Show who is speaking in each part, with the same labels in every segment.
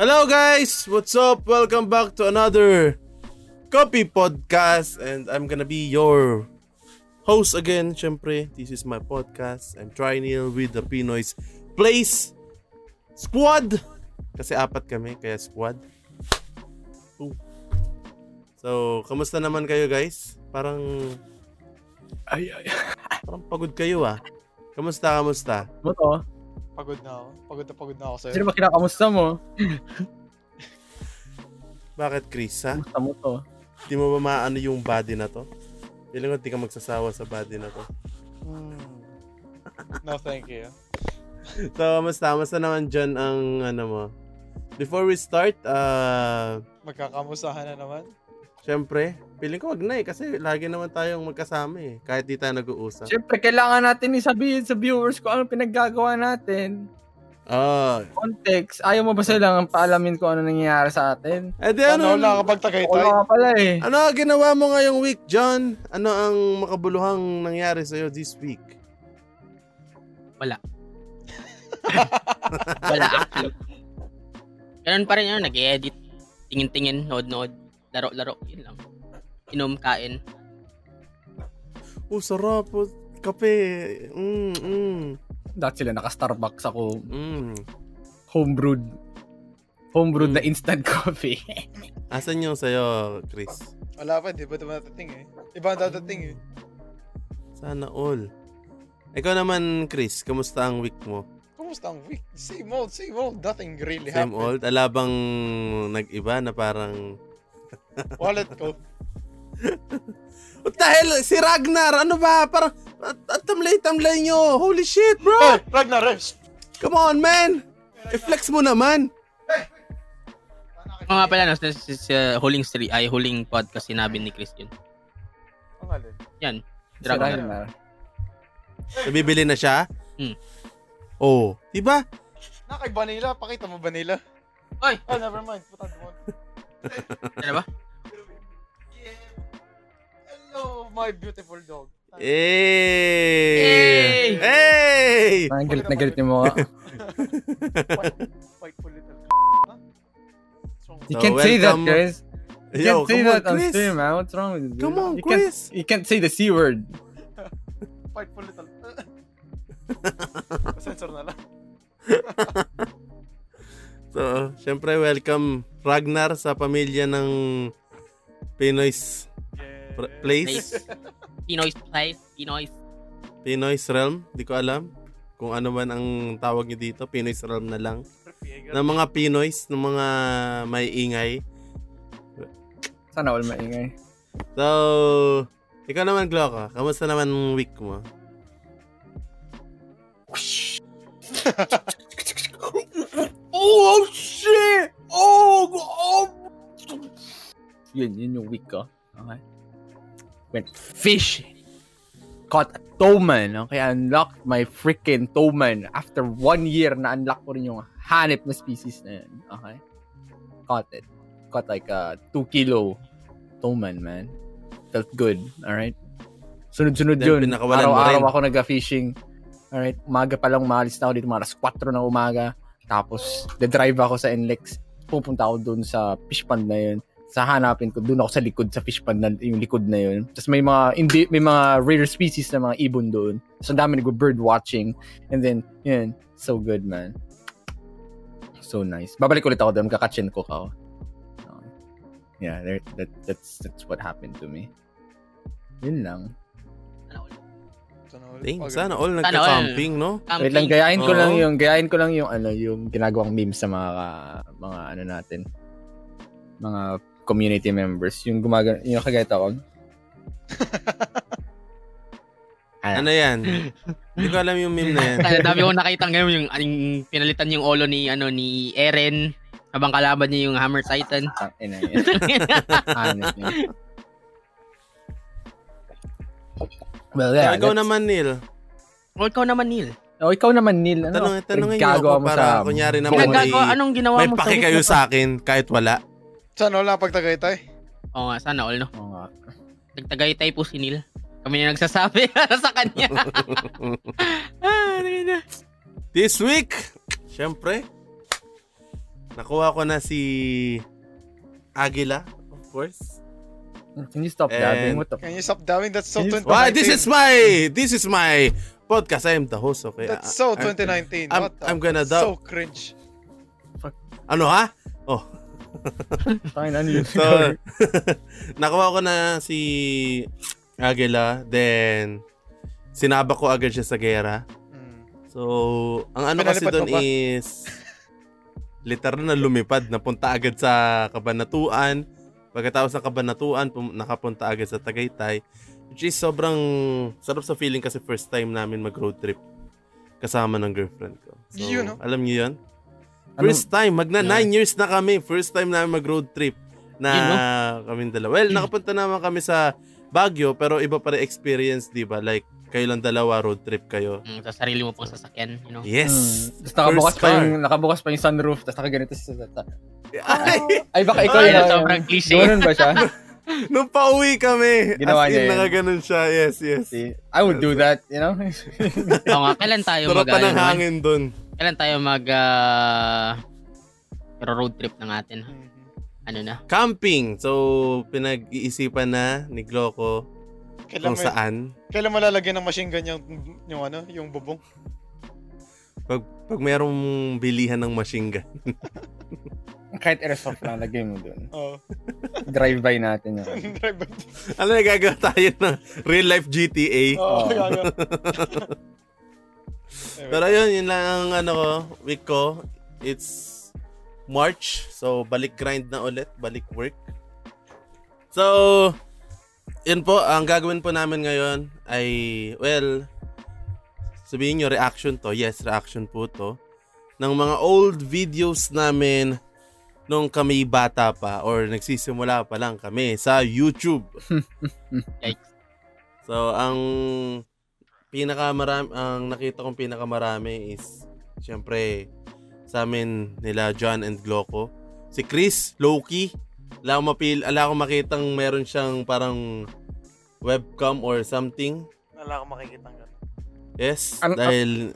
Speaker 1: Hello guys! What's up? Welcome back to another Copy Podcast and I'm gonna be your host again, syempre. This is my podcast. I'm Trinil with the Pinoy's Place Squad! Kasi apat kami, kaya squad. Ooh. So, kamusta naman kayo guys? Parang,
Speaker 2: Ay, ay.
Speaker 1: parang pagod kayo ah. Kamusta, kamusta?
Speaker 2: Ano to?
Speaker 3: Pagod na ako. Pagod na pagod na ako sa'yo.
Speaker 2: Sino ba kinakamusta mo?
Speaker 1: Bakit Chris ha?
Speaker 2: Kamusta mo to?
Speaker 1: Di mo ba maano yung body na to? Feeling ko di ka magsasawa sa body na to.
Speaker 3: Hmm. No, thank you.
Speaker 1: So, mas tama sa naman dyan ang ano mo. Before we start, uh,
Speaker 3: Magkakamusahan na naman.
Speaker 1: syempre, feeling ko wag na eh kasi lagi naman tayong magkasama eh. Kahit di tayo nag-uusap.
Speaker 2: Siyempre, kailangan natin isabihin sa viewers kung ano pinaggagawa natin.
Speaker 1: Ah,
Speaker 2: Context. Ayaw mo ba silang paalamin kung ano nangyayari sa atin?
Speaker 1: eh di
Speaker 3: Ano
Speaker 1: ano,
Speaker 3: wala kapag takay tayo?
Speaker 2: Wala ka pala eh.
Speaker 1: ano ang ginawa mo ngayong week, John? Ano ang makabuluhang nangyari sa'yo this week?
Speaker 4: Wala actually. Ganun pa rin ano, nag-edit. Tingin-tingin, nood-nood. Laro-laro, yun lang. Inom, kain.
Speaker 1: Oh, sarap. Oh, kape. Mm, mm,
Speaker 2: Dahil sila naka-Starbucks ako.
Speaker 1: mm.
Speaker 2: Homebrewed. Homebrewed na instant coffee.
Speaker 1: Asan yung sa'yo, Chris?
Speaker 3: Wala pa, di ba ito matating eh? Iba ang dadating eh.
Speaker 1: Sana all. Ikaw naman, Chris, kamusta ang week mo?
Speaker 3: Kumusta ang week? Same old, same old. Nothing really
Speaker 1: Same
Speaker 3: happened.
Speaker 1: old? Alabang nag-iba na parang
Speaker 3: Wallet ko.
Speaker 1: What the hell? Si Ragnar, ano ba? Parang, at, at tamlay-tamlay nyo. Holy shit, bro!
Speaker 3: Oh, Ragnar Reps!
Speaker 1: Come on, man! I-flex mo naman!
Speaker 4: Ano nga pala, no, sa, sa, sa huling, seri- ay, huling podcast sinabi ni Christian.
Speaker 3: Ang alin.
Speaker 4: Yan.
Speaker 2: Sarang
Speaker 4: Dragon.
Speaker 2: na.
Speaker 1: Nabibili na siya?
Speaker 4: Hmm.
Speaker 1: Oo. Oh. Diba?
Speaker 3: Na kay Vanilla. Pakita mo Vanilla.
Speaker 4: Oy!
Speaker 3: Oh, never mind. Putang mo.
Speaker 4: Ano ba?
Speaker 3: Hello, Oh, my beautiful dog.
Speaker 1: Hey!
Speaker 4: Hey!
Speaker 1: Hey!
Speaker 2: Ah, Ang galit na galit ni mo.
Speaker 3: Spiteful little Huh? What's wrong with
Speaker 2: You
Speaker 1: So,
Speaker 2: can't say that,
Speaker 1: welcome.
Speaker 2: Chris. You
Speaker 1: Yo,
Speaker 2: can't say
Speaker 1: come on,
Speaker 2: that on
Speaker 1: Chris!
Speaker 2: stream, man. What's wrong with you? dude?
Speaker 1: Come on,
Speaker 2: you can't-
Speaker 1: Chris!
Speaker 2: You can't say the C word.
Speaker 3: Spiteful little... Sensor na lang.
Speaker 1: So, syempre, welcome Ragnar sa pamilya ng Pinoy's
Speaker 3: Yeah.
Speaker 1: pr- place.
Speaker 4: Place. Pinoy's place. Pinoy's.
Speaker 1: Pinoy's realm. Di ko alam kung ano man ang tawag nyo dito. Pinoy's realm na lang. Ng mga Pinoy's, ng mga may ingay.
Speaker 2: Sana all maingay.
Speaker 1: So, ikaw naman, Gloco. Kamusta naman ang week mo?
Speaker 2: Oh, shit! Oh, oh! Yun, yun yung week ko. Okay. Went fish. Caught a towman. Okay, unlocked my freaking towman. After one year, na-unlock ko rin yung hanip na species na yun. Okay. Caught it. Caught like a 2 kilo towman, man. Felt good. Alright. Sunod-sunod
Speaker 1: Then,
Speaker 2: yun.
Speaker 1: pinakawalan mo
Speaker 2: Araw-araw
Speaker 1: rin.
Speaker 2: ako nag-fishing. Alright. Umaga pa lang umalis na ako dito. Mga alas 4 ng umaga. Tapos, the-drive ako sa NLEX. Pupunta ako dun sa fish pond na yun. Sa hanapin ko, dun ako sa likod, sa fish pond na, yung likod na yun. Tapos may mga, indi, may mga rare species na mga ibon doon. So, ang dami nag-bird watching. And then, yun, so good, man. So nice. Babalik ulit ako doon, kakachin ko ka. Um, yeah, there, that, that's, that's what happened to me. Yun lang.
Speaker 4: Ano ulit?
Speaker 3: Sana all.
Speaker 1: Dang,
Speaker 3: Okay.
Speaker 1: sana all nagka-camping, no?
Speaker 4: Ano, Camping.
Speaker 2: Wait lang, gayahin ko
Speaker 1: Oo.
Speaker 2: lang yung, gayahin ko lang yung, ano, yung ginagawang meme sa mga, ka- mga ano natin, mga community members. Yung gumaga, yung kagaya tawag.
Speaker 1: Ano yan? Hindi ko alam yung meme na yan.
Speaker 4: Ang dami kong nakita ngayon yung, ah, yung pinalitan yung olo ni ano ni Eren habang kalaban niya yung Hammer Titan.
Speaker 2: Ang Ah, ina yun. Honestly. Well,
Speaker 1: So,
Speaker 2: yeah.
Speaker 1: ikaw
Speaker 2: that's-
Speaker 1: naman, Neil.
Speaker 4: o ikaw naman, Neil.
Speaker 2: Oh, ikaw naman, Neil. Ano?
Speaker 1: Tanong, tanongin niyo
Speaker 2: Pinaggagawa
Speaker 1: ako
Speaker 2: mo
Speaker 1: para kunyari naman may,
Speaker 4: Pinagagawa, anong ginawa
Speaker 1: may
Speaker 4: mo
Speaker 1: paki
Speaker 4: week
Speaker 1: kayo
Speaker 4: na to?
Speaker 1: sa akin kahit wala.
Speaker 3: Sana all na pagtagay tayo.
Speaker 4: Oo nga, sana all, no?
Speaker 2: Oo nga.
Speaker 4: Nagtagaytay po si Neil. Kami na nagsasabi para sa kanya. ah, ano yun na?
Speaker 1: This week, syempre, Nakuha ko na si Agila, of course.
Speaker 2: Hmm, Can you stop dabbing?
Speaker 1: And-
Speaker 2: What the
Speaker 3: Can you stop dabbing? That's so
Speaker 2: Can you-
Speaker 3: 2019.
Speaker 1: Why? This is my this is my podcast. I am the host, okay?
Speaker 3: That's so
Speaker 1: I'm-
Speaker 3: 2019.
Speaker 1: I'm-
Speaker 3: What the-
Speaker 1: I'm gonna
Speaker 3: So cringe.
Speaker 1: Ano ha? Oh.
Speaker 2: Fine, ano yun?
Speaker 1: So, nakuha ko na si Agila. Then, sinaba ko agad siya sa gera.
Speaker 3: Hmm.
Speaker 1: So, ang ano kasi
Speaker 3: Pinalipad
Speaker 1: doon
Speaker 3: mo ba?
Speaker 1: is literal na lumipad, napunta agad sa Kabanatuan. Pagkatapos ng Kabanatuan, pum- nakapunta agad sa Tagaytay. Which is sobrang sarap sa feeling kasi first time namin mag road trip kasama ng girlfriend ko. So,
Speaker 3: Yun, no?
Speaker 1: alam niyo yun?
Speaker 2: Ano-
Speaker 1: First time, magna
Speaker 4: Yeah.
Speaker 1: 9 years na kami. First time namin mag road trip na
Speaker 4: Yun, no?
Speaker 1: kaming dalawa. Well, nakapunta naman kami sa Baguio pero iba pa rin experience, 'di ba? Like kayo lang dalawa road trip kayo.
Speaker 4: Mm, sa sarili mo pang sasakyan, you know?
Speaker 1: Yes.
Speaker 2: Hmm. Tapos nakabukas
Speaker 1: First
Speaker 2: pa,
Speaker 1: car.
Speaker 2: yung, nakabukas pa yung sunroof, tapos nakaganito siya. sa- sa-
Speaker 1: Ay,
Speaker 2: Ay, baka ikaw
Speaker 4: Ay,
Speaker 2: yun. ah,
Speaker 4: sobrang
Speaker 2: yun.
Speaker 4: cliche.
Speaker 2: Ganun ba siya?
Speaker 1: nung pauwi kami,
Speaker 2: Ginawa
Speaker 1: as
Speaker 2: niya
Speaker 1: in,
Speaker 2: yun.
Speaker 1: nakaganon siya. Yes, yes.
Speaker 2: See, I would do that, you know?
Speaker 4: Oo nga, kailan tayo
Speaker 1: Sarap
Speaker 4: mag,
Speaker 1: pa
Speaker 4: ano,
Speaker 1: ng hangin dun.
Speaker 4: kailan tayo mag, ah, pero road trip na natin. ha?
Speaker 3: Mhm.
Speaker 1: Mm-hmm.
Speaker 4: Ano na?
Speaker 1: Camping. So, pinag-iisipan na ni Gloco
Speaker 3: Kailan, mo,
Speaker 1: kung saan.
Speaker 3: kailan malalagyan ng machine gun yung, yung ano, yung bubong?
Speaker 1: Pag, pag mayroong bilihan ng machine gun.
Speaker 2: Kahit airsoft lang, lagay mo dun.
Speaker 3: Oo.
Speaker 2: Drive-by natin yun.
Speaker 3: Drive by.
Speaker 1: Oh. Ano na gagawa tayo ng real life
Speaker 5: Oh,
Speaker 1: GTA?
Speaker 3: Oo,
Speaker 2: Oo.
Speaker 3: gaga.
Speaker 1: Pero yun, yun lang ang ano ko, week ko. It's March. So, balik grind na ulit. Balik work. So, yun po. Ang gagawin po namin ngayon ay, well, sabihin nyo, reaction to. Yes, reaction po to. Ng mga old videos namin nung kami bata pa or nagsisimula pa lang kami sa YouTube.
Speaker 4: Yikes.
Speaker 1: So, ang pinakamarami, ang nakita kong pinakamarami is, syempre, sa amin nila John and Gloco. Si Chris, Loki, ala ko, mapil, ala ko makitang meron siyang parang webcam or something.
Speaker 3: Wala akong makikita ng gano'n.
Speaker 1: Yes,
Speaker 2: Ano-
Speaker 1: dahil...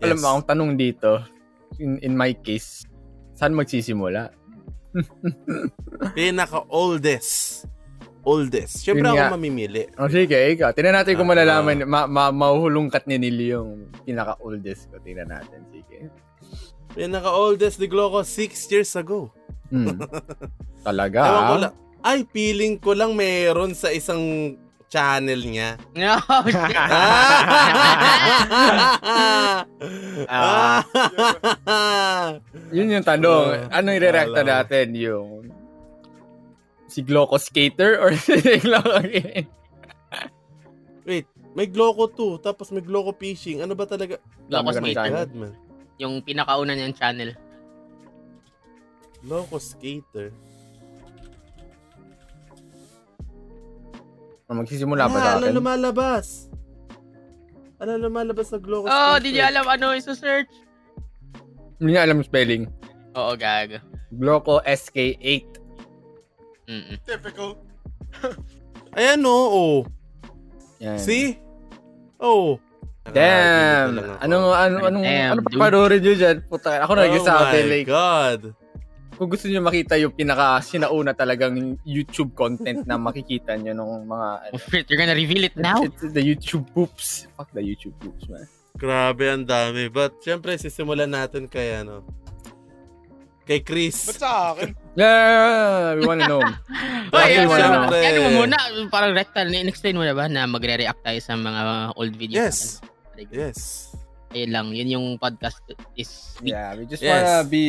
Speaker 2: Alam
Speaker 1: Yes.
Speaker 2: mo, ang tanong dito, in, in my case, saan magsisimula?
Speaker 1: Pinaka-oldest. Oldest. Syempre
Speaker 2: Yun
Speaker 1: ako
Speaker 2: nga.
Speaker 1: mamimili.
Speaker 2: O Oh, sige, ikaw. Tingnan natin kung
Speaker 1: Ah.
Speaker 2: malalaman, ma, ma, mahuhulungkat ni Neil yung pinaka-oldest ko. Tingnan natin, sige.
Speaker 1: Pinaka-oldest ni Gloco 6 years ago.
Speaker 2: Hmm. Talaga,
Speaker 1: Ewan ko
Speaker 2: ah?
Speaker 1: lang. Ay, feeling ko lang meron sa isang channel niya.
Speaker 4: No, Oh, shit.
Speaker 1: Ah!
Speaker 2: Ah. Yun yung tanong.
Speaker 1: Ah.
Speaker 2: Anong i-react na
Speaker 1: Alam.
Speaker 2: natin? Yung si Gloco Skater or si Gloco
Speaker 1: may Gloco 2, tapos may Gloco Fishing. Ano ba talaga?
Speaker 4: Gloco
Speaker 2: Dami
Speaker 4: Skater.
Speaker 2: ganun
Speaker 1: God, man.
Speaker 4: yung pinakauna niyang channel.
Speaker 1: Gloco Skater.
Speaker 2: channel. Magsisimula ba
Speaker 1: Ah,
Speaker 2: sa akin?
Speaker 1: ano lumalabas? Ano lumalabas na Gloco
Speaker 4: Oh,
Speaker 1: Skater?
Speaker 4: di niya alam ano search.
Speaker 2: Hindi niya alam yung spelling.
Speaker 4: Oo, gago.
Speaker 2: Gloco SK8.
Speaker 4: Mm-mm.
Speaker 3: Typical.
Speaker 1: Ayan, oo. Oh,
Speaker 2: Yan.
Speaker 1: See? Oh. Nakakagigil
Speaker 2: Damn!
Speaker 1: talaga ako.
Speaker 2: Anong, ano, anong,
Speaker 4: Damn,
Speaker 2: ano
Speaker 4: dude.
Speaker 2: paparorin nyo dyan? Puta, ako nag-isabi,
Speaker 1: Oh my
Speaker 2: like,
Speaker 1: God.
Speaker 2: kung gusto nyo makita yung pinaka sinauna talagang YouTube content na makikita nyo nung mga ano,
Speaker 4: Oh, shit, you're gonna reveal it now?
Speaker 2: It's the YouTube poops. Fuck the YouTube poops, man.
Speaker 1: Grabe, ang dami. But, syempre, sisimulan natin kay, ano, kay
Speaker 3: Ba't
Speaker 1: Chris.
Speaker 3: sa akin?
Speaker 2: Yeah, Uh, we wanna know.
Speaker 4: Ay,
Speaker 1: Bakit
Speaker 4: ano,
Speaker 1: wala?
Speaker 4: ano,
Speaker 1: Siyempre.
Speaker 4: ano mo muna, parang rectal, explain mo na ba na magre-react tayo sa mga old videos?
Speaker 1: Yes.
Speaker 4: natin?
Speaker 1: Yes.
Speaker 4: Ayun lang, yun yung podcast this week.
Speaker 2: Yeah, we just
Speaker 1: Yes.
Speaker 2: wanna be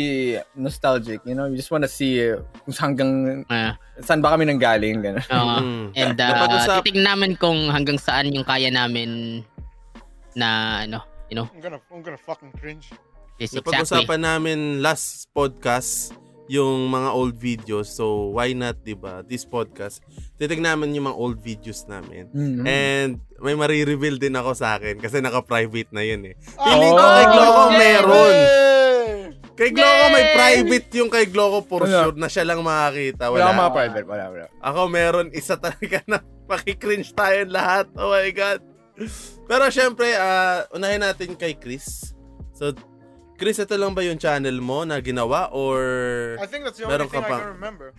Speaker 2: nostalgic, you know? We just wanna see uh, kung saan hanggang
Speaker 4: Ah,
Speaker 2: saan ba kami nanggaling, gano'n.
Speaker 4: oo.
Speaker 1: Mm.
Speaker 4: and uh,
Speaker 1: Napag-usap-
Speaker 4: titignan namin kung hanggang saan yung kaya namin na ano, you know,
Speaker 3: I'm gonna, I'm gonna fucking cringe.
Speaker 4: this exactly.
Speaker 1: Napag-usapan namin last podcast yung mga old videos. So, why not, di ba? This podcast, titignan namin yung mga old videos namin.
Speaker 2: Mhm.
Speaker 1: And may marireveal din ako sa akin kasi naka-private na yun eh.
Speaker 3: Ah,
Speaker 1: Feeling ko
Speaker 2: Oh,
Speaker 1: kay Gloco
Speaker 4: yeah.
Speaker 1: meron.
Speaker 3: Hey!
Speaker 1: Kay Gloco may
Speaker 4: Yay!
Speaker 1: private yung kay Gloco for
Speaker 2: Wala.
Speaker 1: sure na siya lang makakita.
Speaker 2: Wala
Speaker 1: Wala.
Speaker 2: akong mga private, wala, wala.
Speaker 1: Ako meron isa talaga na pakicringe tayo lahat. Oh my God. Pero syempre, ah, unahin natin kay Chris. So, Chris, ito lang ba yung channel mo na ginawa or...
Speaker 3: I think that's the only
Speaker 1: Meron
Speaker 3: thing
Speaker 1: ka
Speaker 3: I
Speaker 1: pa.
Speaker 3: can remember.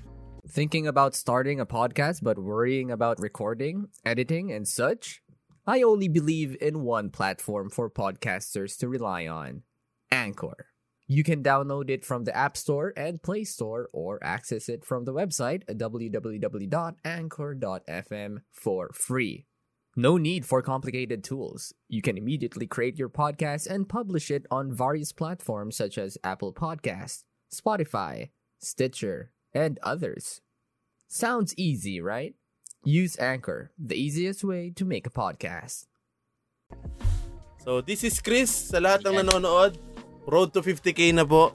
Speaker 6: Thinking about starting a podcast but worrying about recording, editing, and such? I only believe in one platform for podcasters to rely on Anchor. You can download it from the App Store and Play Store or access it from the website www.anchor.fm for free. No need for complicated tools. You can immediately create your podcast and publish it on various platforms such as Apple Podcasts, Spotify, Stitcher, and others. Sounds easy, right? Use Anchor, the easiest way to make a podcast.
Speaker 1: So, this is Chris. Sa lahat ng nanonood, road to 50k na po.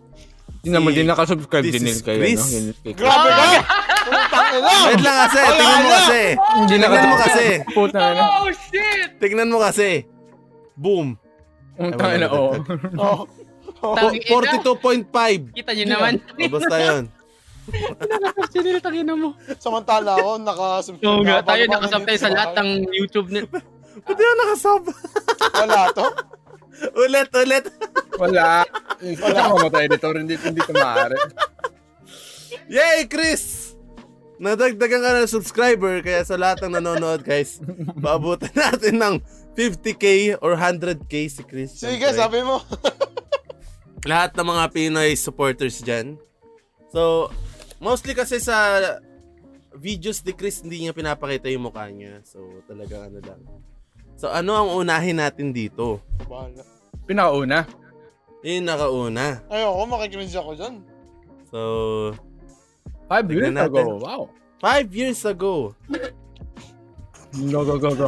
Speaker 2: Hindi naman din nakasubscribe
Speaker 1: This
Speaker 2: din
Speaker 1: is
Speaker 2: nila kayo.
Speaker 1: Chris.
Speaker 2: No? Ganun kay Chris.
Speaker 3: Grabe ka! Putang ina!
Speaker 1: Wait lang kasi, tingnan mo kasi.
Speaker 2: Hindi
Speaker 1: Tingnan mo kasi.
Speaker 2: Puta na.
Speaker 4: Oh, shit!
Speaker 1: Tingnan mo kasi. Boom.
Speaker 2: Puta na, oo.
Speaker 3: Oh.
Speaker 1: Po-
Speaker 4: Tangina.
Speaker 1: 42.5.
Speaker 4: Kita nyo naman.
Speaker 1: O, Oh, basta yun.
Speaker 4: Nalakas yun nila, tangina mo.
Speaker 3: Samantala oh, ako, naka-subscribe
Speaker 4: Oo nga,
Speaker 3: ako.
Speaker 4: tayo
Speaker 3: Ano ba
Speaker 4: nakasabay sa
Speaker 3: nangyayari?
Speaker 4: lahat ng YouTube nila.
Speaker 1: Pwede yun nakasab.
Speaker 3: Wala to.
Speaker 1: ulit, ulit.
Speaker 2: Wala. Wala ako matay dito. Hindi, hindi ko maaari.
Speaker 1: Yay, Chris! Nadagdagan ka ng subscriber, kaya sa lahat ng nanonood, guys, paabutan natin ng 50k or 100k si Chris.
Speaker 3: Sige,
Speaker 1: Siyempre.
Speaker 3: sabi mo.
Speaker 1: lahat ng mga Pinoy supporters dyan. So, mostly kasi sa videos ni Chris, hindi niya pinapakita yung mukha niya. So, talagang ano lang. So, ano ang unahin natin dito?
Speaker 3: Bahala.
Speaker 2: Pinakauna.
Speaker 1: Yun yung nakauna.
Speaker 3: Ayoko, makikringe ako dyan.
Speaker 1: So,
Speaker 2: Five
Speaker 1: Tignan
Speaker 2: years
Speaker 1: natin.
Speaker 2: ago. Wow.
Speaker 1: five years ago.
Speaker 2: Go, go, go, go.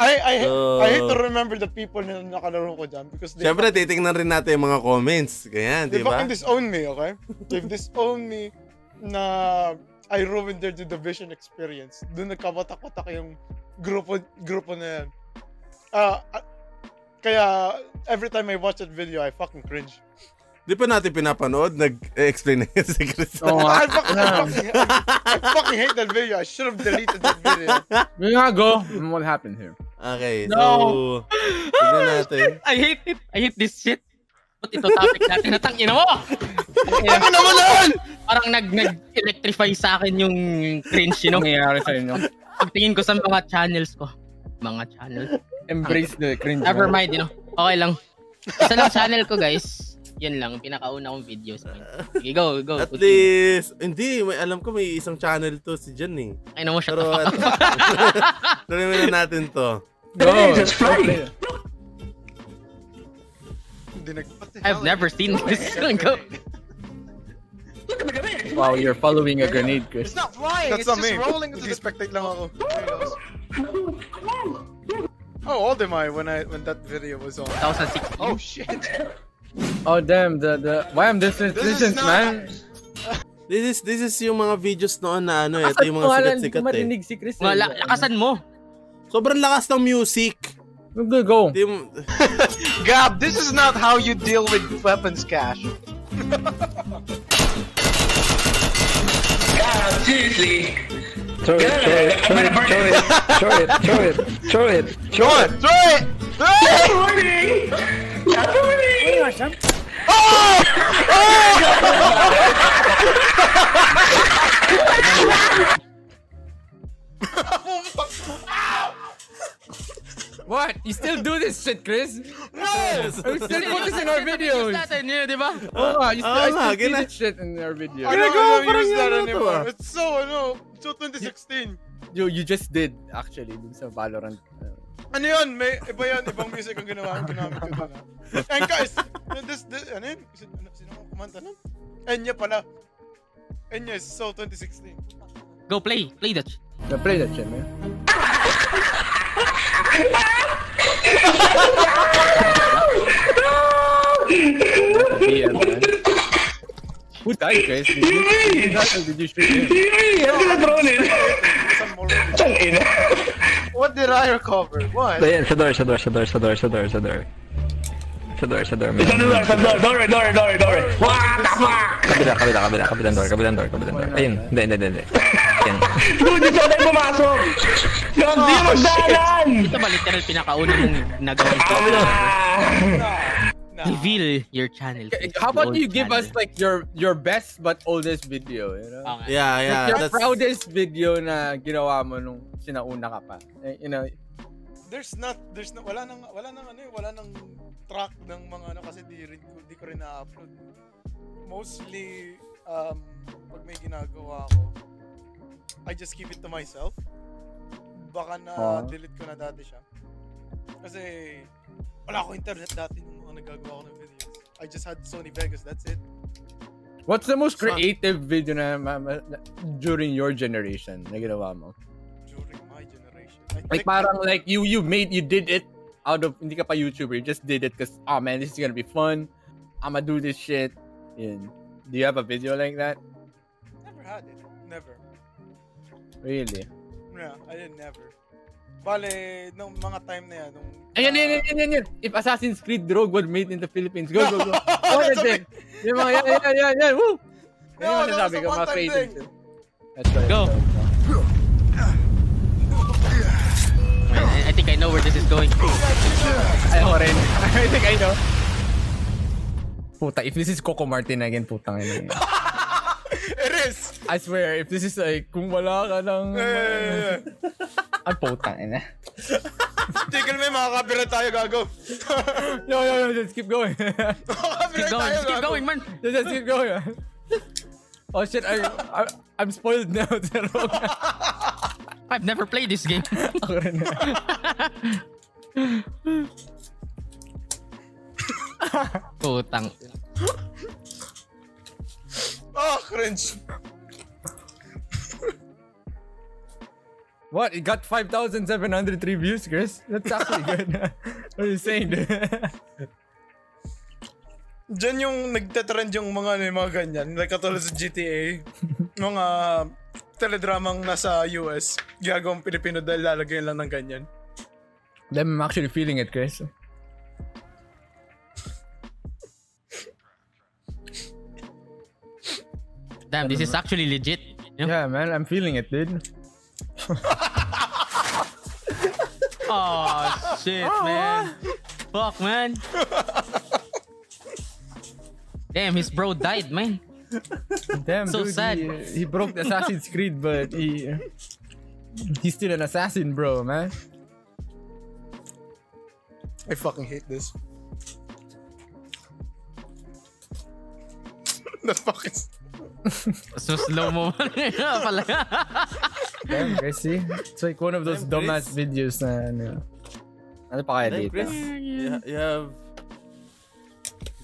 Speaker 3: I, I,
Speaker 1: Oh.
Speaker 3: I hate to remember the people na nakalaro ko dyan because they,
Speaker 1: Siyempre, titignan rin natin yung mga comments. Ganyan,
Speaker 3: they
Speaker 1: di ba?
Speaker 3: fucking disown me, okay? They've disowned me na I ruined their division experience. Doon nagkawatak-watak yung grupo, grupo na yan. Ah, ah, kaya every time I watch that video, I fucking cringe.
Speaker 1: Di pa natin pinapanood, nag-explain na yun si Chris.
Speaker 2: Oo nga.
Speaker 3: I, fucking, I, fucking, I fucking hate that video. I should have deleted that video.
Speaker 2: Yun nga, go. What happened here?
Speaker 1: Okay,
Speaker 4: No.
Speaker 1: so, tignan natin.
Speaker 4: I hate it. I hate this shit. Ba't ito topic natin? Natang ina mo!
Speaker 3: Ano naman yun?
Speaker 4: Parang nag, nag-electrify sa akin yung cringe, you know?
Speaker 2: Anong nangyayari sa inyo?
Speaker 4: Pagtingin ko sa mga channels ko. Mga channel.
Speaker 2: Embrace the cringe.
Speaker 4: Never
Speaker 2: man.
Speaker 4: mind, you know? Okay lang. Isa lang channel ko, guys. Yun lang, pinakauna kong video sa akin. Sige, go, go.
Speaker 1: At
Speaker 4: continue.
Speaker 1: least, hindi, may, alam ko may isang channel to si Jen eh.
Speaker 4: Ay, na mo, shut the
Speaker 1: Pero,
Speaker 4: fuck
Speaker 1: at,
Speaker 4: up.
Speaker 1: tuloy muna natin to.
Speaker 2: Go. Just play.
Speaker 4: I've never seen this. go.
Speaker 2: Wow, you're following a grenade, Chris.
Speaker 3: not flying, it's just rolling into the spectate lang ako. How old am I when I when that video was on?
Speaker 4: 2016.
Speaker 3: Oh shit!
Speaker 2: Oh, damn. The, the... Why I'm distant,
Speaker 3: This is
Speaker 2: distant,
Speaker 3: not-
Speaker 2: man?
Speaker 1: This is this is yung mga videos noon na ano eh, ito yung mga sikat-sikat eh.
Speaker 2: Marinig si Chris.
Speaker 4: Wala, lakasan mo.
Speaker 1: Sobrang lakas ng music.
Speaker 2: Go, go.
Speaker 1: Hindi mo-
Speaker 7: Gab, this is not how you deal with weapons cash.
Speaker 8: God, seriously.
Speaker 9: Throw it, throw it, throw it, throw it, throw it, throw it, throw it.
Speaker 7: Throw it! Throw it!
Speaker 8: Morning! Good morning!
Speaker 6: What? You still do this shit, Chris? You still put this in our
Speaker 4: Videos
Speaker 6: videos.
Speaker 4: natin yun, di ba?
Speaker 2: Oo nga, you still,
Speaker 1: Oo
Speaker 2: I
Speaker 1: nga,
Speaker 2: still see
Speaker 1: gina-
Speaker 2: this shit in our video.
Speaker 3: Ah, I don't, I don't
Speaker 1: parang
Speaker 3: use that
Speaker 1: ano to,
Speaker 3: anymore.
Speaker 1: ah.
Speaker 3: It's so ano, so 2016.
Speaker 2: You, you just did, actually, dun sa Valorant.
Speaker 3: Ano yun? May iba yun, ibang music ang ginawa ang ginamit ko doon. ah. And guys, yun, this, this, ano yun? Sin- ano- Sino ang kumanta nun? Enya pala. Enya is so 2016.
Speaker 4: Go play. Play that shit.
Speaker 2: Na-play that shit, man. Yeah, man. Who died, Chris? Did you, did you- did you shoot him?
Speaker 9: Hey, I'm gonna throw it.
Speaker 3: Some more.
Speaker 9: Tang ina.
Speaker 7: What did I recover? What?
Speaker 9: Ayan, sa door, sa door, sa door, sa door, sa door, sa door. Sa door, sa door.
Speaker 8: Sa door, sa door, door, door, door, door. What the fuck?
Speaker 9: Kabila, kabila, kabila, kabilang door, kabilang door, kabilang door. Ayun, hindi, hindi, hindi, hindi. Ayun.
Speaker 8: Dude, dito tayo pumasok. Yan, di
Speaker 4: Oh,
Speaker 8: magdalan.
Speaker 4: Ito ba literal pinakauna mong nagawa ito? Reveal your channel.
Speaker 2: K- How about you give us like your your best but oldest video, you know?
Speaker 4: Okay.
Speaker 1: Yeah, yeah.
Speaker 2: Like your
Speaker 1: that's-
Speaker 2: proudest video na ginawa mo nung sinauna ka pa. Eh, You know,
Speaker 3: There's not, there's no, wala nang, wala nang ano eh, wala nang track ng mga ano kasi di, rin, ko- di ko rin na-upload. Mostly, um, pag may ginagawa ako, I just keep it to myself. Baka
Speaker 2: Ah.
Speaker 3: na-delete ko na dati siya. Kasi, wala ako internet dati nung mga nagagawa ko ng videos. I just had Sony Vegas, that's it.
Speaker 2: what's the most
Speaker 1: Sa-
Speaker 2: creative video na, ma- ma- na- during your generation na ginawa mo?
Speaker 3: During my generation. I
Speaker 2: Like
Speaker 3: think-
Speaker 2: parang like you you made you did it out of hindi ka pa YouTuber, you just did it cuz oh man, this is gonna be fun. I'ma do this shit. And do you have a video like that?
Speaker 3: Never had it. Never.
Speaker 2: Really?
Speaker 3: Yeah, I didn't never. Bale, nung mga time na yan, nung...
Speaker 2: Ayan,
Speaker 3: ah,
Speaker 2: ayan, ayan, ayan, ayan. If Assassin's Creed Rogue was made in the Philippines, go, go, go.
Speaker 3: That's a
Speaker 2: Origin. Yung mga yan, yan, yan, yan, woo! Yan
Speaker 3: No,
Speaker 2: yung
Speaker 3: that
Speaker 2: masasabi
Speaker 3: was a
Speaker 2: ko, mga
Speaker 3: one-time
Speaker 2: creative.
Speaker 3: thing.
Speaker 2: That's right.
Speaker 4: Go. I, I think I know where this is going.
Speaker 2: Ay, ako rin. I think I know. Puta, if this is Coco Martin again, putang ina. yun.
Speaker 3: It is!
Speaker 2: I swear, if this is like, kung wala ka ng...
Speaker 3: Eh,
Speaker 2: Ang putang ina.
Speaker 3: Tigil may mga copyright tayo gago.
Speaker 2: Yo, yo, yo, just keep going.
Speaker 3: Mga
Speaker 4: Keep
Speaker 3: copyright
Speaker 4: going,
Speaker 3: tayo
Speaker 4: just keep
Speaker 3: gago.
Speaker 4: going, man.
Speaker 2: just, just keep going. Oh shit, I, I, I'm spoiled now. Terog.
Speaker 4: I've never played this game.
Speaker 2: ako rin.
Speaker 4: Putang.
Speaker 3: Ah, cringe.
Speaker 2: What? It got 5,700 reviews, Chris? That's actually good. what are you saying, dude?
Speaker 3: Diyan yung nagtetrend yung mga ano, yung mga ganyan. Like katulad sa GTA. mga teledramang nasa US. Gagawang Pilipino dahil lalagyan lang ng ganyan.
Speaker 2: Damn, I'm actually feeling it, Chris.
Speaker 4: Damn, this is actually legit. Yeah.
Speaker 2: Yeah, man, I'm feeling it, dude.
Speaker 4: Oh shit, man. Fuck, man. Damn, his bro died, man.
Speaker 2: Damn,
Speaker 4: So
Speaker 2: dude,
Speaker 4: sad.
Speaker 2: He, he broke the Assassin's Creed, but he he's still an assassin, bro, man.
Speaker 3: I fucking hate this. The fuck is...
Speaker 4: So slow mo pala.
Speaker 2: Damn, Chris, see? It's like one of those
Speaker 1: Damn,
Speaker 2: dumbass
Speaker 1: Chris.
Speaker 2: videos na ano. Ano pa kaya
Speaker 1: Damn,
Speaker 2: dito?
Speaker 1: Chris. You, you have...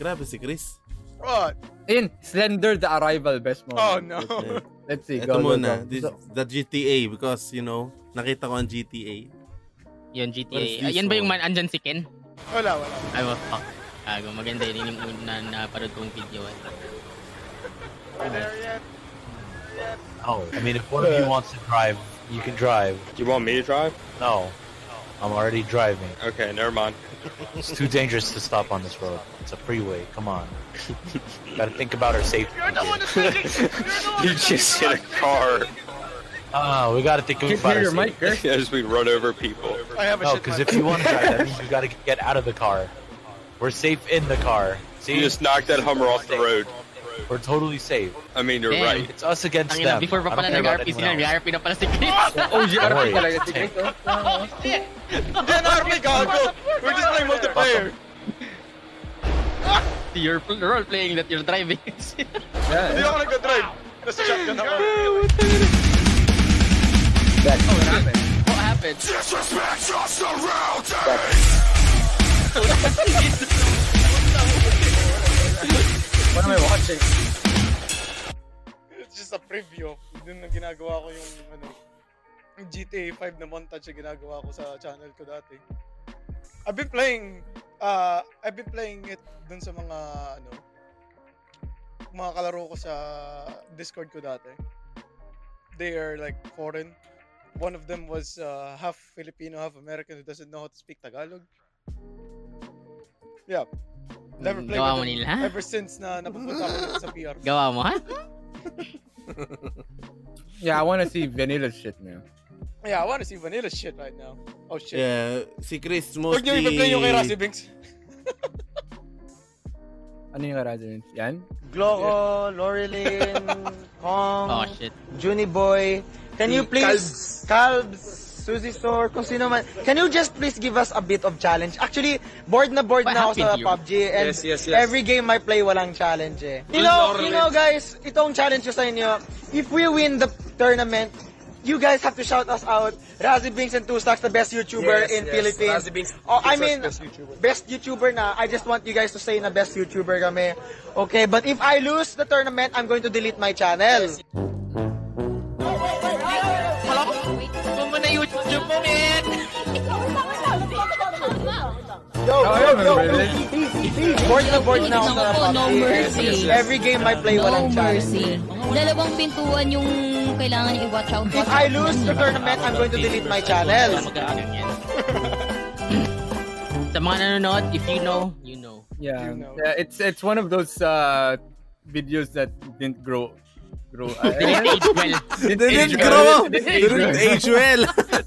Speaker 1: Grabe si Chris.
Speaker 3: What?
Speaker 2: In Slender the Arrival, best moment.
Speaker 3: Oh, no.
Speaker 1: Yeah.
Speaker 2: Let's see.
Speaker 1: Ito
Speaker 2: go, go,
Speaker 1: muna.
Speaker 2: go.
Speaker 1: This,
Speaker 2: So-
Speaker 1: the GTA because, you know, nakita ko ang GTA.
Speaker 4: Yun,
Speaker 1: What is
Speaker 4: GTA.
Speaker 1: this
Speaker 4: Ayan ba yung
Speaker 1: one?
Speaker 4: man, andyan si Ken?
Speaker 3: Wala, wala.
Speaker 4: Ay, what fuck. Gago, maganda yun yung una na parod kong video. eh.
Speaker 3: We're there yet.
Speaker 10: Oh, I mean, if one of you wants to drive, you can drive.
Speaker 11: You want me to drive?
Speaker 10: No, I'm already driving.
Speaker 11: Okay, never mind.
Speaker 10: It's too dangerous to stop on this road. It's a freeway. Come on. Gotta think about our safety.
Speaker 11: You just hit a car.
Speaker 10: Ah, we gotta think
Speaker 2: Can't
Speaker 10: about our
Speaker 2: hear
Speaker 10: safety.
Speaker 2: your mic, Chris.
Speaker 11: As we run over people.
Speaker 3: I have a
Speaker 10: No,
Speaker 3: shit
Speaker 10: because
Speaker 3: mic.
Speaker 10: if you want to drive, that means you gotta get out of the car. We're safe in the car. See,
Speaker 11: You just knocked that Hummer off the road.
Speaker 10: we're totally safe.
Speaker 11: I mean, you're
Speaker 4: Damn.
Speaker 11: right.
Speaker 10: It's us against
Speaker 4: Tangin
Speaker 10: them.
Speaker 4: na, before pa
Speaker 10: I don't
Speaker 4: pala
Speaker 10: care about
Speaker 4: nag-RP sila,
Speaker 10: anyone else.
Speaker 4: nag-RP na pala si Chris.
Speaker 2: Oh, GRP
Speaker 10: worry.
Speaker 2: talaga. si Chris, oh.
Speaker 3: Then Army Gago! We're just playing multiplayer!
Speaker 4: Your role-playing that you're driving. Damn,
Speaker 3: Hindi
Speaker 2: Yeah.
Speaker 3: ako nagka-drive! Nasa shotgun ako.
Speaker 4: Oh, What happened?
Speaker 2: What am I watching?
Speaker 3: It's just a preview of dun na ginagawa ko yung ano, yung GTA 5 na montage na ginagawa ko sa channel ko dati. I've been playing, uh, I've been playing it dun sa mga ano, mga kalaro ko sa Discord ko dati. They are like foreign. One of them was uh, half Filipino, half American who doesn't know how to speak Tagalog. Yeah. Never played
Speaker 4: Mm, Gawa mo
Speaker 3: with
Speaker 4: nila,
Speaker 3: them
Speaker 4: ha?
Speaker 3: ever since na napupunta ko dito sa PR.
Speaker 4: Ah. Gawa mo, ha?
Speaker 2: Yeah, I wanna see vanilla shit, man.
Speaker 3: Yeah, I wanna see vanilla shit right now. Oh shit.
Speaker 1: Yeah, si Chris
Speaker 3: Huwag
Speaker 1: mostly...
Speaker 3: niyo i-play yung kay Rossi Binks.
Speaker 2: Ano yung Horizon? Yan?
Speaker 12: Gloco, Laureline, Kong,
Speaker 4: Oh, shit.
Speaker 12: Juniboy. Can you
Speaker 4: Si
Speaker 12: please, Calbs, Suzy Sor, kung sino man, can you just please give us a bit of challenge? Actually, bored na bored
Speaker 7: What
Speaker 12: na ako sa
Speaker 7: happened here?
Speaker 12: PUBG and
Speaker 7: Yes, yes, yes.
Speaker 12: every game I play walang challenge eh. You
Speaker 7: Good
Speaker 12: know,
Speaker 7: Lord,
Speaker 12: you
Speaker 7: Red.
Speaker 12: know guys, itong challenge ko sa inyo, if we win the tournament, you guys have to shout us out. Razzy Binks and Two Stacks, the best
Speaker 7: Yes,
Speaker 12: YouTuber in
Speaker 7: yes,
Speaker 12: Philippines.
Speaker 7: Razzy Binks,
Speaker 12: oh,
Speaker 7: Two
Speaker 12: I
Speaker 7: Stacks,
Speaker 12: mean,
Speaker 7: best YouTuber.
Speaker 12: best YouTuber na. I just want you guys to say na best YouTuber kami. Okay, but if I lose the tournament, I'm going to delete my channel.
Speaker 4: Huwag mo na YouTube mo, man!
Speaker 12: Yo, yo, yo, Board na board
Speaker 4: Oh,
Speaker 12: na ako
Speaker 13: Ako po,
Speaker 12: sa
Speaker 13: no
Speaker 12: PUBG.
Speaker 13: mercy.
Speaker 12: Every game I play, walang challenge.
Speaker 13: Dalawang pintuan yung kailangan i-watch out.
Speaker 12: If I lose the tournament, I'm going to delete my channel.
Speaker 4: Sa mga nanonood, if you know, you know.
Speaker 2: Yeah. yeah it's it's one of those uh, videos that didn't grow. grow uh,
Speaker 4: Didn't age well.
Speaker 1: Didn't grow. Didn't age well.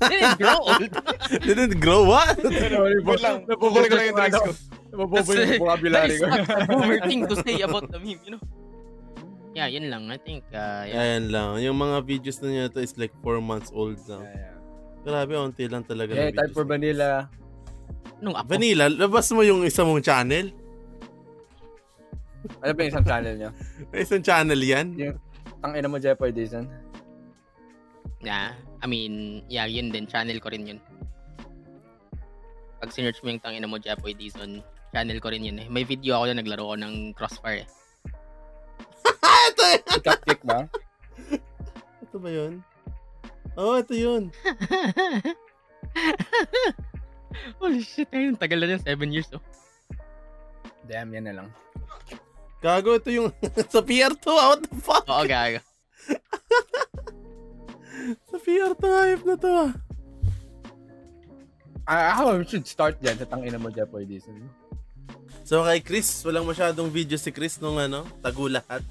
Speaker 1: Didn't grow old. Didn't grow what?
Speaker 2: Wait lang. Nabubulog lang yung drinks ko. Nabubobo yung vocabulary ko.
Speaker 4: That is not a boomer thing to say about the meme, you know? Yeah, yun lang. I think, uh, yeah.
Speaker 1: Ayan lang. Yung mga videos na nyo to is like 4 months old now. Grabe, onti lang talaga.
Speaker 2: Yeah,
Speaker 1: ng
Speaker 2: type for vanilla.
Speaker 4: Nung
Speaker 1: videos. Vanilla, labas mo yung isa mong channel.
Speaker 2: Ano ba yung isang channel niya?
Speaker 1: May isang channel yan?
Speaker 2: Yung tangina mo Jeopardy, son.
Speaker 4: Yeah, I mean, yeah, yun din. Channel ko rin yun. Pag sinerch mo yung tangina mo, Japoy Dizon, channel ko rin yun eh. May video ako na naglaro ko ng crossfire eh.
Speaker 2: Cupcake ba?
Speaker 1: Ito ba yun? Oo, oh, ito yun.
Speaker 4: Holy shit, ayun. Tagal na yun, 7 years oh.
Speaker 2: Damn, yan na lang.
Speaker 1: Gago, ito yung sa PR2. ah, What the fuck?
Speaker 4: Oo, gago.
Speaker 1: Sa PR2, hype na to.
Speaker 2: Ah, ako, we should start dyan sa tangina mo Jeopardy, son.
Speaker 1: So kay Chris, walang masyadong video si Chris nung ano, tago lahat.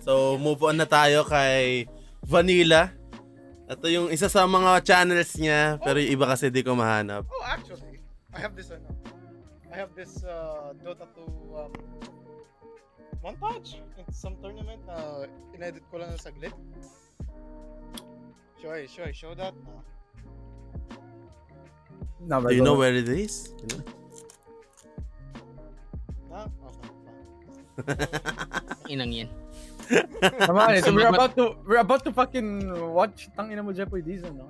Speaker 1: So move on na tayo kay Vanilla. Ito yung isa sa mga channels niya, pero yung iba kasi di ko mahanap.
Speaker 3: Oh, actually, I have this ano. I have this uh, Dota 2 um, montage in some tournament na inedit ko lang ng saglit. Show, eh, show, eh, show that.
Speaker 2: Never
Speaker 1: Do you know
Speaker 2: gonna-
Speaker 1: where it is?
Speaker 3: Ah, okay.
Speaker 4: Inang yan.
Speaker 2: Come on, eh, so we're about to we're about to fucking watch tangina mo Jeopardy, Dizon. No?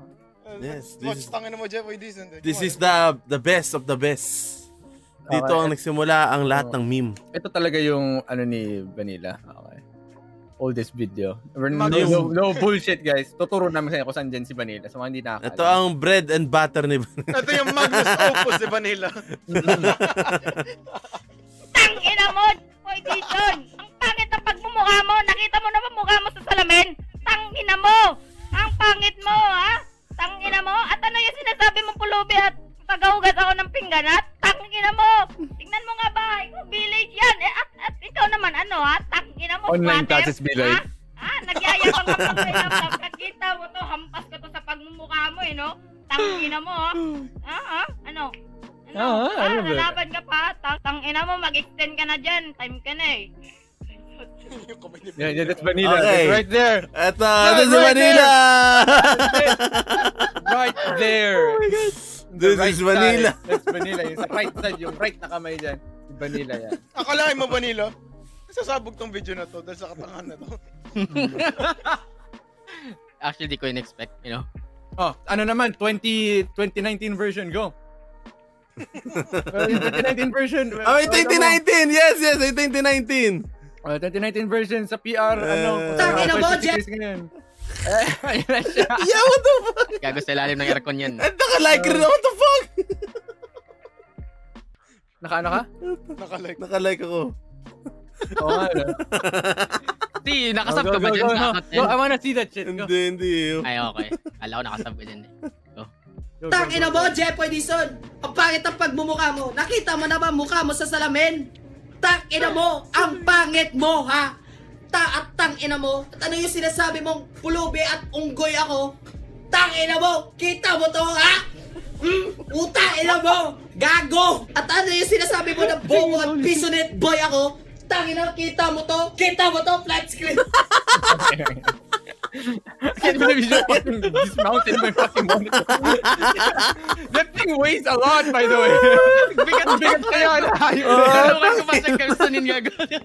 Speaker 1: Yes,
Speaker 3: Watch
Speaker 1: this is,
Speaker 3: tangin mo, Jeff, with this. and then,
Speaker 1: this
Speaker 3: come
Speaker 1: is the the best of the best. Dito
Speaker 2: Okay.
Speaker 1: ang nagsimula ang lahat
Speaker 2: Oh.
Speaker 1: ng meme.
Speaker 2: Ito talaga yung ano ni Vanilla. Okay. Oldest video. We're
Speaker 1: Mag-
Speaker 2: no, no, no bullshit guys. Tuturo namin sa inyo kung saan dyan si Vanilla. Sa mga hindi nakakala.
Speaker 1: Ito ang bread and butter ni Vanilla.
Speaker 3: Ito yung Magnus Opus ni Vanilla.
Speaker 14: Ang ina mo, Boy Jason! Ang pangit na pagmumukha mo! Nakita mo naman mukha mo sa salamin! Tang ina mo! Ang pangit mo, ha? Tang ina mo? At ano yung sinasabi mong pulubi at tagahugas ako ng pinggan, ha? Tang ina mo! Tingnan mo nga ba? Ikaw village yan! Eh, at, at ikaw naman, ano, ha? Tang ina mo,
Speaker 2: Online
Speaker 14: squatter,
Speaker 2: classes bilay.
Speaker 14: ha? Ah, nagyayabang ka pag may laptop ka. Kita mo to, hampas ko to sa pagmumukha mo, eh, no? Tangina mo, ha? Ah, ah, ano? Ano?
Speaker 2: Ah, ah,
Speaker 14: ah,
Speaker 2: ano ba?
Speaker 14: lalaban ka pa. Tang, tangina mo, mag-extend ka na dyan. Time ka na, eh.
Speaker 2: Yeah, yeah, that's Vanilla.
Speaker 1: Okay.
Speaker 2: That's right there.
Speaker 1: Ito,
Speaker 2: That's
Speaker 1: this is
Speaker 2: right
Speaker 1: Vanilla!
Speaker 2: right there. Oh my God.
Speaker 1: This is Vanilla.
Speaker 2: That's Vanilla. Yung sa right side, yung right na kamay dyan. Vanilla yan.
Speaker 3: Akalain mo, Vanilla? Sasabog tong video na to dahil sa katangahan na to.
Speaker 4: Actually, di ko in-expect, you know?
Speaker 2: Oh, ano naman, 20, 2019 version, go. Well, yung 2019 version.
Speaker 1: Oh, yung 2019! Yes, yes, yung 2019!
Speaker 2: Oh, 2019 version sa PR, ano.
Speaker 1: Eh.
Speaker 2: Tangin
Speaker 1: Tangina mo, Jeff! yeah, what the fuck?
Speaker 4: Gago sa ilalim ng aircon yan.
Speaker 1: Naka-like
Speaker 2: Ano?
Speaker 1: rin, what the fuck?
Speaker 2: Naka-ano Ano ka?
Speaker 3: Naka-like.
Speaker 1: Naka-like ako.
Speaker 2: Oo nga, no?
Speaker 4: Di, nakasab
Speaker 2: Oh,
Speaker 4: ka
Speaker 2: go,
Speaker 4: ba
Speaker 2: go,
Speaker 4: dyan
Speaker 2: go,
Speaker 4: sa
Speaker 2: no.
Speaker 4: account na
Speaker 2: Go,
Speaker 4: yun?
Speaker 2: I wanna see that shit. Go.
Speaker 1: Hindi, hindi.
Speaker 4: Ay, okay. Kala ko nakasab ka dyan eh. Go.
Speaker 15: Tangina mo, Jeff Edison! Ang pangit ang pagmumukha mo! Nakita mo na ba ang mukha mo sa salamin? Tang ina mo, ang pangit mo ha. Ta at tang ina mo. At ano yung sinasabi mong pulubi at unggoy ako? Tang ina mo, Oh, kita mo to ha? Mm, uta ina mo, gago. At ano yung sinasabi mo na bobo at pisonet boy ako? Tang ina, kita mo to, kita mo to, flat screen.
Speaker 2: I can't believe you just fucking dismounted my fucking monitor. that thing weighs a lot, by the way. Bigat-bigat kayo na hayop.
Speaker 4: Oh.
Speaker 2: Dalawa ko pa sa Kelsonin gagawin.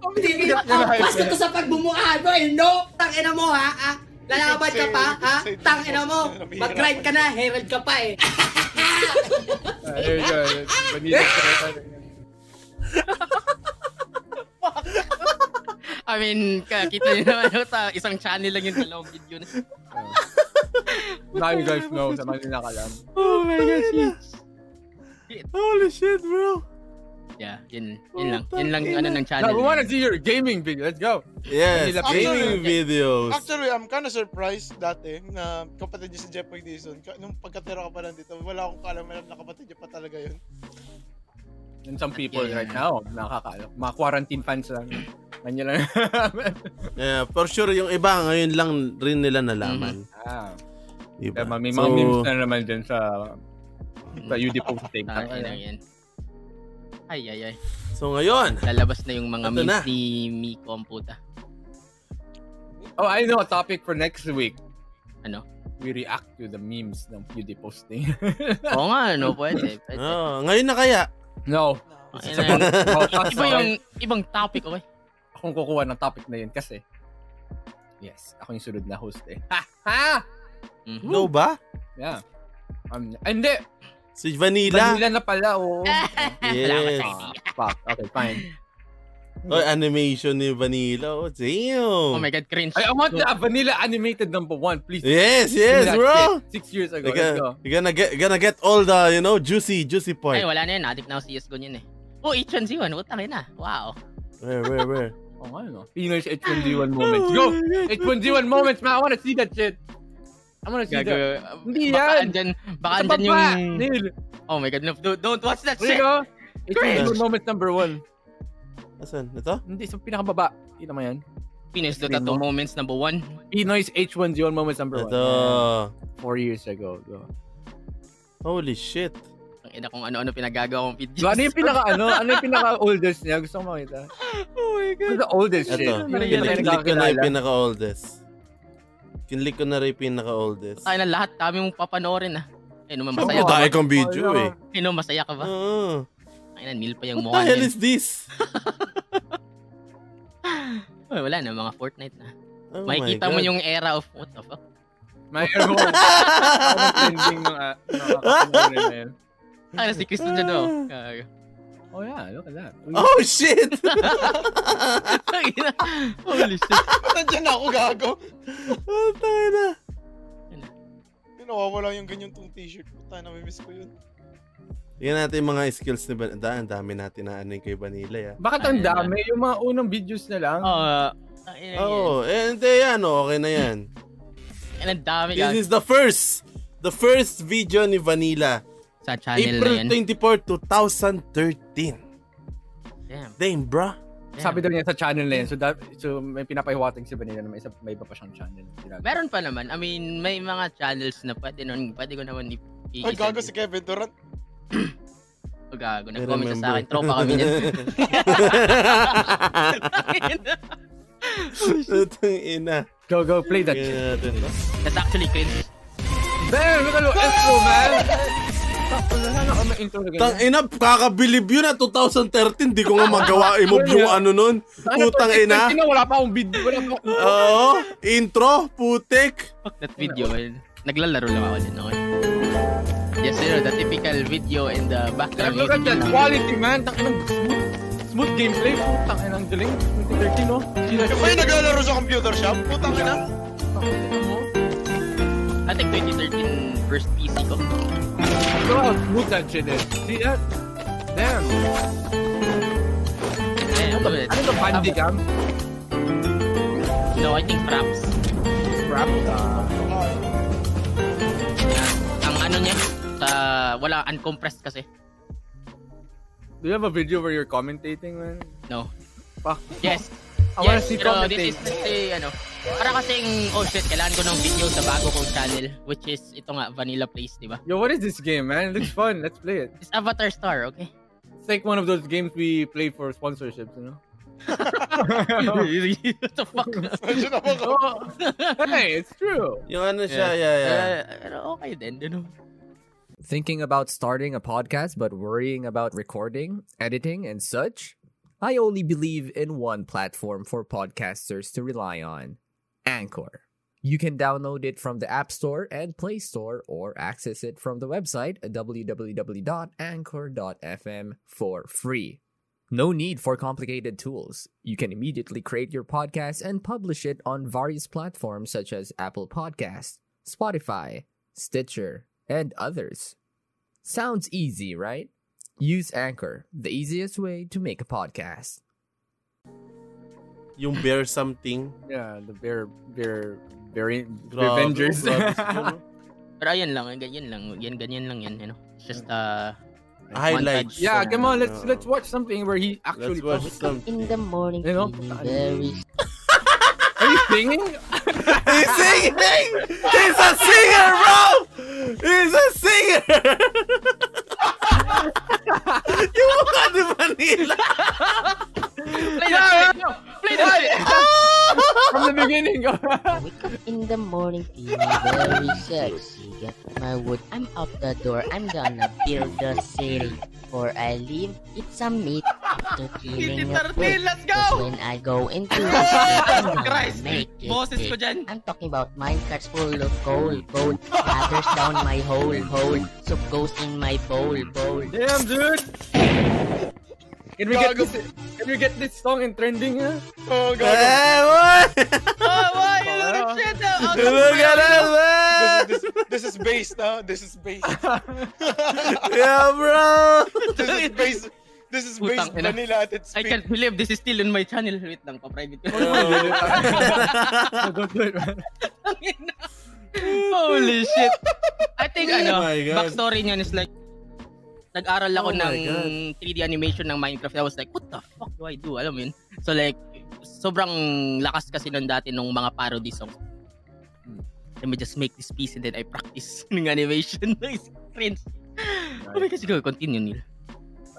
Speaker 15: Hindi ko Pas ko to sa pagbumuha mo, eh, no? Tang ina mo ha, ha? Lalaban ka pa, ha? Tang ina mo, mag-grind ka na, herald ka pa eh.
Speaker 2: Ah, There you go. That's Vanilla.
Speaker 4: I mean, ka- kita niyo naman yung ta- isang channel lang yung dalawang video na.
Speaker 2: Now you guys know sa mga nakalam.
Speaker 4: Oh my gosh,
Speaker 1: Holy shit, bro.
Speaker 4: Yeah, yun, yun lang. Yun lang yung ano ng channel.
Speaker 2: Now, we wanna see your gaming video. Let's go.
Speaker 1: Yes,
Speaker 2: Vanilla
Speaker 1: gaming videos.
Speaker 3: Actually, I'm kind of surprised dati na kapatid niya si Jeff Magdison. Ka- Nung pagkatira ko pa nandito, wala akong kaalaman na kapatid niya pa talaga yun.
Speaker 2: And some people right now, nakakaalam. Mga quarantine fans lang. Ganyan lang.
Speaker 1: Yeah, for sure yung iba ngayon lang rin nila nalaman.
Speaker 2: Ah.
Speaker 1: Diba?
Speaker 2: Tama, may
Speaker 1: So-
Speaker 2: mga
Speaker 1: Mm.
Speaker 2: memes na naman dyan sa sa UD posting.
Speaker 4: Tang ina yan. Ay, ay, ay.
Speaker 1: So ngayon,
Speaker 4: lalabas na yung mga
Speaker 2: Ito
Speaker 4: memes
Speaker 2: na.
Speaker 4: ni Miko ang puta.
Speaker 2: Oh, I know a topic for next week.
Speaker 4: Ano?
Speaker 2: We react to the memes ng PewDie posting.
Speaker 4: Oo nga, ano, pwede. pwede.
Speaker 1: Oh, ngayon na kaya?
Speaker 2: No. oh,
Speaker 4: Ayun na yun. Iba yung ibang topic, okay?
Speaker 2: Akong kukuha ng topic na yun kasi yes, ako yung sunod na host eh. Ha!
Speaker 4: Mhm.
Speaker 1: No ba?
Speaker 2: Yeah. Um, ah, hindi!
Speaker 1: Si Vanilla.
Speaker 2: Vanilla na pala, oo.
Speaker 1: Yes.
Speaker 2: Fuck, okay, fine.
Speaker 1: Oh, animation ni Vanilla. Oh, damn.
Speaker 2: Oh my God, I, I want the vanilla animated number one, please.
Speaker 1: Yes,
Speaker 2: Give me
Speaker 1: yes,
Speaker 2: that
Speaker 1: bro.
Speaker 2: shit. Six years ago,
Speaker 1: You're gonna,
Speaker 2: let's go.
Speaker 1: you're gonna get you're gonna get all the, you know, juicy juicy
Speaker 4: Ay,
Speaker 1: part.
Speaker 4: wala na yun. Adik na ako CSGO yun eh. Oh, Ichon Ziwan. Utang na. Wow.
Speaker 1: Where, where, where?
Speaker 2: Oh, I know. Pinoy's H1Z1 moments.
Speaker 1: Oh
Speaker 2: Go! H1Z1 moments, man. I wanna see that shit. I wanna see
Speaker 4: Gago. Uh,
Speaker 2: that. Hindi
Speaker 4: baka
Speaker 2: yan.
Speaker 4: andyan- baka
Speaker 2: Sa
Speaker 4: andyan
Speaker 2: baba,
Speaker 4: yung-
Speaker 2: Neil.
Speaker 4: Oh my God, no, don't, don't watch that shit.
Speaker 2: There you go.
Speaker 4: Cringe.
Speaker 2: H1Z1 moments number one.
Speaker 1: Asan? Ito?
Speaker 2: Hindi, sa pinakababa. Hindi naman yan.
Speaker 4: Pinoy's Dota 2 moments number one.
Speaker 2: Pinoy's H1Z1 moments number one.
Speaker 1: Ito.
Speaker 2: Four years ago. Go.
Speaker 1: Holy shit.
Speaker 4: Ang ina kung ano-ano pinagagawa kong videos.
Speaker 2: Ano yung pinaka ano? Ano yung pinaka oldest niya? Gusto ko makita.
Speaker 4: Oh my God.
Speaker 2: Ano the oldest shit?
Speaker 1: Ito.
Speaker 2: Yun yung
Speaker 1: Kinlik ko na
Speaker 2: nakakilala.
Speaker 1: yung pinaka-oldest. Kinlik ko na rin yung pinaka-oldest.
Speaker 4: Tayo na lahat, dami mong papanoorin ah. Eh, naman
Speaker 1: Siyempre,
Speaker 4: masaya ka
Speaker 1: dahil
Speaker 4: ba?
Speaker 1: kang video, eh.
Speaker 4: Eh, no, masaya ka ba?
Speaker 1: Oo.
Speaker 4: Ay, na, nil pa yung
Speaker 1: What the
Speaker 4: mukha
Speaker 1: hell
Speaker 4: niyan.
Speaker 1: is this?
Speaker 4: Uy, wala na, mga Fortnite na.
Speaker 1: Oh my
Speaker 4: Makikita mo
Speaker 1: God.
Speaker 4: yung era of, what the fuck?
Speaker 2: May era of- Ano trending mga nakakapanoorin na yun?
Speaker 4: Ano, si Kristen dyan, oh.
Speaker 2: Oh yeah, look at that.
Speaker 1: Oh shit!
Speaker 4: Holy shit.
Speaker 3: Nandiyan ako, gago.
Speaker 1: Oh, tayo na.
Speaker 3: Yun, nawawala yung ganyan tong t-shirt. Puta, namimiss ko yun.
Speaker 1: Tingnan natin yung mga skills ni Vanilla. Ang dami natin na ano yung kay Vanilla. Ya.
Speaker 2: Bakit ang dami? Yung mga unang videos na lang.
Speaker 4: Oo.
Speaker 1: Oo, oh, eh, hindi yan. oh, Okay na yan.
Speaker 4: Ang dami ka.
Speaker 1: This is the first, the first video ni Vanilla.
Speaker 4: Sa channel
Speaker 1: April
Speaker 4: na yan.
Speaker 1: 24, 2013.
Speaker 4: Damn.
Speaker 1: Damn, bro.
Speaker 2: Sabi daw niya sa channel na yun. So, that, so may pinapahiwating si Vanilla na may, isa, may iba pa siyang channel. Ginagawa.
Speaker 4: Meron pa naman. I mean, may mga channels na pwede nun. Pwede ko naman i- i-
Speaker 3: Ay, gago si Kevin Durant.
Speaker 4: Oh, gago.
Speaker 1: I
Speaker 4: Nag-comment siya sa
Speaker 1: remember.
Speaker 4: akin. Tropa kami niyan.
Speaker 1: Putang ina.
Speaker 2: Go, go. Play that
Speaker 1: shit.
Speaker 4: That's actually cringe.
Speaker 2: Damn, look at the intro, man! Ano ang intro na
Speaker 1: Tang ina, kakabilib yun na 2013. Di ko nga magawa i-move yung ano nun. Putang ina. Oh,
Speaker 2: Wala pa akong video. Wala pa akong...
Speaker 1: Oo. Intro, putik.
Speaker 4: That video, well, naglalaro lang ako din. Okay? Yes, sir. The typical video in the background.
Speaker 2: Look at
Speaker 4: music.
Speaker 2: that quality, man. Tang inang smooth, smooth gameplay. Tang inang galing. oh. 2013, no?
Speaker 3: Yung may naglalaro sa computer shop. Putang ina.
Speaker 4: I think 2013 first PC ko.
Speaker 2: Look how smooth that shit is. See that? ah, Damn.
Speaker 4: Ano ba?
Speaker 2: Ano to, Bandicam?
Speaker 4: No, I think Fraps.
Speaker 2: Fraps?
Speaker 4: Ang ano niya, sa, wala, uncompressed kasi.
Speaker 2: Do you have a video where you're commentating, man?
Speaker 4: No.
Speaker 2: Fuck.
Speaker 4: Yes.
Speaker 2: I wanna
Speaker 4: yes,
Speaker 2: see
Speaker 4: pero
Speaker 2: commentating.
Speaker 4: this is just a, ano, para kasing, oh shit, kailangan ko ng video sa bago kong channel, which is, ito nga, Vanilla Place, di ba?
Speaker 2: Yo, what is this game, man? It looks fun. Let's play it.
Speaker 4: It's Avatar Star, okay?
Speaker 2: It's like one of those games we play for sponsorships, you know?
Speaker 4: what the fuck?
Speaker 2: Oh, hey, it's true.
Speaker 1: Yung ano
Speaker 6: siya, yeah, yeah.
Speaker 4: Pero okay din, oh. you know?
Speaker 6: Thinking about starting a podcast but worrying about recording, editing, and such? I only believe in one platform for podcasters to rely on Anchor. You can download it from the App Store and Play Store or access it from the website www.anchor.fm for free. No need for complicated tools. You can immediately create your podcast and publish it on various platforms such as Apple Podcasts, Spotify, Stitcher, and others. Sounds easy, right? Use Anchor, the easiest way to make a podcast.
Speaker 1: Yung bear something.
Speaker 2: Yeah, the bear, bear, bear,
Speaker 1: Grabe,
Speaker 2: Revengers.
Speaker 1: grabe siguro.
Speaker 4: Pero ayun lang, ganyan lang, yan, ganyan lang yan, you know? It's just, uh,
Speaker 1: Highlights.
Speaker 4: montage.
Speaker 2: yeah, come on, let's let's watch something where he actually.
Speaker 1: watch
Speaker 2: published
Speaker 1: something.
Speaker 2: In the morning, you know?
Speaker 4: very-
Speaker 2: Are you singing?
Speaker 1: He's singing! He's a singer, bro! He's a singer! Yung mukha ni Vanilla!
Speaker 4: Play that shit! Play that shit!
Speaker 2: From the beginning.
Speaker 16: in the morning, feeling very sexy. Get my wood, I'm out the door. I'm gonna build the city. Before I leave, it's a meat to killing a
Speaker 4: Martin, let's go!
Speaker 16: Cause when I go into the city, I'm gonna
Speaker 4: Christ,
Speaker 16: make it
Speaker 4: boses ko
Speaker 16: big. I'm talking about minecarts full of gold, gold. Gathers down my hole, hole. Soup goes in my bowl, bowl.
Speaker 2: Damn, dude. Can we get this? Can we get this song in trending? Huh?
Speaker 3: Oh
Speaker 1: god. Eh, what?
Speaker 4: Oh, why? You look at shit! Oh,
Speaker 1: Look at that, ah, man!
Speaker 3: This, is- this is based, huh? This is based.
Speaker 1: Yeah, bro!
Speaker 3: this is based. This is based
Speaker 4: Putang ina.
Speaker 3: vanilla at its
Speaker 4: I can't believe this is still on my channel. Wait lang, pa-private
Speaker 1: Oh,
Speaker 4: ko.
Speaker 2: Don't do it, man.
Speaker 4: Holy shit. I think
Speaker 1: Oh
Speaker 4: ano,
Speaker 1: my God.
Speaker 4: backstory niyan is like, nag-aral
Speaker 1: Oh
Speaker 4: ako
Speaker 1: my
Speaker 4: ng
Speaker 1: God.
Speaker 4: 3D animation ng Minecraft. I was like, what the fuck do I do? Alam mo yun? So like, sobrang lakas kasi nun dati nung mga parody songs. Let me just make this piece and then I practice ng animation. Nice. Cringe. Oh my gosh, go, continue Neil.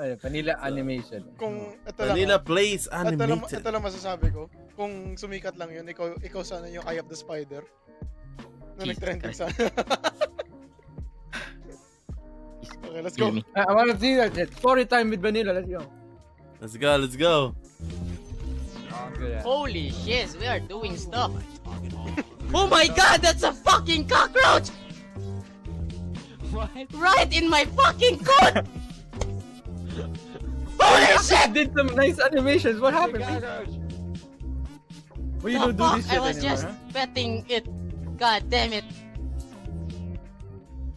Speaker 2: Ay, Vanilla animation.
Speaker 3: Kung ito lang,
Speaker 1: Vanilla
Speaker 3: oh.
Speaker 1: Plays
Speaker 3: Ito lang,
Speaker 1: Animated.
Speaker 3: ito lang masasabi ko. Kung sumikat lang yun, ikaw, ikaw sana yung Eye of the Spider. Na
Speaker 4: Jesus
Speaker 3: nag-trending
Speaker 4: Christ.
Speaker 3: sana. okay, let's go.
Speaker 2: I, I wanna see that. shit. Story time with Vanilla. Let's go.
Speaker 1: Let's go, let's go.
Speaker 4: Holy shit, we are doing stuff. Oh my god, that's a fucking cockroach! Right in my fucking coat!
Speaker 2: Holy shit! Did some nice animations. What happened? We
Speaker 4: The
Speaker 2: don't do this
Speaker 4: fuck, I
Speaker 2: shit
Speaker 4: was
Speaker 2: anymore.
Speaker 4: just
Speaker 2: huh?
Speaker 4: petting it. God damn it.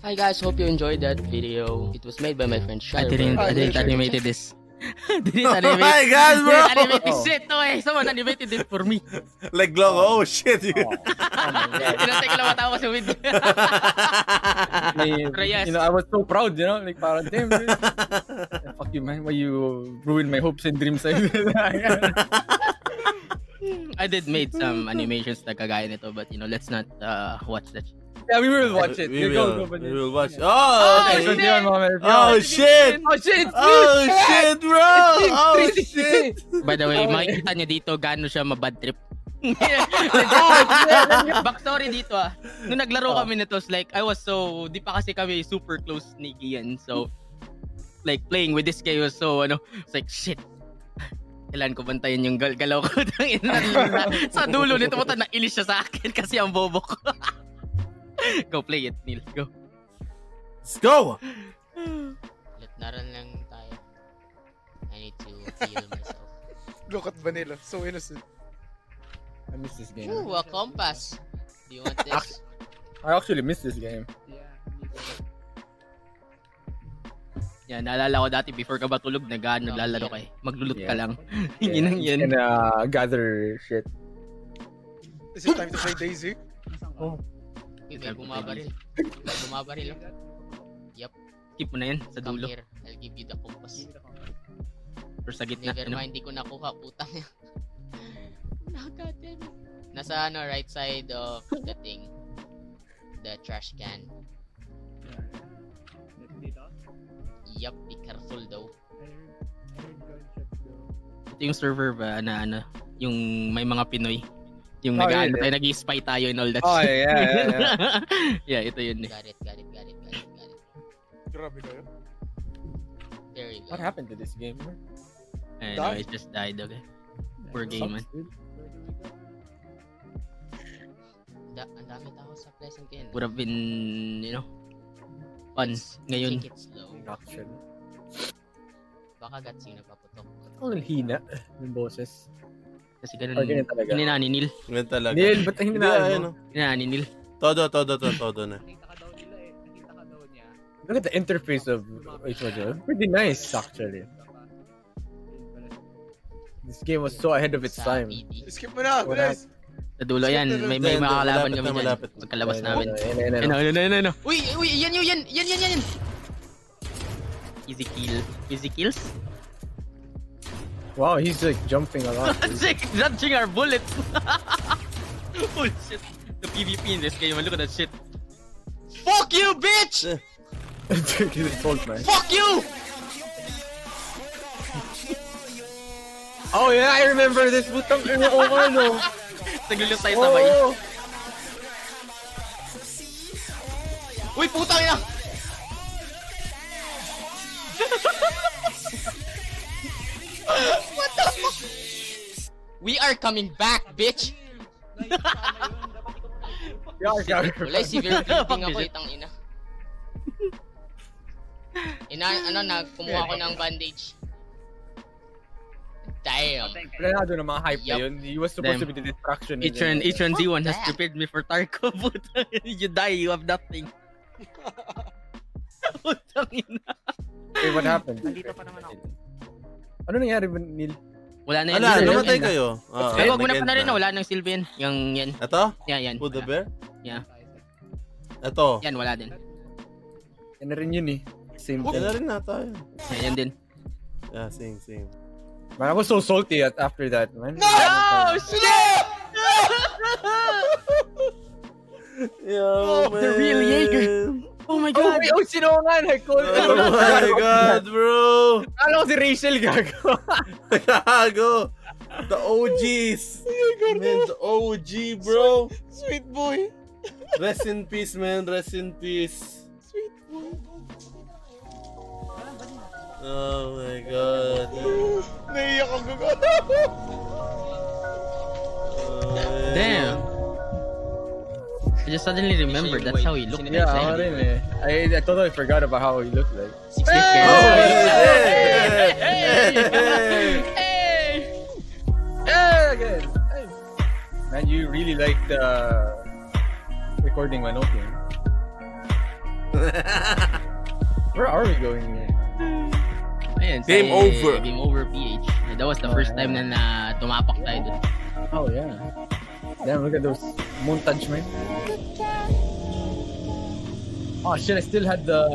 Speaker 4: Hi guys, hope you enjoyed that video. It was made by my friend Shire. I didn't, I didn't animate this. didn't
Speaker 1: Oh
Speaker 4: animate.
Speaker 1: my God, bro!
Speaker 4: Didn't animate this shit. No, eh. Someone animated it for me.
Speaker 1: Like long, oh shit. You...
Speaker 4: Tinatake lang matawa sa video.
Speaker 2: May-
Speaker 4: Pero yes.
Speaker 2: You know, I was so proud, you know? Like, parang, damn, dude. Fuck you, man. Why you ruined my hopes and dreams?
Speaker 4: I did made some animations na kagaya nito but you know, let's not uh, watch that shit.
Speaker 2: yeah, we will watch it.
Speaker 1: We will,
Speaker 2: Go, go, go,
Speaker 1: we
Speaker 2: Vanilla.
Speaker 1: will watch. Oh,
Speaker 2: Okay,
Speaker 1: okay.
Speaker 2: continue on, Mohammed.
Speaker 1: Oh shit!
Speaker 2: Oh, shit! it's
Speaker 1: Oh
Speaker 2: me.
Speaker 1: shit, bro!
Speaker 2: It's
Speaker 1: Oh
Speaker 2: me,
Speaker 1: shit!
Speaker 2: 360.
Speaker 4: By the way,
Speaker 2: Okay.
Speaker 4: makikita nyo dito gaano siya mabad trip. Backstory dito ah. Nung naglaro
Speaker 1: Oh.
Speaker 4: kami nito, it's like, I was so, di pa kasi kami super close ni Gian. So, like, playing with this guy was so, ano, it's like, shit. Kailan ko bantayan yung gal galaw ko. Tangina, sa, sa dulo nito, puta, nailis siya sa akin kasi ang bobo ko. go play it, Neil. Go.
Speaker 1: Let's go!
Speaker 16: Naran lang tayo. I need to heal myself.
Speaker 3: Look at Vanilla. So innocent.
Speaker 2: I miss this game.
Speaker 16: Ooh, a compass. Do you want this?
Speaker 2: I actually miss this game.
Speaker 4: Yan, naalala ko dati before ka matulog, nag, ah, naglalaro
Speaker 16: Oh,
Speaker 4: ka eh. Maglulot ka lang. Yun ang yun.
Speaker 2: And uh, gather shit.
Speaker 3: Is it time to play Daisy?
Speaker 1: Oh.
Speaker 16: Wait, may bumabaril. May bumabaril.
Speaker 4: Keep mo na yan sa
Speaker 16: Come
Speaker 4: dulo.
Speaker 16: here. I'll give you the compass.
Speaker 4: Or sa gitna. ano?
Speaker 17: Never mind, hindi ko nakuha, putang.
Speaker 16: Oh, God damn it.
Speaker 17: Nasa ano, right side of the thing. The trash can. Yup, be careful though.
Speaker 4: Ito yung server ba na ano, yung may mga Pinoy. Yung
Speaker 17: Oh,
Speaker 4: nag
Speaker 17: yeah,
Speaker 4: ano
Speaker 17: yeah.
Speaker 4: tayo, nag-spy tayo and all that
Speaker 17: Oh,
Speaker 4: shit.
Speaker 17: yeah, yeah, yeah,
Speaker 4: yeah, ito yun eh.
Speaker 17: Got it, got it, got it, got it, got it.
Speaker 3: Grabe kayo.
Speaker 17: There you go.
Speaker 2: What happened to this game?
Speaker 4: Ayun,
Speaker 2: Die?
Speaker 4: no, it just died, okay? Poor game, man.
Speaker 17: Da- ang dami tao sa Pleasant Hill.
Speaker 4: Would have been, you know, fun ngayon.
Speaker 17: Take it slow. Baka guts yung napaputok.
Speaker 2: Ang hina ng boses.
Speaker 4: Kasi
Speaker 2: Or ganyan talaga.
Speaker 4: Hindi na ninil.
Speaker 1: Ganyan talaga. oh.
Speaker 2: Nil, ba't ang hinaan mo?
Speaker 4: Hinaninil.
Speaker 1: Todo, todo, todo, todo na.
Speaker 2: Look at the interface of H1 Pretty nice, actually. This game was so ahead of its time.
Speaker 3: Skip mo na, guys.
Speaker 4: Sa dulo yan, may may
Speaker 2: Malapit
Speaker 4: makakalaban kami
Speaker 2: na, malapit na,
Speaker 4: dyan.
Speaker 2: malapit na.
Speaker 4: Pagkalabas
Speaker 2: Ayun,
Speaker 4: namin.
Speaker 2: ayun, ayun,
Speaker 4: Ayun,
Speaker 2: ayun,
Speaker 4: ayun, ayun, ayun.
Speaker 17: Uy, uy, yan yun, yan, yan, yan, yan, yan.
Speaker 4: Easy kill. Easy kills?
Speaker 2: Wow, he's like jumping a lot.
Speaker 4: Sick! Dodging our bullets! oh shit! The PvP in this game, look at that shit.
Speaker 17: Fuck you, bitch!
Speaker 2: Dude, he's bolt, man.
Speaker 17: Fuck you!
Speaker 2: Oh yeah, I remember this. Putang ina
Speaker 1: oh,
Speaker 2: ko nga, no?
Speaker 4: Nagulo tayo
Speaker 2: Oo.
Speaker 4: sabay.
Speaker 17: Uy, putang ina! What the fuck? We are coming back, bitch! Wala, severe bleeding ako, itang ina. Ina, ano, nagkumuha ko ng bandage. Damn.
Speaker 2: Planado ng mga hype na
Speaker 17: Yup.
Speaker 2: yun. He was supposed
Speaker 4: Damn.
Speaker 2: to be the distraction.
Speaker 4: Each one, each one Z1 has prepared me for Tarkov. Putang ina, you die, you have nothing. Putang ina.
Speaker 2: Wait, what happened?
Speaker 4: Nandito pa naman ako.
Speaker 2: Ano nangyari, ba, Neil?
Speaker 4: Wala na yan.
Speaker 2: Wala,
Speaker 4: Wala,
Speaker 2: namatay
Speaker 4: yan na.
Speaker 2: kayo.
Speaker 1: Oo,
Speaker 4: Ay, wag
Speaker 1: Ah,
Speaker 4: mo Ah, na
Speaker 1: nag-end
Speaker 4: panarin
Speaker 1: na.
Speaker 4: na. Wala nang silbi yan. Yung yan.
Speaker 1: Ito?
Speaker 4: Yeah, yan.
Speaker 1: Food the
Speaker 4: wala.
Speaker 1: bear?
Speaker 4: Yeah.
Speaker 1: Ito.
Speaker 4: Yan, wala din.
Speaker 2: Yan na rin yun eh. Same
Speaker 1: Yan
Speaker 2: thing.
Speaker 1: na rin ah. nata yun.
Speaker 4: Yeah, yan din.
Speaker 1: Yeah, same, same.
Speaker 2: Man, I was so salty at, after that, man. Oh,
Speaker 1: No!
Speaker 17: Shit!
Speaker 1: Yo, man.
Speaker 2: They're real Jaeger.
Speaker 4: Oh my
Speaker 2: god! Oh, wait, oh, sino nga? Nag-call.
Speaker 1: Oh my God, bro!
Speaker 2: Kala ko si Rachel gago.
Speaker 1: Gago! The OGs! Man, the OG, bro!
Speaker 3: Sweet boy.
Speaker 1: Rest in peace, man. Rest in peace.
Speaker 3: Sweet boy.
Speaker 1: Oh my God.
Speaker 3: Naiiyak ang gugo.
Speaker 4: Damn. I just suddenly remembered that's how he looked.
Speaker 2: Yeah, ako rin eh. I, I totally forgot about how he looked like.
Speaker 4: Hey!
Speaker 2: Hey! Hey, again. Hey. Man, you really like the recording my note here. Where are we going here?
Speaker 4: Ayun, sa-
Speaker 2: Game over.
Speaker 4: Game over PH. Yeah, That was the first time na, na tumapak tayo dun.
Speaker 2: Oh yeah. Damn, look at those montage, man. Oh shit, I still had the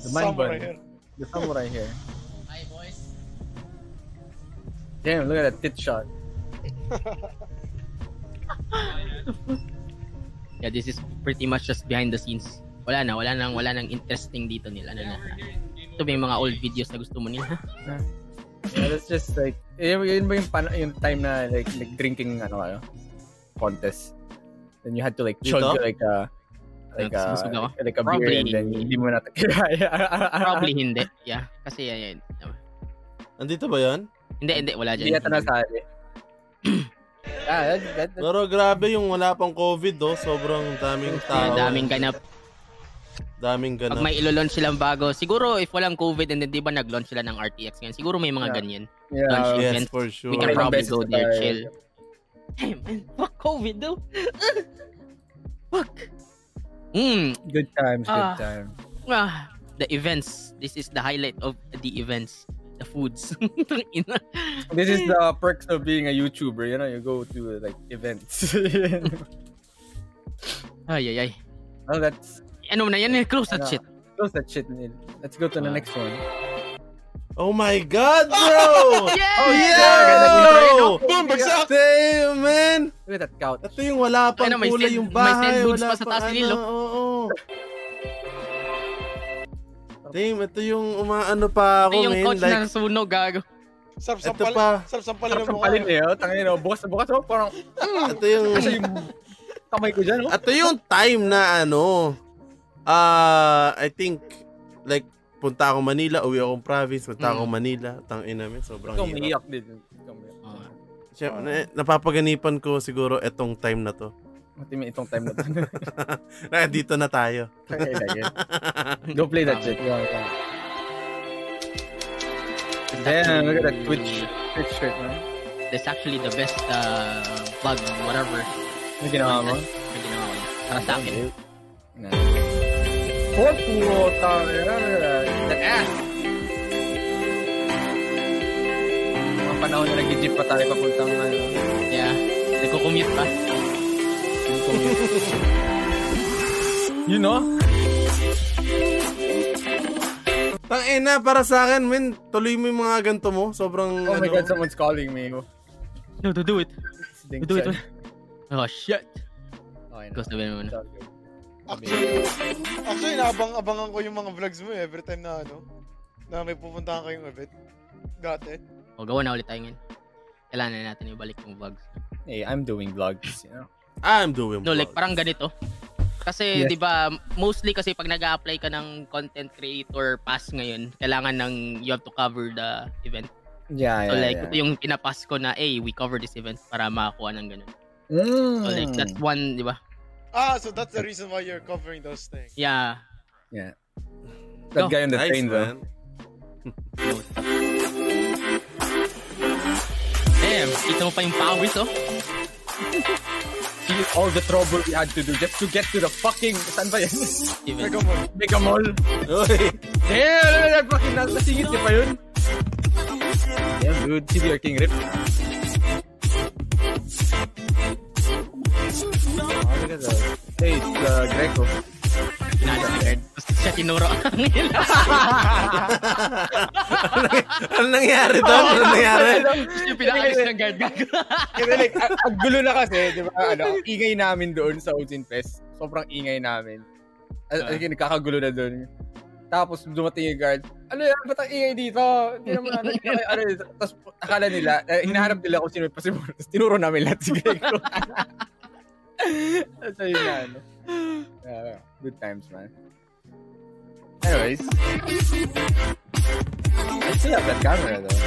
Speaker 2: the mind
Speaker 17: Samurai
Speaker 2: bun.
Speaker 17: hair.
Speaker 2: The samurai here.
Speaker 17: Hi, boys.
Speaker 2: Damn, look at that tit shot.
Speaker 4: Yeah, this is pretty much just behind the scenes. Wala na, wala nang, wala nang interesting dito nila. Ano na. Ito may mga old videos na gusto mo nila.
Speaker 2: Yeah, that's just like yun, yun ba yung, pan- yung time na like like drinking ano kayo contest. Then you had to like chug
Speaker 4: Dito?
Speaker 2: like a like a
Speaker 4: Sumusog ako.
Speaker 2: like a
Speaker 4: Probably.
Speaker 2: beer and then hindi mo na
Speaker 4: Probably hindi. Yeah, kasi yan, yan.
Speaker 1: Nandito ba yan?
Speaker 4: Hindi, hindi. Wala dyan.
Speaker 2: Hindi yata nasali. ah, that, that,
Speaker 1: Pero grabe yung wala pang COVID, oh. Sobrang daming tao.
Speaker 4: Yeah, daming ganap.
Speaker 1: Daming ganap.
Speaker 4: Pag may ilo-launch silang bago, siguro if walang COVID and then di ba nag-launch sila ng RTX ngayon, siguro may
Speaker 1: Yeah.
Speaker 4: mga ganyan.
Speaker 1: Yeah,
Speaker 4: launch
Speaker 1: yes,
Speaker 4: events.
Speaker 1: for sure.
Speaker 4: We can
Speaker 1: May
Speaker 4: probably
Speaker 1: beses
Speaker 4: go
Speaker 1: na
Speaker 4: there,
Speaker 1: tayo.
Speaker 4: chill. Damn, man, fuck COVID though. fuck. Mm.
Speaker 2: Good times, good
Speaker 4: Ah.
Speaker 2: times.
Speaker 4: Ah, the events. This is the highlight of the events. The foods. Tang ina.
Speaker 2: This is the perks of being a YouTuber, you know, you go to like events.
Speaker 4: ay, ay, ay.
Speaker 2: Oh, that's
Speaker 4: Ano na yan? eh, Close that
Speaker 2: Ano,
Speaker 4: shit. Ah.
Speaker 2: Close that shit, Neil. Let's go to the next one.
Speaker 1: Oh my God, bro!
Speaker 8: Yes!
Speaker 1: Oh,
Speaker 8: Yes!
Speaker 2: eh,
Speaker 1: yeah!
Speaker 8: Boom, bagsak!
Speaker 1: Damn, man!
Speaker 2: Look at that couch.
Speaker 1: Ito yung wala pang
Speaker 4: Ayun, may
Speaker 1: kulay
Speaker 4: stand-
Speaker 1: yung
Speaker 4: may stand
Speaker 1: bahay,
Speaker 4: goods
Speaker 1: wala
Speaker 4: pa sa
Speaker 1: pang
Speaker 4: taas oh. ni
Speaker 1: ano,
Speaker 4: Lilo.
Speaker 1: oo, oo. Damn, ito yung umaano pa ako,
Speaker 4: Ito yung
Speaker 1: man.
Speaker 4: couch
Speaker 1: like,
Speaker 4: na sunog, gago.
Speaker 1: ito pa.
Speaker 3: Sarap sampalin
Speaker 2: Sarap sampalin eh, oh. Tangin na, bukas na bukas, oh. Parang,
Speaker 1: Ito yung...
Speaker 2: Kasi yung kamay ko dyan, oh.
Speaker 1: Ito yung time na ano, ah I think, like, punta ako Manila, uwi akong province, punta ako Manila, tang ina men, sobrang
Speaker 2: Mm. Ikaw
Speaker 1: hirap.
Speaker 2: umiiyak din. Ikaw umiiyak.
Speaker 4: Oh.
Speaker 1: Siya, na- napapaganipan ko siguro etong time na to.
Speaker 2: Mati may itong time na to.
Speaker 1: Na, dito na tayo.
Speaker 2: Okay, okay. Go play that shit. Go, go. Damn, look at that Twitch, Twitch shirt, man.
Speaker 4: That's actually the best uh, plug, whatever.
Speaker 2: May ginawa mo?
Speaker 4: May ginawa ko. Para sa akin.
Speaker 2: Oh, puta. That ass. Mga panahon na nag-jeep pa tayo papuntang ano.
Speaker 4: Yeah. Nagko-commute pa.
Speaker 2: You know?
Speaker 1: Tang ina, para sa akin, men, tuloy mo yung mga ganito mo. Sobrang,
Speaker 2: Oh my
Speaker 1: ano,
Speaker 2: god, someone's calling me.
Speaker 4: No, do, do it.
Speaker 2: Ding
Speaker 4: Do it.
Speaker 2: dong.
Speaker 4: Oh, shit.
Speaker 2: Okay
Speaker 4: Ghost na mo na.
Speaker 3: Actually, actually naabang-abangan ko yung mga vlogs mo eh, every time na ano, na may pupuntahan kayong event. Dati.
Speaker 4: O, gawa na ulit tayo ngayon. Kailangan na natin ibalik yung vlogs.
Speaker 2: Hey, I'm doing vlogs, you know?
Speaker 1: I'm doing
Speaker 4: No, like parang ganito. Kasi
Speaker 2: Yes.
Speaker 4: 'di ba mostly kasi pag nag-apply ka ng content creator pass ngayon, kailangan ng you have to cover the event.
Speaker 2: Ah, Yeah,
Speaker 4: So
Speaker 2: yeah,
Speaker 4: like
Speaker 2: yeah.
Speaker 4: ito yung pinapass ko na, "Hey, we cover this event para makakuha ng ganun."
Speaker 2: Mm.
Speaker 4: So like that's one, 'di ba?
Speaker 3: Ah, so that's the reason why you're covering those things.
Speaker 4: Yeah.
Speaker 2: Yeah. That guy on the train, though.
Speaker 4: Damn, kita mo pa yung pawis, oh.
Speaker 2: See all the trouble we had to do just to get to the fucking... Saan ba yan?
Speaker 4: Mega
Speaker 3: Mall.
Speaker 2: Mega Mall. Damn, look at that eh, fucking nasa singit niya pa yun. Damn, dude. Si your king rip. Oh, look at that. Hey, it's uh, Greco.
Speaker 4: Pinalis ni Red. Tapos siya tinuro ang nila.
Speaker 1: Ano
Speaker 4: ya,
Speaker 1: nangyari doon? Ano nangyari?
Speaker 4: Siya pinakalis ng guard gago.
Speaker 2: Kasi like, ang, ang gulo na kasi, di ba, ano, ang ingay namin doon sa Ozin Fest. Sobrang ingay namin.
Speaker 4: Ah.
Speaker 2: As, as in, kakagulo na doon. Tapos dumating yung guard, ano yan, ba't ang ingay dito? Hindi naman, ano, hindi naman, ano, yun. Tapos akala nila, eh, hinahanap nila kung sino yung pasimula. Tapos tinuro namin lahat si Greco. so yun na, ano. Yeah, good times, man. Anyways. I still have that camera, though.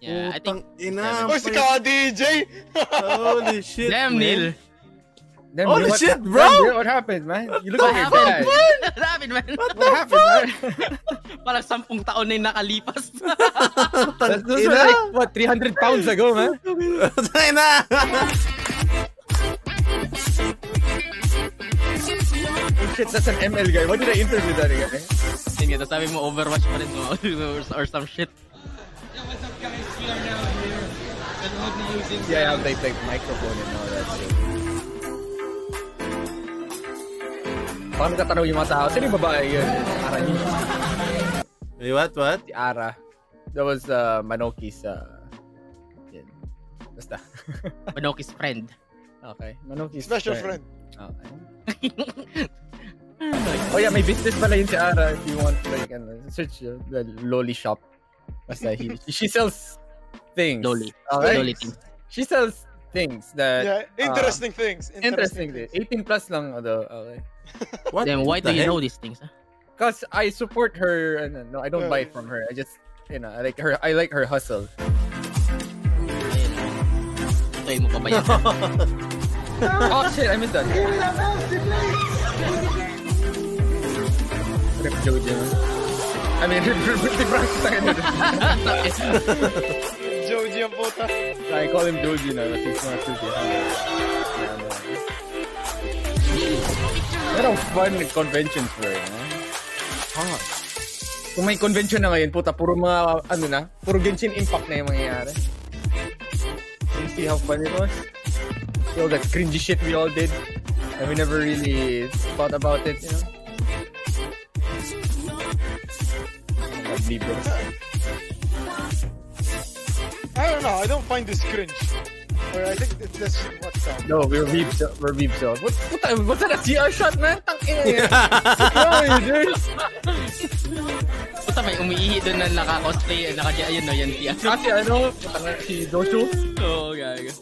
Speaker 4: Yeah, I think
Speaker 1: ina.
Speaker 3: Oh, si Kaka DJ!
Speaker 1: Holy shit,
Speaker 4: Damn,
Speaker 1: man.
Speaker 4: Neil.
Speaker 2: Damn,
Speaker 1: Holy
Speaker 2: what-
Speaker 1: shit,
Speaker 2: damn,
Speaker 1: bro!
Speaker 2: what happened, man? You look
Speaker 4: What
Speaker 2: like you're dead.
Speaker 4: happened? What happened, man? What
Speaker 2: the happened, man?
Speaker 4: Parang sampung taon na yung nakalipas.
Speaker 2: That's those were like, what, 300 pounds ago, man?
Speaker 1: Tangin na!
Speaker 2: Oh shit, that's an ML guy. Why did I interview that guy?
Speaker 4: Sige, tapos sabi mo Overwatch pa rin no? or, or some shit.
Speaker 2: Yeah, I have like, like microphone and all that shit. Parang nagtatanong yung mga tao, sino yung babae yun? Ara yun.
Speaker 1: Wait, what, what?
Speaker 2: Si Ara. That was uh, Manoki's, uh, yun. Basta.
Speaker 4: Manoki's friend.
Speaker 2: Okay. Manoki's
Speaker 3: Special friend.
Speaker 2: Okay. oh yeah, may business pala yun si Ara if you want like ano, search uh, the Loli shop. Basta he, she sells things.
Speaker 4: Loli.
Speaker 2: Okay?
Speaker 4: Loli things.
Speaker 2: She sells things that
Speaker 3: Yeah,
Speaker 2: uh,
Speaker 3: interesting things.
Speaker 2: interesting.
Speaker 3: Interesting,
Speaker 2: things. 18 plus lang uh, although. Okay.
Speaker 1: What
Speaker 4: Then why do you know these things? ah?
Speaker 2: Cause I support her and uh, no, I don't
Speaker 3: Yeah.
Speaker 2: buy it from her. I just you know, I like her I like her hustle.
Speaker 4: Tayo mo pa ba yan?
Speaker 2: oh shit, I missed that. Rip Jojo. I mean, rip, rip, rip,
Speaker 3: Joji ang puta.
Speaker 2: I call him Joji now, but he's not Joji. Pero fun with conventions bro. eh, no? Kung may convention na ngayon, puta, puro mga, ano na, puro Genshin Impact na yung mangyayari. You see how fun it was? See all that cringy shit we all did? And we never really thought about it, you know? Oh my God, Libros.
Speaker 3: I don't know. I don't find this cringe. Or I think it's just what's up.
Speaker 2: No, we're weebs out. We're weebs out. What, what, the- what's that? A CR shot, man? Tang ina yan.
Speaker 3: Sorry, dude.
Speaker 4: Basta may umiihi doon na naka-cosplay, eh, naka ayun no, yan. yan.
Speaker 2: Kasi ano, patanga si Dosho.
Speaker 4: Oo, gago.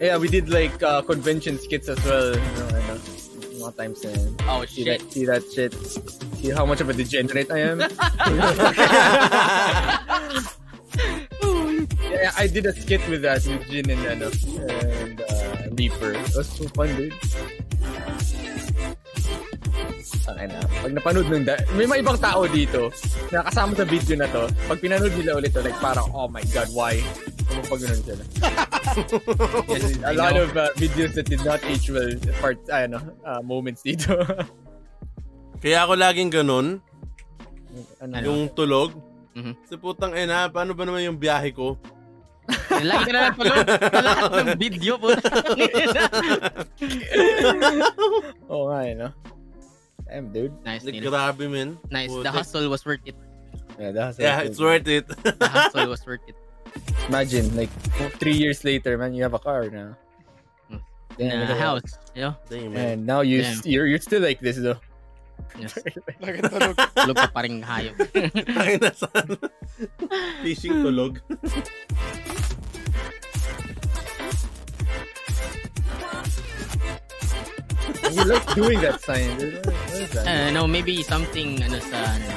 Speaker 2: Yeah, we did like uh, convention skits as well. You know, ano, mga times na yun.
Speaker 4: Oh,
Speaker 2: see That, see that shit. See how much of a degenerate I am. yeah, I did a skit with that with Jin and ano, and uh, Reaper. It was so fun, dude. Tangay na. Pag napanood nung da- may mga ibang tao dito na kasama sa video na to, pag pinanood nila ulit to, like parang, oh my god, why? Ano pag ganun sila? Yes, a lot of uh, videos that did not age well part, ano, uh, moments dito.
Speaker 1: Kaya ako laging ganun.
Speaker 2: Ano?
Speaker 1: Yung tulog.
Speaker 4: Mm-hmm.
Speaker 1: Sa putang ina, paano ba naman yung biyahe ko?
Speaker 4: Lagi ka na lang tulog sa lahat ng video po.
Speaker 2: Oo Oh, nga, yun, no? Damn, dude.
Speaker 4: Nice, Neil.
Speaker 1: Grabe, man.
Speaker 4: Nice. The hustle was worth it.
Speaker 2: Yeah, the hustle
Speaker 1: Yeah,
Speaker 2: was
Speaker 1: it's worth it.
Speaker 4: The hustle was worth it.
Speaker 2: Imagine, like, three years later, man, you have a car now. Damn,
Speaker 4: And
Speaker 2: look
Speaker 4: a
Speaker 2: at
Speaker 4: house, you know?
Speaker 1: Damn,
Speaker 2: And now you,
Speaker 4: Damn.
Speaker 2: you're, you're still like this, though.
Speaker 4: Yes.
Speaker 3: tulog.
Speaker 4: Tulog ka pa rin hayop.
Speaker 1: Tangin na saan? Fishing tulog.
Speaker 2: you like doing that sign. dude. What what is that?
Speaker 4: Uh, no, maybe something ano sa ano,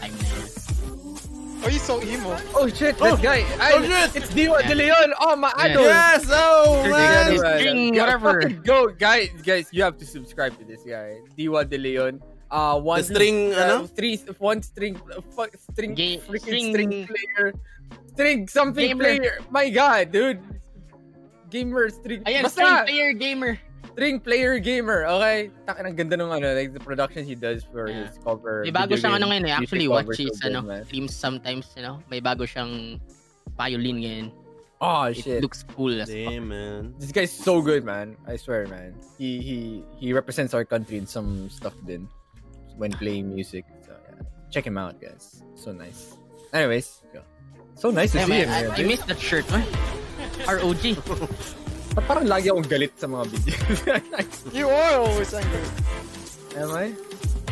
Speaker 4: time na yun.
Speaker 3: Oh, he's so emo.
Speaker 2: Oh shit, that guy. I, It's Dio De Leon. Oh my
Speaker 4: Yeah.
Speaker 2: idol.
Speaker 4: Yes,
Speaker 1: oh
Speaker 4: man. String,
Speaker 2: Yeah,
Speaker 4: whatever.
Speaker 2: fucking Go, guys, guys, you have to subscribe to this guy, Diwa De Leon. Uh, one
Speaker 1: The string, ano?
Speaker 2: three, one string, uh, fuck, string, freaking
Speaker 4: string-
Speaker 2: string, player, string something
Speaker 4: Gamer.
Speaker 2: player. My God, dude, gamer string.
Speaker 4: Ayan,
Speaker 2: Basta,
Speaker 4: string player gamer.
Speaker 2: String player gamer. Okay, takin ang ganda ng ano, like the production he does for his cover.
Speaker 4: May bago
Speaker 2: video
Speaker 4: siyang
Speaker 2: game
Speaker 4: ano ngayon eh.
Speaker 2: music
Speaker 4: Actually,
Speaker 2: cover
Speaker 4: watch his
Speaker 2: so good,
Speaker 4: ano,
Speaker 2: man.
Speaker 4: streams sometimes, you know? May bago siyang violin ngayon.
Speaker 2: Oh
Speaker 4: It
Speaker 2: shit.
Speaker 4: looks cool as
Speaker 1: fuck. man.
Speaker 2: This guy's so good, man. I swear, man. He he he represents our country in some stuff then when playing music. So yeah. Check him out, guys. So nice. Anyways, go. so nice to
Speaker 4: Damn, I-
Speaker 2: see him.
Speaker 4: I,
Speaker 2: here,
Speaker 4: I
Speaker 2: dude.
Speaker 4: missed that shirt, man. ROG.
Speaker 2: Ba't parang lagi akong galit sa mga video.
Speaker 3: You are always angry.
Speaker 2: am I?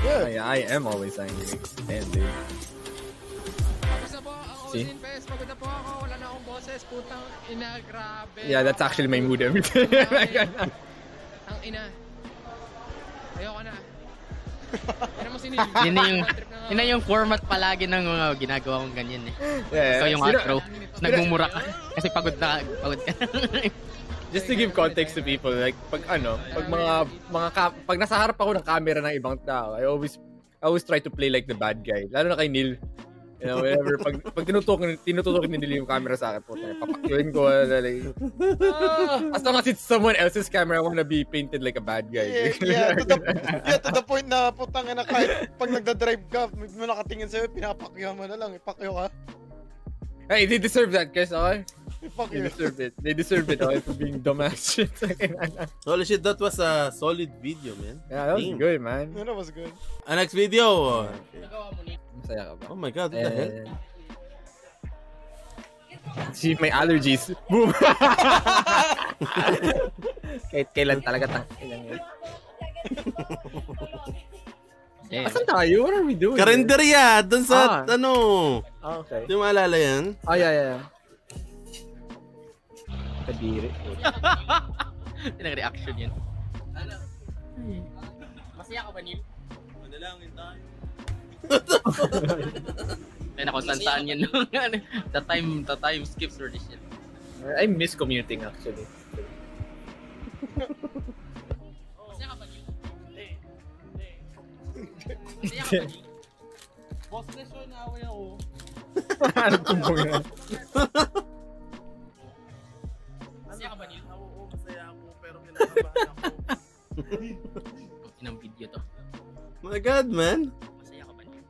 Speaker 3: Yeah.
Speaker 2: Oh, yeah, I am always angry. Damn, dude. See? Yeah, that's actually my mood every day.
Speaker 17: Ang ina. Ayoko na. Ano mo sinilip?
Speaker 4: yun na yung, yun na yung format palagi ng mga ginagawa kong ganyan eh.
Speaker 2: Yeah,
Speaker 4: Ikaw yung
Speaker 2: sino-
Speaker 4: outro. Nagmumura ka. Kasi pagod na, pagod ka.
Speaker 2: Just to give context to people, like pag ano, pag mga mga ka- pag nasa harap ako ng camera ng ibang tao, I always I always try to play like the bad guy. Lalo na kay Neil. You know, whenever pag pag tinutok tinututok ni Neil yung camera sa akin, puta, papakyuin ko wala, like, ah, as long as it's someone else's camera, I wanna be painted like a bad guy.
Speaker 3: Yeah, yeah, to the, yeah, to the point na putang ina kahit pag nagda-drive ka, may may nakatingin sa'yo, pinapakyaw mo na lang, ipakyaw ka.
Speaker 2: hey, they deserve that, guys, okay?
Speaker 3: Fuck
Speaker 2: They
Speaker 3: you.
Speaker 2: deserve it. They deserve it, okay, for being dumbass shit.
Speaker 1: Holy shit, that was a solid video, man.
Speaker 2: yeah, that was
Speaker 1: Damn.
Speaker 2: good, man.
Speaker 3: No, that was good.
Speaker 1: Ah, next video.
Speaker 2: Masaya ka ba?
Speaker 1: Oh my god, what the
Speaker 2: Eh,
Speaker 1: hell?
Speaker 2: See, Eh, may allergies. Boom! Kahit kailan talaga tang kailan yun. Asan tayo? What are we doing?
Speaker 1: Karinderya, dun sa,
Speaker 2: Ah.
Speaker 1: ano.
Speaker 2: Ah, okay.
Speaker 1: Di mo maalala yan?
Speaker 2: Oh, yeah, yeah, yeah. Kadiri.
Speaker 4: Nag-reaction yun. Masaya ka ba, Neil?
Speaker 1: Manalangin tayo.
Speaker 4: Kaya na kung saan yun. Ano, the time, the time skips for this shit.
Speaker 2: I miss commuting actually.
Speaker 1: Boss, na siya na away ako.
Speaker 2: ano kung kung yan?
Speaker 1: Masaya ka ba, Neil? Oo, oo, masaya ako, pero kinakabahan ako.
Speaker 4: Inang video to.
Speaker 1: My God, man.
Speaker 4: Masaya ka ba, Neil?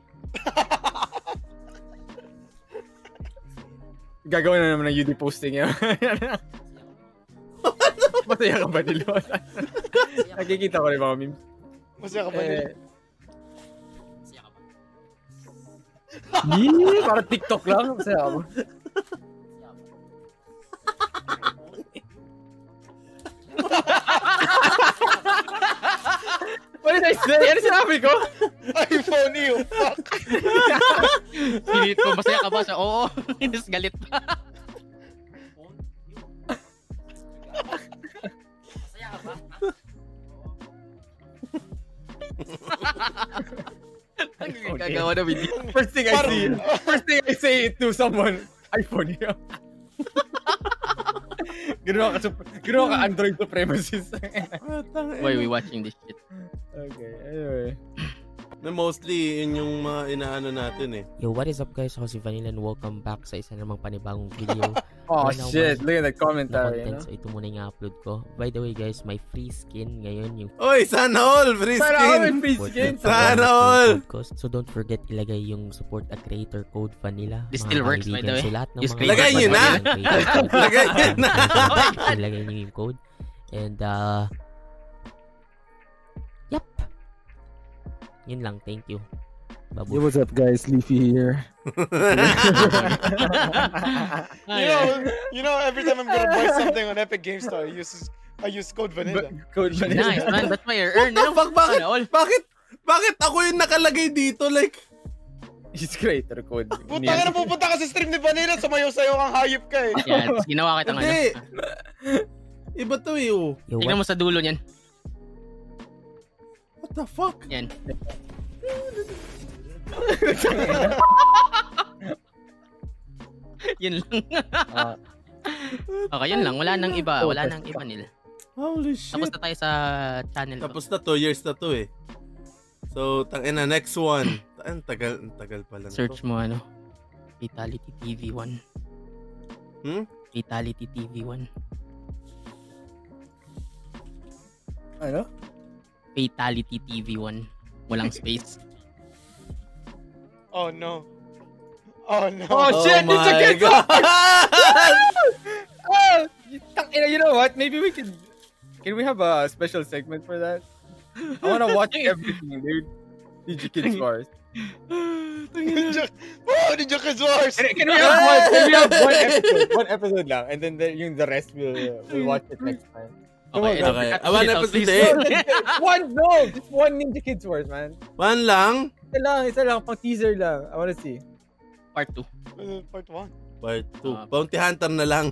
Speaker 2: Gagawa na naman ng UD posting yun. Masaya ka ba nilo? Nakikita ko rin mga memes.
Speaker 7: Eh.
Speaker 3: Masaya ka ba
Speaker 2: Eh,
Speaker 3: nila?
Speaker 5: Yee, parang TikTok oh. lang. Kasi ako. What did I say? Ano sinabi ko?
Speaker 3: iPhone you, fuck.
Speaker 7: Pilit ko, masaya ka ba? So, oo. Tapos galit pa.
Speaker 18: Masaya ka ba?
Speaker 7: Ang gagawa na with you.
Speaker 5: First thing I see, first thing I say to someone, iPhone yun. Ginawa ka, sup- ginawa ka Android supremacist.
Speaker 7: Why we watching this shit?
Speaker 5: Okay, anyway.
Speaker 1: Na mostly, yun yung mga inaano natin eh.
Speaker 4: Yo, what is up guys? Ako si Vanilla and welcome back sa isa namang panibagong video.
Speaker 5: Oh,
Speaker 4: Wala
Speaker 5: shit.
Speaker 4: akong
Speaker 5: Look at that commentary,
Speaker 4: na content,
Speaker 5: no?
Speaker 4: So, ito muna yung upload ko. By the way guys, my free skin ngayon yung...
Speaker 1: Oy, sana all! Free
Speaker 5: Sana
Speaker 1: skin!
Speaker 5: all, free skin!
Speaker 1: Sana all!
Speaker 4: Podcast. So, don't forget ilagay yung support a creator code Vanilla.
Speaker 7: This
Speaker 4: Mga
Speaker 7: still works, by
Speaker 4: kaibigan. So,
Speaker 7: the way.
Speaker 4: lahat ng
Speaker 7: Yung
Speaker 4: mga...
Speaker 7: screen Lagay nyo na! Lagay nyo na!
Speaker 4: Ilagay nyo yung code. And, uh... Yep. Yun lang. Thank you. Babush.
Speaker 19: Yo, what's up, guys? Leafy here.
Speaker 3: you know, you know, every time I'm gonna buy something on Epic Game Store, I use I use code vanilla.
Speaker 5: Code
Speaker 7: Nice, man. That's why you're
Speaker 1: What
Speaker 7: earned.
Speaker 1: the fuck? Bakit?
Speaker 7: Sana all.
Speaker 1: Bakit? Bakit ako yung nakalagay dito? Like,
Speaker 5: He's creator code.
Speaker 3: Puta ka na pupunta ka sa stream ni Vanilla, sumayo sayo kang hayop ka eh.
Speaker 7: Yan, tapos ginawa kita
Speaker 1: Hindi.
Speaker 7: ngayon.
Speaker 1: Iba to eh, oh.
Speaker 7: Tingnan mo sa dulo niyan.
Speaker 1: What the fuck?
Speaker 7: Yan. yun lang. okay, yun lang. Wala nang iba. Wala nang iba nila.
Speaker 1: Oh, Holy shit.
Speaker 7: Tapos na tayo sa channel ko.
Speaker 1: Tapos na to, years na to eh. So, tangin na, next one. Ang tagal, ang tagal pala na
Speaker 7: Search
Speaker 1: to.
Speaker 7: mo ano. Fatality TV 1.
Speaker 1: Hmm?
Speaker 7: Fatality TV 1.
Speaker 5: Ano?
Speaker 7: Fatality TV 1. Walang space.
Speaker 3: Oh no. Oh no.
Speaker 5: Oh, shit! it's a good
Speaker 3: God.
Speaker 5: oh, tang ina, you know what? Maybe we can... Can we have a special segment for that? I wanna watch everything, dude. DJ Kids Wars.
Speaker 3: Oh, Ninja Kids Wars!
Speaker 5: Can, can we have one? Can we have one episode? One episode lang, and then the, yung the rest will uh, will watch it next time. Come
Speaker 1: Okay,
Speaker 5: on,
Speaker 1: okay.
Speaker 5: guys.
Speaker 1: Ah, one episode
Speaker 5: Please.
Speaker 1: din.
Speaker 5: No, that's it. one no, just one Ninja Kids Wars, man.
Speaker 1: One lang?
Speaker 5: Isa lang, isa lang, pang teaser lang. I wanna see.
Speaker 7: Part Ah. 2.
Speaker 3: Uh, Part 1.
Speaker 1: Part 2. Bounty Hunter na lang.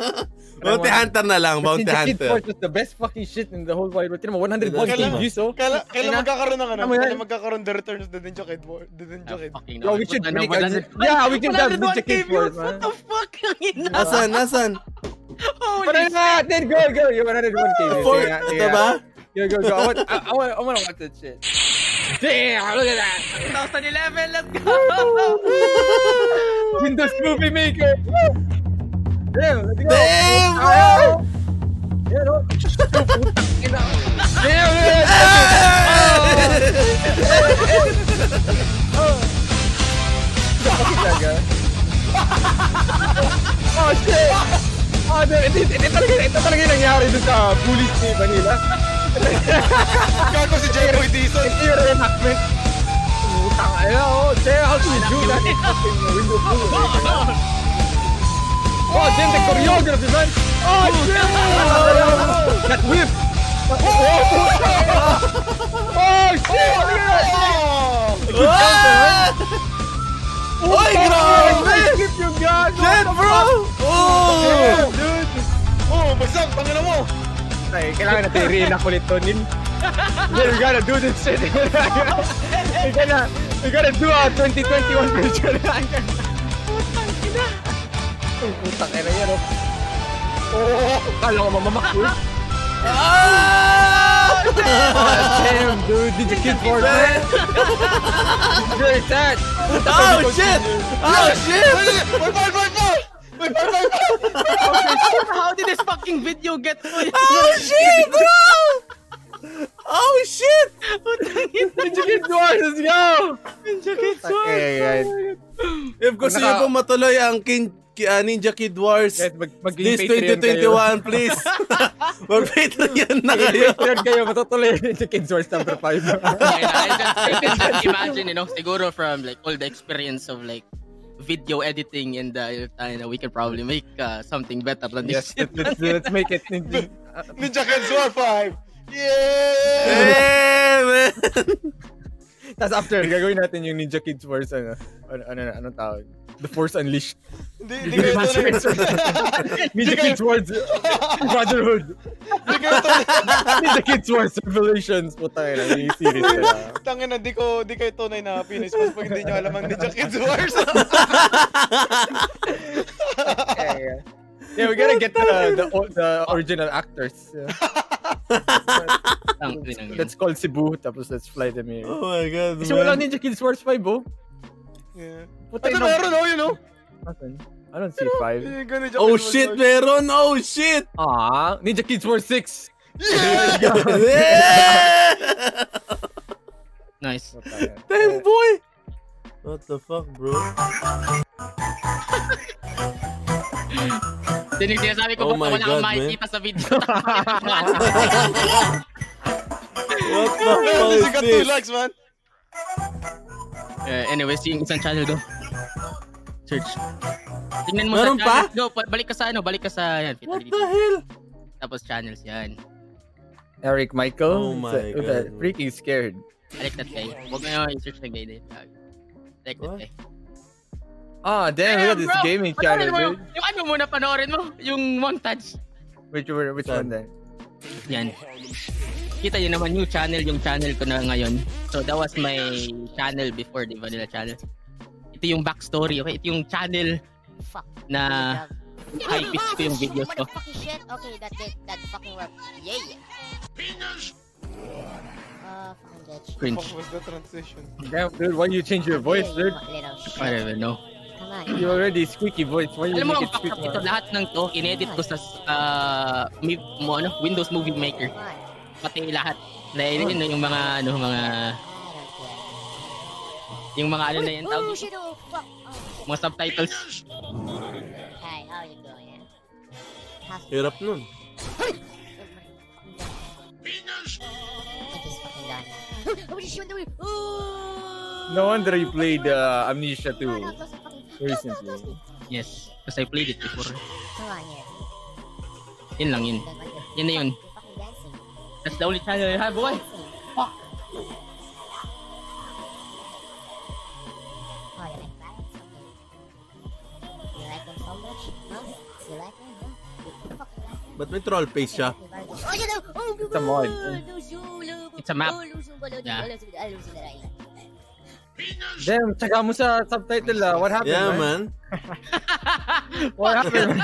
Speaker 1: Bounty Hunter na lang. Bounty
Speaker 5: Ninja Kids
Speaker 1: Hunter.
Speaker 5: Wars was the best fucking shit in the whole wide world. Tinan mo, 101
Speaker 3: Kailan-
Speaker 5: views, oh.
Speaker 3: Kailan, kailan magkakaroon ng ano?
Speaker 5: Tama yan.
Speaker 3: Kailan magkakaroon the return of the Ninja Kid War? The Ninja Kid.
Speaker 5: Yo, we should make a... Yeah, we can have Ninja Kids Wars, man.
Speaker 1: Asan? Asan?
Speaker 5: But I'm not. Then go, go. You're 101k.
Speaker 1: Four- Ito ba?
Speaker 5: Yo, go, go. I want, I, I want, I want to watch that shit. Damn, look at that.
Speaker 7: 2011, let's go!
Speaker 5: Windows Movie Maker. Damn, let's go.
Speaker 1: Damn, bro.
Speaker 5: Ow. Yeah, no. Damn, look at Oh. that. Oh. Look at that guy. Oh, shit. Oh, dude, ito, ito, talaga, ito talaga yung nangyari dun sa bullies ni Vanilla.
Speaker 3: Gago si J.O. Dizon.
Speaker 5: Ito yung reenactment. Putang ina, oh. Che, how do you do that? It's fucking window pool. Oh, then the choreography, man. Oh, shit. That whip. Oh, shit. Look at that shit. Good counter,
Speaker 3: Ah!
Speaker 5: man.
Speaker 1: Oy, grabe!
Speaker 5: Flip yung gago.
Speaker 1: Shit, bro!
Speaker 5: Damn,
Speaker 1: Oh!
Speaker 5: dude.
Speaker 3: Oh, bagsak! Tangina mo!
Speaker 5: Ay, kailangan natin i-reenact ulit to, Nin. We're gonna do this shit. we gonna, we gonna do a 2021 version. Ang putang ina yan, oh. Oo, kala ko mamamakul. Ah, damn, dude. Did you kill for that? Where is that?
Speaker 1: Oh, shit! Oh, shit!
Speaker 3: Wait, wait, wait, wait! Wait, wait, wait, wait!
Speaker 7: How did this fucking video get to you?
Speaker 1: Oh, shit, bro! Oh, shit!
Speaker 5: Ninja Kids Wars, let's go!
Speaker 7: Ninja Kids
Speaker 5: Wars!
Speaker 1: If gusto niyo po matuloy ang King, Ki- ah, Ninja Kid Wars
Speaker 2: maging
Speaker 1: this 2021,
Speaker 2: Patreon kayo.
Speaker 1: please. Mag-Patreon na kayo.
Speaker 2: Patreon kayo, matutuloy yung Kids Wars number 5.
Speaker 4: I can just imagine, you know, siguro from like all the experience of like video editing and the uh, we can probably make uh, something better than this.
Speaker 2: yes, let's, let's, let's make it.
Speaker 3: Ninja Kids War 5!
Speaker 1: Yeah, man!
Speaker 2: Tapos after, gagawin natin yung Ninja Kids Wars, ano, ano, ano, anong tawag? The Force Unleashed.
Speaker 3: Hindi kayo tuloy.
Speaker 2: Ninja Kids Wars Brotherhood.
Speaker 3: Hindi kayo tuloy.
Speaker 2: Ninja Kids Wars Revelations. Puta yun, ano yung series nila.
Speaker 3: Tangin na, di ko, di kayo tunay na Pinis Mas pag hindi nyo alam ang Ninja Kids Wars.
Speaker 2: Yeah, we gotta get the, the, the original actors. Yeah. let's call Cebu, tapos let's fly them here.
Speaker 1: Oh my God,
Speaker 2: Kasi wala
Speaker 1: man.
Speaker 2: Ninja Kids Wars 5, oh.
Speaker 3: Yeah.
Speaker 2: Puta
Speaker 3: Ito meron, oh, yun, oh.
Speaker 2: Asan? I don't see 5.
Speaker 1: Oh shit, meron! Oh shit!
Speaker 2: Ah, Ninja Kids Wars 6!
Speaker 1: Yeah!
Speaker 4: nice.
Speaker 1: Damn boy! What the fuck, bro?
Speaker 4: Then yung sinasabi ko,
Speaker 1: Oh
Speaker 4: oh
Speaker 1: my
Speaker 4: wala
Speaker 1: God,
Speaker 4: kang
Speaker 1: man.
Speaker 4: makikita sa video.
Speaker 1: What the
Speaker 3: Meron
Speaker 1: fuck
Speaker 3: din
Speaker 1: is
Speaker 3: siya two
Speaker 1: this?
Speaker 3: likes, man.
Speaker 4: Eh, anyways, yung isang channel do. Search. Tingnan mo
Speaker 1: Meron
Speaker 4: sa
Speaker 1: pa?
Speaker 4: channels. Go, pa- balik ka sa ano, balik ka sa yan.
Speaker 1: What the hell?
Speaker 4: Tapos channels yan.
Speaker 2: Eric Michael.
Speaker 1: Oh
Speaker 2: it's
Speaker 1: my
Speaker 2: a- with a
Speaker 1: God.
Speaker 2: Freaky scared.
Speaker 4: Balik that guy. Huwag mo yung search ng Mayday. Balik that guy.
Speaker 2: Ah,
Speaker 4: Damn,
Speaker 2: damn, look at this
Speaker 4: bro!
Speaker 2: gaming
Speaker 4: Panoorin
Speaker 2: channel,
Speaker 4: mo yung,
Speaker 2: dude.
Speaker 4: yung ano muna panoorin mo, yung montage.
Speaker 2: Which, were- which one then?
Speaker 4: Yan. Kita yun naman yung channel, yung channel ko na ngayon. So that was my channel before the Vanilla channel. Ito yung backstory, okay? Ito yung channel
Speaker 13: Fuck.
Speaker 4: na high pitch ko yung videos ko.
Speaker 13: Motherfucking shit. Okay, that did, that fucking worked. Yeah, yeah. Ah, fucking bitch.
Speaker 4: Cringe.
Speaker 3: What was the transition?
Speaker 2: Damn, dude, why you change your voice, dude?
Speaker 13: Little shit.
Speaker 4: I don't know.
Speaker 13: Come on.
Speaker 2: You already squeaky voice. Why you
Speaker 4: Alam mo, ang
Speaker 2: make it
Speaker 4: fucked up
Speaker 2: squeaky?
Speaker 4: ito, lahat ng to, inedit ko sa ah, mi- mo, ano, Windows Movie Maker. Pati lahat. Na yun, yun, yung mga, ano, mga... Yung mga ano na yan, tawag
Speaker 13: Oh,
Speaker 4: dito,
Speaker 13: shit, oh, fuck. Oh,
Speaker 4: mga subtitles.
Speaker 13: Hi, how you doing? How's
Speaker 1: Hirap nun.
Speaker 13: It is fucking done. Oh, what is she doing? Oh!
Speaker 2: No wonder you played uh, Amnesia 2 recently.
Speaker 4: Yes, kasi I played it before.
Speaker 13: Come on here.
Speaker 4: Yun lang yun. Yun na yun. That's the only channel I have, boy. Fuck.
Speaker 13: Oh, you like violence? Okay. You like them so much? Huh? You like them? Huh? You fucking like them?
Speaker 1: Ba't may troll face siya?
Speaker 13: Oh, you know! Oh,
Speaker 1: It's a mod.
Speaker 4: It's a map.
Speaker 13: Oh, losing ball, losing
Speaker 4: Yeah.
Speaker 13: ball, losing ball, losing ball, losing ball.
Speaker 2: Damn, tsaka mo sa subtitle ah. What happened,
Speaker 1: Yeah,
Speaker 2: man?
Speaker 1: man.
Speaker 2: What happened?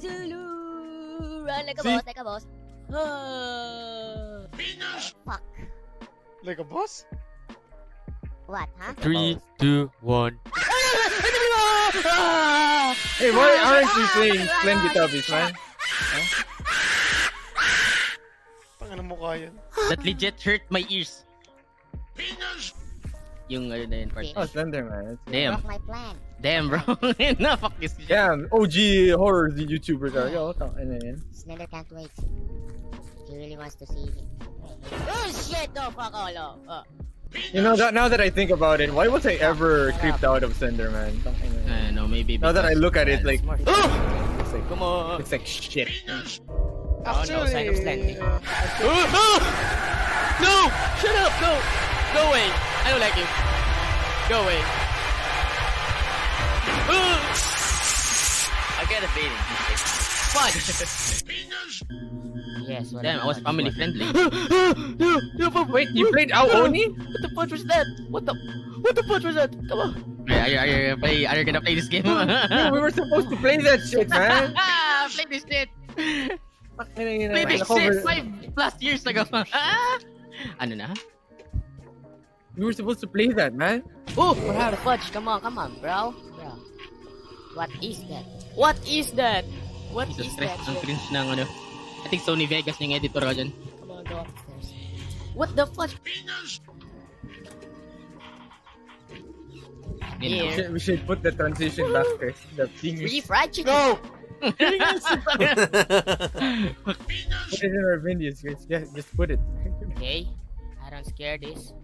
Speaker 13: Run like a
Speaker 2: See?
Speaker 13: boss, like a boss. Oh. Fuck.
Speaker 3: Like a boss?
Speaker 13: What, huh?
Speaker 8: Three, two, one.
Speaker 2: hey, why aren't you playing Splendid Tubbies, man?
Speaker 3: Tangin mo kaya.
Speaker 4: That legit hurt my ears. Yung ano na yun, part.
Speaker 2: Oh, Slender, man. That's-
Speaker 4: Damn.
Speaker 13: Broke my plan.
Speaker 4: Damn, bro. na, fuck this shit.
Speaker 2: Damn, OG horror YouTuber talaga. Oh, tangina yan.
Speaker 13: Slender can't wait. He really wants to see me. Oh shit! No, fuck all off. Oh.
Speaker 2: You know, that, now that I think about it, why was I ever creeped out of Slender, man? Tangina.
Speaker 4: I don't know, maybe
Speaker 2: Now that I
Speaker 4: because-
Speaker 2: look at it, like,
Speaker 4: It's like, Come on.
Speaker 2: it's like shit.
Speaker 4: Oh, no, sign of slanty. No! Shut up! No! Go away! I don't like you. Go away. Ugh! I get a feeling. Fudge!
Speaker 16: Yes, wala
Speaker 4: Damn, I was
Speaker 16: naman.
Speaker 4: family friendly.
Speaker 2: Wait, you played Aoni?
Speaker 4: What the fuck was that? What the... What the fuck was that? Come on! Are you, are you, gonna play, are you gonna play this game?
Speaker 2: Dude, we were supposed to play that shit, man.
Speaker 4: play this shit! Play this shit
Speaker 2: Cover-
Speaker 4: five plus years ago. Ah! ano na?
Speaker 2: We were supposed to play that, man.
Speaker 13: Oh, wow, fudge! Come on, come on, bro. Bro, what is that? What is that? What is
Speaker 4: Jesus
Speaker 13: that?
Speaker 4: Christ, ang cringe ng ano. I think Sony Vegas yung editor ko dyan.
Speaker 13: Come on, go upstairs. What the fudge?
Speaker 4: You know.
Speaker 2: We should put the transition back first. The fingers.
Speaker 13: Free fried chicken.
Speaker 2: No! Put it in our videos, guys. Yeah, just put it.
Speaker 13: okay. I don't scare this.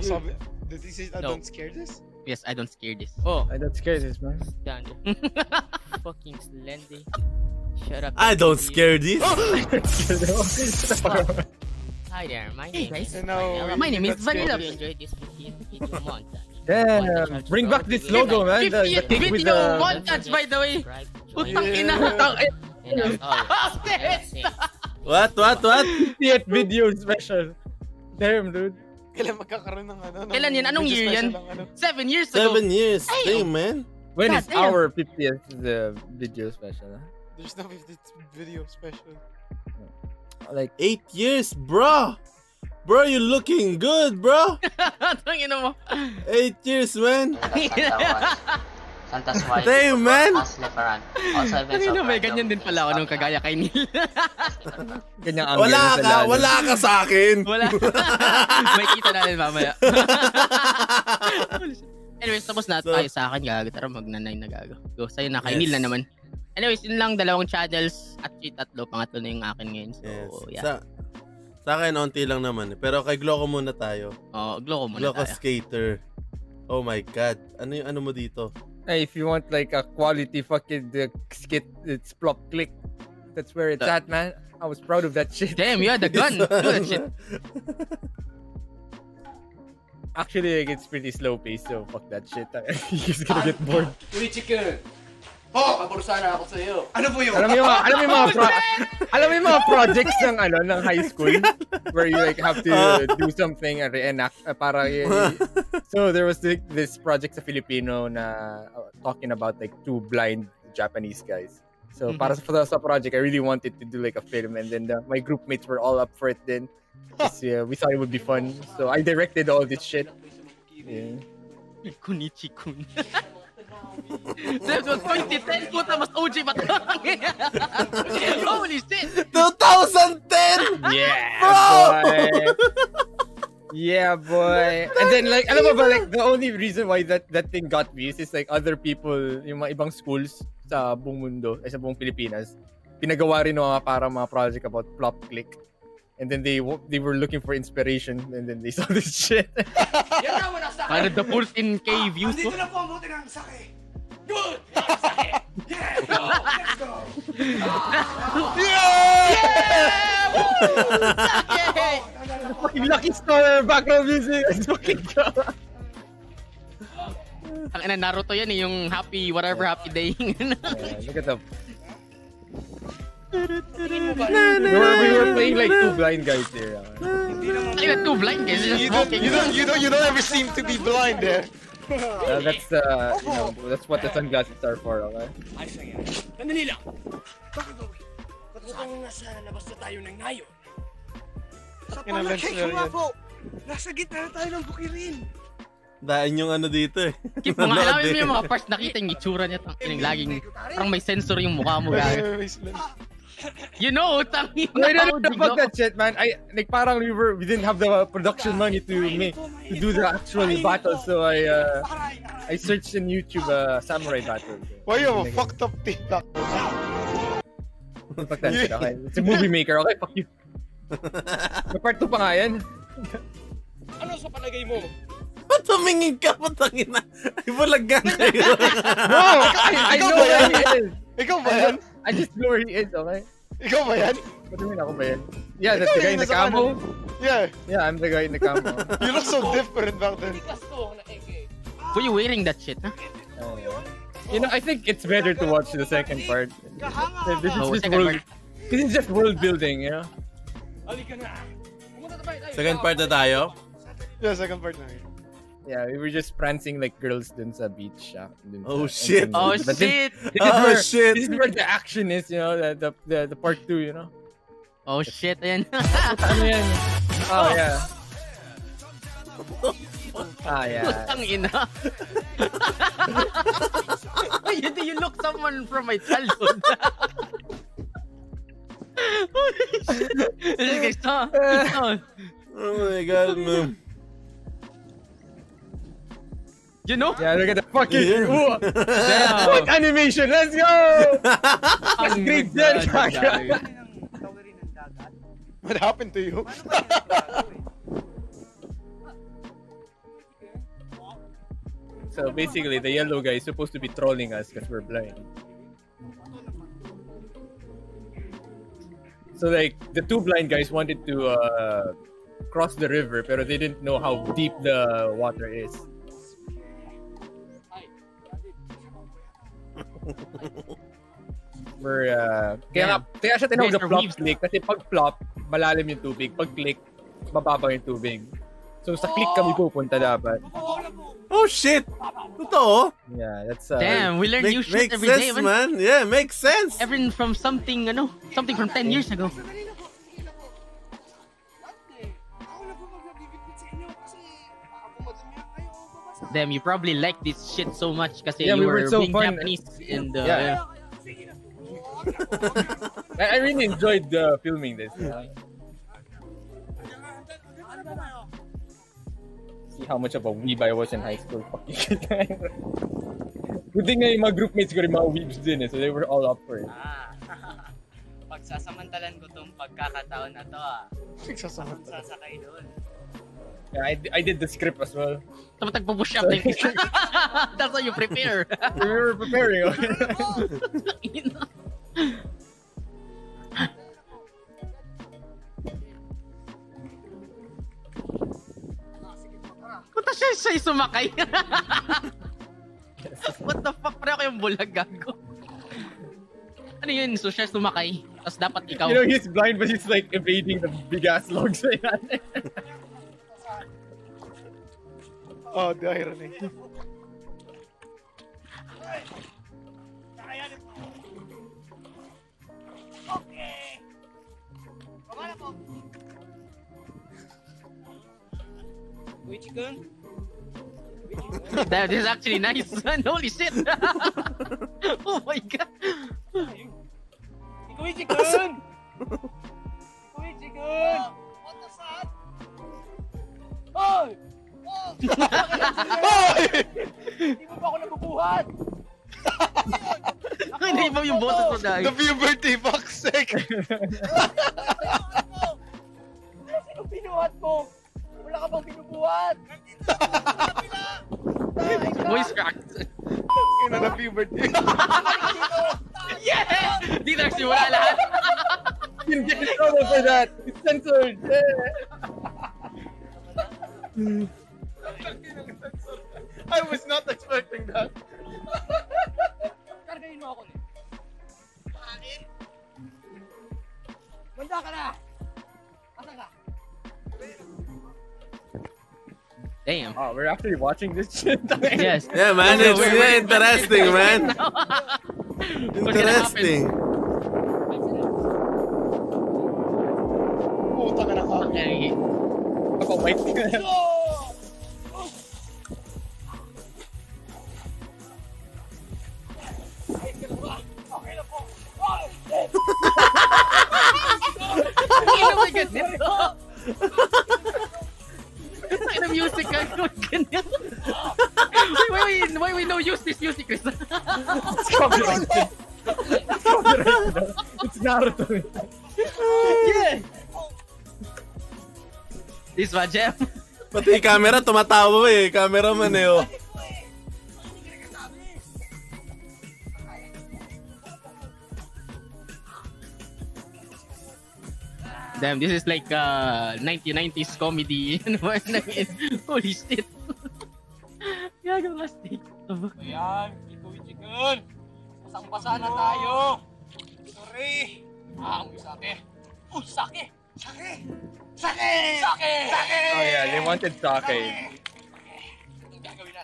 Speaker 3: Sabi, did he say, I
Speaker 4: No.
Speaker 3: don't scare this?
Speaker 4: Yes, I don't scare this.
Speaker 13: Oh.
Speaker 2: I don't scare this, man.
Speaker 13: Done. Fucking slendy. Shut up.
Speaker 1: I don't scare this.
Speaker 13: this. Hi there, my name
Speaker 4: guys.
Speaker 13: is
Speaker 4: You know,
Speaker 13: Vanilla.
Speaker 4: My name is Vanilla.
Speaker 13: Hope you enjoyed this video. If you want,
Speaker 2: Damn, bring back this logo, man. The, the
Speaker 4: 50th
Speaker 2: thing with
Speaker 4: video
Speaker 2: the...
Speaker 4: montage, by the way. Putang ina. Ah, Tang
Speaker 2: Yeah.
Speaker 13: And as always,
Speaker 1: What, what, what?
Speaker 2: 50th video special. Damn, dude.
Speaker 3: Kailan magkakaroon ng ano? ng
Speaker 4: Kailan yan? Anong
Speaker 3: video
Speaker 4: year yan?
Speaker 3: special ng ano?
Speaker 4: Seven years ago.
Speaker 1: Seven years.
Speaker 4: Ay,
Speaker 1: Damn, man.
Speaker 2: When
Speaker 4: God
Speaker 2: is
Speaker 4: damn.
Speaker 2: our 50th the video special? Huh?
Speaker 3: There's no 50th video special.
Speaker 2: Like
Speaker 1: eight years, bro. Bro, you looking good, bro.
Speaker 4: Tang ina mo.
Speaker 1: Eight years, man.
Speaker 5: Santa's wife.
Speaker 1: Damn, man.
Speaker 5: Leparan. Also,
Speaker 4: Tang
Speaker 5: events
Speaker 4: ina
Speaker 5: of
Speaker 4: may ganyan din pala ako nung kagaya kay Neil.
Speaker 2: Ganyang
Speaker 1: Wala ka, Ah, wala ka sa akin.
Speaker 4: Wala. may kita natin mamaya. Anyways, tapos na tayo sa akin gago. Tara magnanay na gago. Go, sa'yo na kay
Speaker 1: Yes.
Speaker 4: Neil na naman. Anyways, yun lang dalawang channels at yung tatlo. Pangatlo na yung akin ngayon. So, yeah.
Speaker 1: Sa, sa akin, onti lang naman. eh. Pero kay Gloco muna tayo.
Speaker 4: Oo, oh, Gloco muna
Speaker 1: Gloco
Speaker 4: tayo.
Speaker 1: Skater. Oh my God. Ano yung ano mo dito?
Speaker 2: Hey, if you want like a quality fucking uh, skit, it's plop click. That's where it's
Speaker 1: The-
Speaker 2: at, man. I was proud of that shit.
Speaker 4: Damn, you had the gun. Do that shit.
Speaker 2: Actually, like, it's pretty slow paced, so fuck that shit. You're just gonna get bored.
Speaker 20: Uy, chicken! Oh! Paborusa na ako sa'yo. Ano po
Speaker 2: Alam mo yung mga, alam mo yung mga, pro- alam mo yung mga projects ng ano ng high school where you like have to uh, do something and reenact uh, para y- y- so there was thi- this project sa Filipino na uh, talking about like two blind Japanese guys. So para sa, sa project, I really wanted to do like a film and then the, my group mates were all up for it then. 'Cause, yeah, we thought it would be fun. So I directed all this shit. Yeah.
Speaker 4: Kunichi-kun. Damn, 2010. Puta, mas OG pa to. Holy shit.
Speaker 1: 2010!
Speaker 2: Yeah,
Speaker 1: Bro!
Speaker 2: boy. yeah, boy. And then like, alam mo ba, like the only reason why that that thing got views is like other people, yung mga ibang schools sa buong mundo, ay sa buong Pilipinas, pinagawa rin ng mga para mga project about plop click. And then they wa- they were looking for inspiration and then they saw this shit.
Speaker 4: Para the 14k views oh. ko.
Speaker 20: Andito na po ang buti ng sake. Good! Yes, sake! Yeah! Let's go!
Speaker 2: Yeah! Fucking lucky star background music. It's fucking
Speaker 4: Ang ina Naruto yan eh, yung happy whatever happy day.
Speaker 2: Look at them. We were, we were playing like two blind guys there. ah.
Speaker 4: Ay, na two blind guys.
Speaker 3: You don't, you don't, you don't, you don't ever seem to be blind eh.
Speaker 2: Uh, that's uh, you know, that's what the sunglasses are for, okay?
Speaker 20: Sandali lang! Bakit ba? Ba't utang nasa labas na tayo ng nayo? Sa
Speaker 3: Ina, lunch
Speaker 20: palakay
Speaker 3: na rin.
Speaker 20: po! Nasa gitna na tayo ng bukirin!
Speaker 1: Dahil yung ano dito eh.
Speaker 4: Keep mo nga, alamin mo yung mga parts nakita yung itsura niya. Tang, yung laging, parang may sensor yung mukha mo. gago. You know, tangin
Speaker 2: Wait, no, no, no, fuck that shit, man. I like parang we were we didn't have the production money to make to do the actual battle, so I uh, I searched in YouTube uh, samurai battle.
Speaker 3: Why you have a fucked up TikTok?
Speaker 2: Fuck that shit, okay? It's a movie maker, okay? Fuck you. May part 2 pa nga yan.
Speaker 20: Ano sa palagay mo?
Speaker 1: Ba't tumingin ka po, tangina? Ibulagan kayo.
Speaker 2: No, I, I
Speaker 1: Ikaw
Speaker 2: know
Speaker 1: ba
Speaker 2: where
Speaker 1: yan?
Speaker 2: he is.
Speaker 3: Ikaw
Speaker 2: ba yan? I just know where he is, okay?
Speaker 3: Ikaw ba yan?
Speaker 2: What do you mean ako ba yan? Yeah, that's
Speaker 3: Ikaw
Speaker 2: the guy
Speaker 3: yung
Speaker 2: in the
Speaker 3: nasa
Speaker 2: camo.
Speaker 3: Yeah.
Speaker 2: Yeah, I'm the guy in the camo.
Speaker 3: You look so different back then.
Speaker 4: Were you wearing that shit, ha?
Speaker 2: You know, I think it's better to watch the second part. This is
Speaker 4: Oh,
Speaker 2: just
Speaker 4: second
Speaker 2: world. This is just world building, you know.
Speaker 20: Halika na!
Speaker 1: Second part na tayo?
Speaker 3: Yeah, second part na yun.
Speaker 2: Yeah, we were just prancing like girls dun sa beach. ah, dun
Speaker 1: Oh,
Speaker 2: sa-
Speaker 1: shit.
Speaker 2: and-
Speaker 1: Oh,
Speaker 2: but
Speaker 1: shit.
Speaker 2: This, this is
Speaker 1: Oh,
Speaker 2: where,
Speaker 1: shit.
Speaker 2: This is where the action is, you know, the the the, the part two, you know.
Speaker 4: Oh shit, ayan.
Speaker 2: ano yan? Oh, yeah. Ah, yeah.
Speaker 4: Putang ina. you, you look someone from my childhood. Holy shit. Stop. Stop.
Speaker 1: Oh my God, man.
Speaker 4: You know?
Speaker 3: Yeah, look at the fucking
Speaker 4: Yeah.
Speaker 3: Ooh.
Speaker 4: Yeah.
Speaker 3: Foot animation. Let's go. That's great then, Kaka.
Speaker 5: What happened to you?
Speaker 2: So basically, the yellow guy is supposed to be trolling us because we're blind. So like the two blind guys wanted to uh, cross the river, pero they didn't know how deep the water is. We're uh, kaya nga, kaya siya tinawag na
Speaker 4: Later
Speaker 2: flop
Speaker 4: weaves.
Speaker 2: click kasi pag flop malalim yung tubig, pag click mababa yung tubig. So sa click kami pupunta dapat.
Speaker 1: Oh shit! Totoo?
Speaker 2: Yeah, that's uh,
Speaker 4: Damn, we learn new shit
Speaker 1: makes
Speaker 4: every day,
Speaker 1: sense, man.
Speaker 4: man.
Speaker 1: Yeah, makes sense.
Speaker 4: Everything from something, ano, something from 10 years ago.
Speaker 20: ah,
Speaker 4: Damn, you probably like this shit so much kasi
Speaker 2: Yeah,
Speaker 4: you
Speaker 2: we
Speaker 4: were
Speaker 2: were so
Speaker 4: being
Speaker 2: fun.
Speaker 4: Japanese and uh,
Speaker 2: Yeah.
Speaker 4: yeah.
Speaker 2: I, I really enjoyed uh, filming this. See how much of a weeb I was in high school. Fucking Good thing na yung mga groupmates ko rin mga weebs din eh, so they were all up for it.
Speaker 7: Ah. Pagsasamantalan ko tong pagkakataon na to ah. Akong
Speaker 5: Pagsasamantalan.
Speaker 7: sasakay doon.
Speaker 2: Yeah, I, I did the script as well.
Speaker 4: Tapos nagpo-push up na yung isa. That's how you prepare.
Speaker 2: we were preparing.
Speaker 4: Puta siya, siya yung sumakay. What the fuck? Pareho kayong bulag gago. Ano yun? So siya sumakay. Tapos dapat ikaw.
Speaker 2: You know, he's blind but he's like evading the big ass logs na yan.
Speaker 5: Oh, the irony.
Speaker 7: Which gun?
Speaker 4: Damn, this is actually nice. Holy shit. oh my god.
Speaker 7: Kuichi gun! Kuichi gun! What the fuck? Hoy! Hoy! Hindi mo ba ako nabubuhat?
Speaker 4: Hindi mo yung boses mo dahil.
Speaker 7: The
Speaker 4: puberty sec.
Speaker 7: Sino binuhat mo? Wala ka bang binubuhat?
Speaker 4: Voice cracked.
Speaker 5: Yun na puberty.
Speaker 4: yeah! Dito actually wala lahat.
Speaker 2: You can get in trouble for that! It's censored!
Speaker 5: I was not expecting that.
Speaker 7: Kargahin mo ako nito. Bakit? Banda ka na! Asa ka?
Speaker 4: Damn.
Speaker 2: Oh, we're actually watching this shit.
Speaker 4: Yes.
Speaker 1: Yeah, man,
Speaker 4: No, no,
Speaker 1: it's
Speaker 4: we're-
Speaker 1: really
Speaker 4: we're-
Speaker 1: interesting, man.
Speaker 4: What's gonna happen?
Speaker 1: Interesting.
Speaker 5: Puta ka na ka.
Speaker 4: Okay.
Speaker 2: Ako, white
Speaker 4: Ano ba ganito? Ano music ka? Ano ganyan? Why, why, we- why we no use this music, Chris?
Speaker 2: It's copyrighted. It's copyrighted. It's Naruto.
Speaker 4: yeah! This one, Jeff.
Speaker 1: Pati yung camera, tumatawa eh. Camera man eh, oh.
Speaker 4: Damn, this is like uh, 1990s comedy. Ano ba? Holy shit. Gago plastic.
Speaker 7: Ayan, ituwi chicken! Basang-basa na tayo! Sorry! Ah, amoy sake! Uy, sake! Sake! Sake! Sake! Sake!
Speaker 2: Oh yeah, they wanted sake.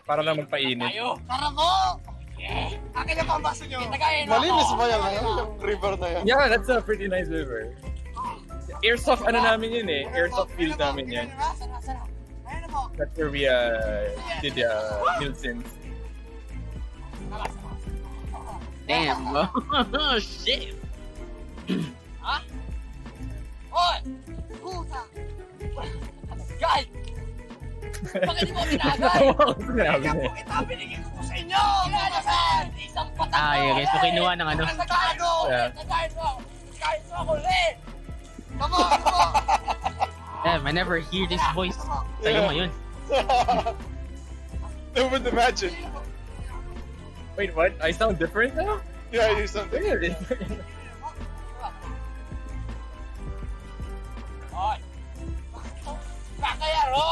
Speaker 2: Para lang magpainit.
Speaker 7: Tayo! Tara mo! Yeah! Akin na pambaso nyo! Itagayin
Speaker 5: Malinis ba yan? Ano yung river na yan?
Speaker 2: Yeah, that's a pretty nice river. Airsoft ano namin yun eh. Airsoft field namin yan. That's where we uh, did uh, Nielsen's.
Speaker 4: Damn, bro. oh, shit.
Speaker 7: Ha? Hoy! Puta! Guys! Bakit di mo ako tinagay?
Speaker 2: Natawa ako sa sinabi niya.
Speaker 7: Ito, binigyan ko po sa inyo! Kinalasan! Isang patak
Speaker 4: Ah,
Speaker 7: na
Speaker 4: yeah, guys. So,
Speaker 7: ulit!
Speaker 4: kinuha ng ano.
Speaker 7: Nagkain mo ako ulit! Nagkain mo ako! Nagkain mo ako ulit! Come on! Come on!
Speaker 4: Damn, I never hear this voice. Tayo mo yun.
Speaker 3: I would imagine.
Speaker 2: Wait, what? I sound different now?
Speaker 3: Yeah, you sound
Speaker 2: different.
Speaker 7: Hoy! Kakayaro!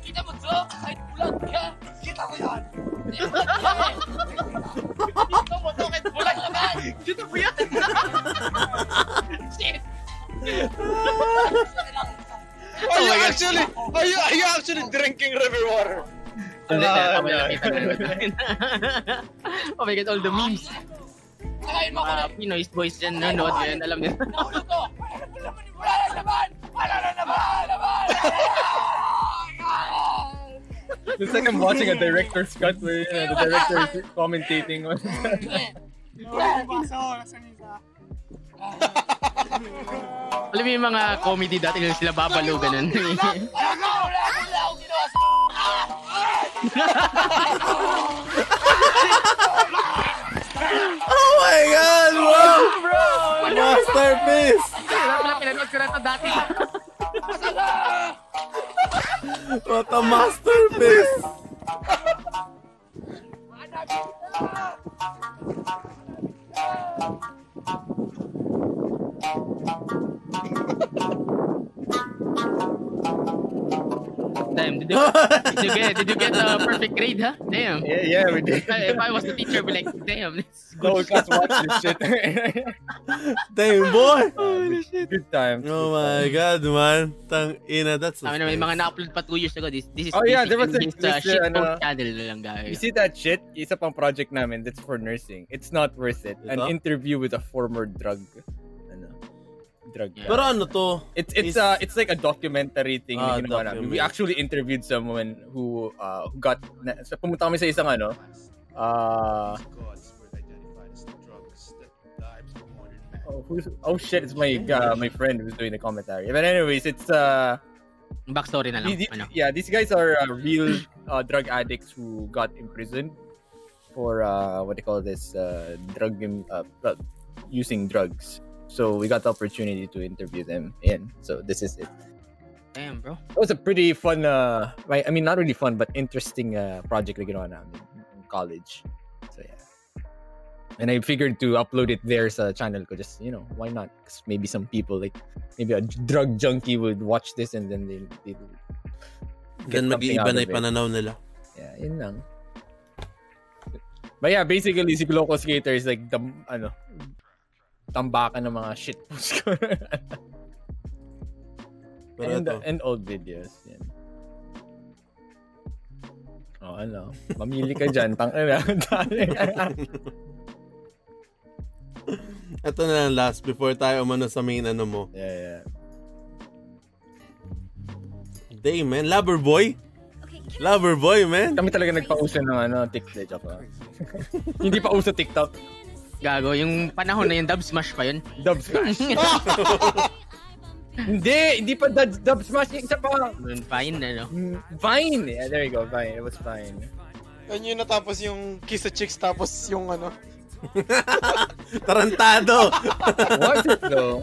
Speaker 7: Kita mo to? Ay, bulag ka! Kita ko yan! Kita mo to, kahit bulag ka man! Kita mo yan! Shit!
Speaker 5: Oh
Speaker 3: Are you actually, are you, are you actually drinking river water?
Speaker 4: Hindi,
Speaker 3: Ah,
Speaker 4: tayo, kamay
Speaker 3: yeah.
Speaker 4: lang kita. Oh my god, all the memes.
Speaker 7: Kakain mo ko
Speaker 4: Mga Pinoy's boys dyan, nanonood ngayon, alam nila.
Speaker 7: Nakulo to! Wala na naman! Wala na naman! Wala na naman!
Speaker 2: It's like I'm watching a director's cut where you know, the director is commentating on.
Speaker 4: Alam mo yung mga comedy dati nila sila babalo, ganun.
Speaker 5: Oh my god, wow! Masterpiece!
Speaker 4: Wala pala pinanood ko na ito dati.
Speaker 5: What a masterpiece!
Speaker 4: Damn, did you, did you get, did you get a perfect grade, ha? Damn.
Speaker 2: Yeah, yeah, we did.
Speaker 4: If I was the teacher, I'd be like, damn. this is
Speaker 2: No, we
Speaker 4: good
Speaker 2: can't
Speaker 4: shit.
Speaker 2: watch this shit.
Speaker 5: Damn, boy!
Speaker 2: Good time.
Speaker 5: Oh my god, man. Tang ina, that's
Speaker 4: Sabi naman, yung Ano, mga na-upload pa 2 years ago, this, this is
Speaker 2: Oh, yeah,
Speaker 4: basic
Speaker 2: there was a-
Speaker 4: English sa
Speaker 2: this, uh,
Speaker 4: shitpost
Speaker 2: ano-
Speaker 4: channel na lang, guys.
Speaker 2: You see that shit? Isa pang project namin that's for nursing. It's not worth it. An
Speaker 5: Ito?
Speaker 2: interview with a former drug ano, drug.
Speaker 5: Pero ano to?
Speaker 2: It's it's
Speaker 5: Is-
Speaker 2: uh it's like a documentary thing
Speaker 5: Ah,
Speaker 2: na ginawa namin. We
Speaker 5: documentary.
Speaker 2: actually interviewed someone who uh who got na, so pumunta kami sa isang ano uh Oh, who's, oh shit, it's my uh, my friend who's doing the commentary. But anyways, it's uh
Speaker 4: Backstory na lang.
Speaker 2: these-
Speaker 4: Ano?
Speaker 2: yeah, these guys are uh, real uh, drug addicts who got imprisoned for uh, what they call this uh, drug im- uh, uh, using drugs. So we got the opportunity to interview them, and so this is it.
Speaker 4: Damn, bro.
Speaker 2: It was a pretty fun, uh, I I mean, not really fun, but interesting uh, project we ginawa namin in college. So yeah. And I figured to upload it there sa channel ko. Just, you know, why not? 'Cause maybe some people, like, maybe a drug junkie would watch this and then they, they
Speaker 5: Then mag-iiba na yung pananaw nila.
Speaker 2: Yeah, yun lang. But yeah, basically, si Gloco Skater is like the, ano, tambakan ng mga shitpost ko.
Speaker 5: Pero
Speaker 2: and,
Speaker 5: ito.
Speaker 2: and old videos. Yan. Oh, ano? Mamili ka dyan. Tang ina.
Speaker 5: Ito na lang last before tayo umano sa main ano mo.
Speaker 2: Yeah, yeah.
Speaker 5: Day, man. Lover boy? Lover boy, man.
Speaker 2: Kami talaga nagpauso ng ano, TikTok. Joke lang. Hindi pa uso TikTok.
Speaker 4: Gago, yung panahon na yung dub smash pa yun.
Speaker 2: Dub smash. hindi, hindi pa dub, dub smash. Yung Isa pa.
Speaker 4: Yun, fine, ano.
Speaker 2: Vine. Yeah, Mm, eh. there you go. Vine. It was Vine.
Speaker 3: And yun natapos yung kiss the chicks tapos yung ano.
Speaker 5: Tarantado!
Speaker 2: What it though?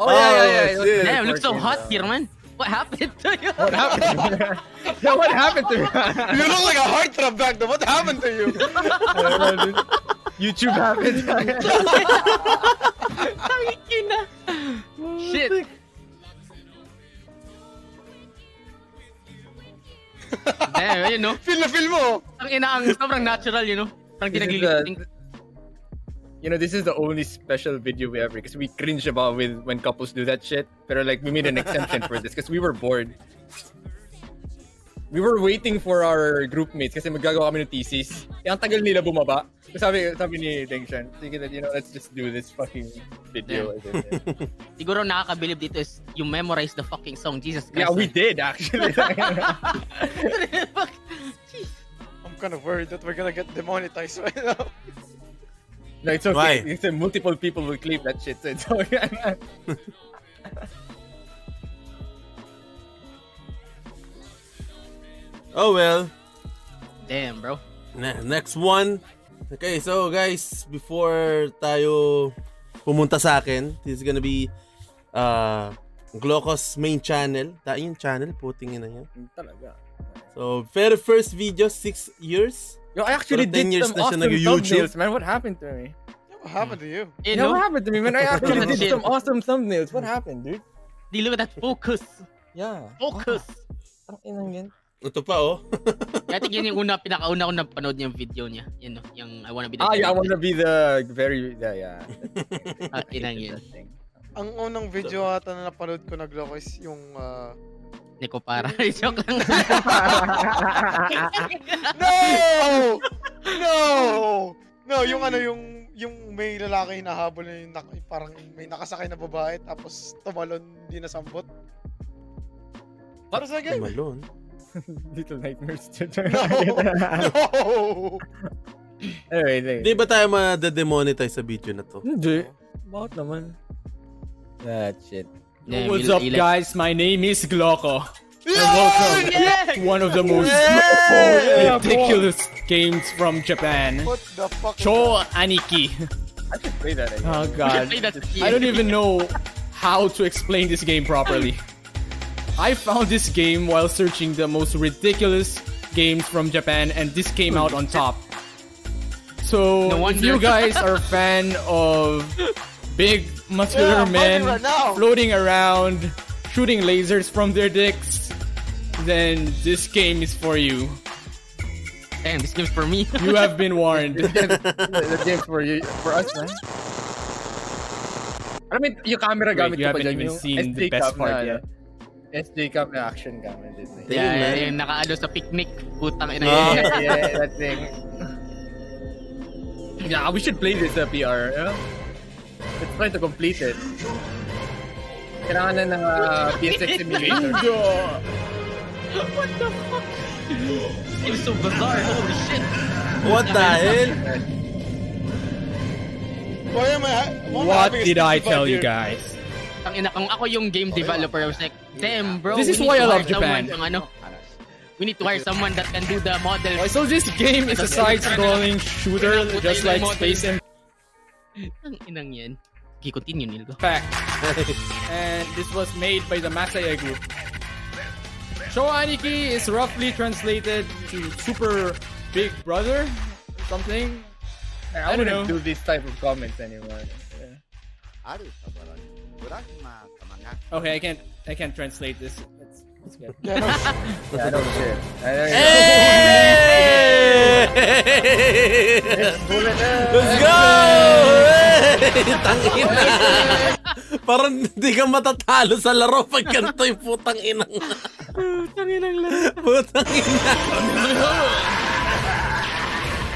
Speaker 5: Oh, yeah, yeah, yeah. It was- shit.
Speaker 4: Damn, look so
Speaker 5: Working
Speaker 4: hot
Speaker 5: out.
Speaker 4: here, man. What happened to you?
Speaker 2: What happened? yeah, what happened to
Speaker 3: You look like a heartthrob back then. What happened to you?
Speaker 2: YouTube happened.
Speaker 4: Kina. Shit. Damn, you know.
Speaker 3: Feel na feel mo.
Speaker 4: Ang ina, ang sobrang natural, you know. Parang
Speaker 2: This is
Speaker 4: ginagiling.
Speaker 2: you know, this is the only special video we ever because we cringe about with when couples do that shit. But like, we made an exemption for this because we were bored. We were waiting for our group mates kasi magagawa kami ng thesis. Eh, ang tagal nila bumaba. So Sabi, sabi ni Dengshan, sige na, you know, let's just do this fucking video.
Speaker 4: Siguro nakakabilib dito is you memorize the fucking song, Jesus Christ.
Speaker 2: Yeah, we did actually.
Speaker 3: I'm kind of worried that we're gonna get demonetized right now.
Speaker 2: No, it's okay. It's, uh, multiple people will claim that shit, so it's okay.
Speaker 1: Oh well.
Speaker 4: Damn, bro.
Speaker 1: Ne- next one. Okay, so guys, before tayo pumunta sa akin, this is gonna be uh, Glocos main channel. Dahil yung channel, puting ina niya.
Speaker 2: Talaga.
Speaker 1: So, very first video, 6 years.
Speaker 2: Yo, I actually
Speaker 1: Pero 10
Speaker 2: did
Speaker 1: years
Speaker 2: some
Speaker 1: na siya
Speaker 2: awesome
Speaker 1: nag-YouTube.
Speaker 2: thumbnails, man. What happened to me?
Speaker 3: What happened to you?
Speaker 2: You know, what happened to me, man? I actually did
Speaker 4: Shit.
Speaker 2: some awesome thumbnails. What happened, dude?
Speaker 4: Di look at that focus.
Speaker 2: Yeah.
Speaker 4: Focus.
Speaker 2: Ang inang yan.
Speaker 1: Ito pa, oh.
Speaker 4: I think yun yung una, pinakauna ko napanood yung video niya. Yun, no, yung I wanna be the
Speaker 2: Ah, yeah,
Speaker 4: Hero.
Speaker 2: I wanna be the very, yeah, yeah.
Speaker 4: Ah, inang yun.
Speaker 3: Ang unang video ata na napanood ko na Glock is yung... Uh...
Speaker 4: Hindi ko para. Joke lang.
Speaker 3: no! No! No, yung ano, yung yung may lalaki hinahabol na yung nak- parang may nakasakay na babae tapos tumalon di nasambot. Para sa game.
Speaker 1: Malon.
Speaker 2: Little Nightmares.
Speaker 3: No!
Speaker 2: anyway, anyway.
Speaker 1: Di ba tayo ma-demonetize sa video na to?
Speaker 2: Hindi. Bakit naman? That shit.
Speaker 5: What's up, guys? My name is Gloco. And welcome
Speaker 3: Yeah!
Speaker 5: to one of the most
Speaker 3: Yeah, boy.
Speaker 5: ridiculous games from Japan.
Speaker 3: What the fuck?
Speaker 5: Cho Aniki.
Speaker 2: I should play that again.
Speaker 5: Oh god.
Speaker 2: Play that
Speaker 5: I don't even know how to explain this game properly. I found this game while searching the most ridiculous games from Japan and this came out on top. So
Speaker 4: No
Speaker 5: if
Speaker 4: wonder.
Speaker 5: you guys are a fan of big
Speaker 4: Yeah,
Speaker 5: muscular
Speaker 4: I'm
Speaker 5: men
Speaker 4: fighting right now.
Speaker 5: floating around shooting lasers from their dicks, then this game is for you.
Speaker 4: Damn, this game's for me.
Speaker 5: You have been warned.
Speaker 2: That game for you, for us, man. I mean, yung camera
Speaker 5: Wait,
Speaker 2: gamit
Speaker 5: you
Speaker 2: ko pa dyan,
Speaker 5: haven't even
Speaker 2: yung
Speaker 5: seen the
Speaker 2: SD
Speaker 5: best
Speaker 2: cam
Speaker 5: part
Speaker 2: na,
Speaker 5: yet.
Speaker 2: SD cam na action gamit. din.
Speaker 4: yeah, yeah, yung nakaano sa picnic. Putang ina
Speaker 2: Yeah,
Speaker 3: Ah,
Speaker 4: yun.
Speaker 2: yeah, that thing. Yeah, we should play this uh, PR. yeah? Let's try to complete it. Kailangan na ng uh, PSX simulator.
Speaker 4: What the fuck? This is so bizarre. Holy shit.
Speaker 1: What the hell?
Speaker 3: Why am I... ha- why am I
Speaker 5: What
Speaker 3: having a
Speaker 5: did I
Speaker 3: stupid
Speaker 5: tell
Speaker 3: vibe
Speaker 5: you
Speaker 3: here?
Speaker 5: guys?
Speaker 4: Ang ina kung ako yung game developer, I was like, damn bro. we
Speaker 5: This is
Speaker 4: need
Speaker 5: why
Speaker 4: to
Speaker 5: I love
Speaker 4: hire someone
Speaker 5: Japan.
Speaker 4: Yung, ano, we need to hire someone that can do the model.
Speaker 5: So this game is a side-scrolling shooter just like Space Invaders.
Speaker 4: Ang inang yan. Okay, continue Nilgo.
Speaker 5: Fact. and this was made by the Masaya group. Show Aniki is roughly translated to Super Big Brother or something.
Speaker 2: I
Speaker 5: I don't
Speaker 2: wouldn't
Speaker 5: know.
Speaker 2: do this type of comments anymore. Yeah.
Speaker 5: Okay, I can't I can't translate this. Let's, let's get
Speaker 2: Yeah, I don't care. I don't care.
Speaker 1: Let's go! Hey! Tangina! Parang hindi ka matatalo sa laro pag ganito yung putang inang.
Speaker 4: Putang inang laro.
Speaker 1: Putang ina.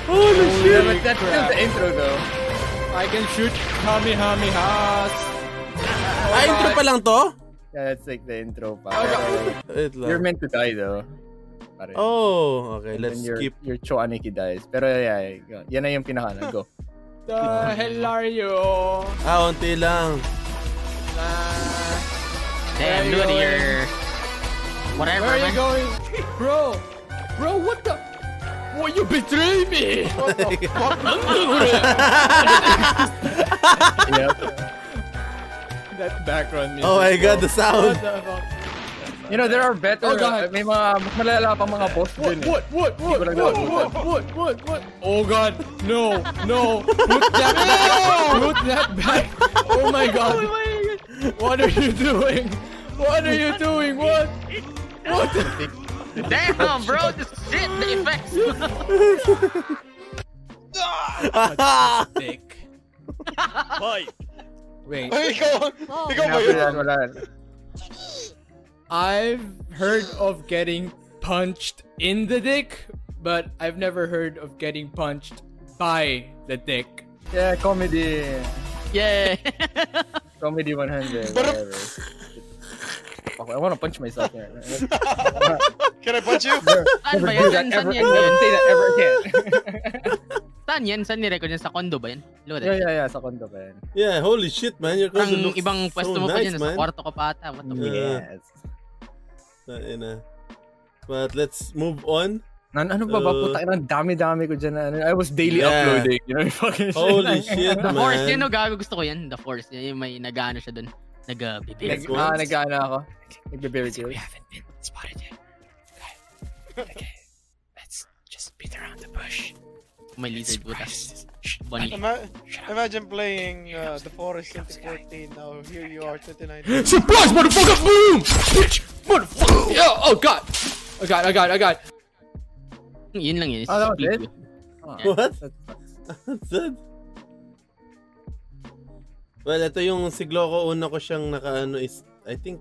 Speaker 5: Holy
Speaker 2: shit! but that's still the intro though.
Speaker 5: I can shoot Hami Hami Has.
Speaker 1: Ah, intro pa lang to?
Speaker 2: Oh Yeah, that's like the intro pa.
Speaker 1: Wait lang.
Speaker 2: You're meant to die though. Pare.
Speaker 1: Oh, okay.
Speaker 2: And
Speaker 1: Let's
Speaker 2: then your,
Speaker 1: skip.
Speaker 2: Your Cho Aniki dies. Pero yeah, yeah, yan na yung pinaka na. Go.
Speaker 5: The hell are you?
Speaker 1: Ah, unti lang.
Speaker 4: Damn,
Speaker 5: Where
Speaker 4: dude,
Speaker 5: are you
Speaker 4: you're... Whatever,
Speaker 5: Where are you
Speaker 4: man.
Speaker 5: going? Bro! Bro, what the? What you betray me? What the fuck? That background music.
Speaker 1: Oh my God, the sound.
Speaker 5: What the fuck?
Speaker 2: You know, there are better.
Speaker 5: Oh, God.
Speaker 2: may mga mas malala pa mga boss dun eh.
Speaker 5: What, what, what,
Speaker 2: Hindi ko
Speaker 5: what, what,
Speaker 2: lang
Speaker 5: what, what, what, what? Oh god, no, no, put that back, put that back. Oh my god, what are you doing? What are you doing? What? What?
Speaker 4: Damn, bro, this shit, the effects.
Speaker 5: Dick. Hoy. Wait.
Speaker 3: Ay, ikaw! Ikaw ba
Speaker 2: After
Speaker 3: yun?
Speaker 2: that, wala.
Speaker 5: I've heard of getting punched in the dick, but I've never heard of getting punched by the dick.
Speaker 2: Yeah, comedy.
Speaker 4: Yeah.
Speaker 2: Comedy 100. Whatever. Fuck, I wanna punch myself here.
Speaker 3: Can I punch you?
Speaker 4: Saan ba yan? Saan, saan
Speaker 2: Never do that ever.
Speaker 4: yan?
Speaker 2: Don't say that ever again.
Speaker 4: Saan yan? Saan nirecord yan? Sa condo ba yan? Look at
Speaker 2: Yeah,
Speaker 4: that.
Speaker 2: yeah, yeah. Sa condo pa yan.
Speaker 1: Yeah, holy shit, man. Your cousin
Speaker 4: Ang
Speaker 1: looks
Speaker 4: ibang pwesto
Speaker 1: so
Speaker 4: mo pa
Speaker 1: nice,
Speaker 4: dyan,
Speaker 1: man.
Speaker 4: sa kwarto ko pa ata. What the fuck?
Speaker 1: Yeah.
Speaker 2: Yes.
Speaker 1: Tangina. But let's move on. Uh,
Speaker 2: Nan ano ba ba? Puta ng dami-dami ko dyan. na Ano, I was daily
Speaker 1: Yeah.
Speaker 2: uploading. You know, fucking shit.
Speaker 1: Holy shit,
Speaker 4: The Force yun,
Speaker 1: man.
Speaker 4: no, gago gusto ko yan. The Force yun, yung may nagano siya dun. uh, Nag-bibig.
Speaker 2: Nag, ah, nag-ano ako. Nagbe-bear grill.
Speaker 4: Spotted it. Okay. Let's just beat around the bush. May lizard butas. Bunny.
Speaker 3: Ima- imagine playing uh, The Forest 2014. Now here you are 2019.
Speaker 21: Surprise, motherfucker! Boom! Bitch! Motherfucker! Yeah! Oh god! Oh god, oh god, oh god!
Speaker 4: Yun lang yun.
Speaker 21: Ah, that was it?
Speaker 4: Yeah.
Speaker 1: What? What's that? Well, ito yung siglo ko, una ko siyang nakaano is, I think,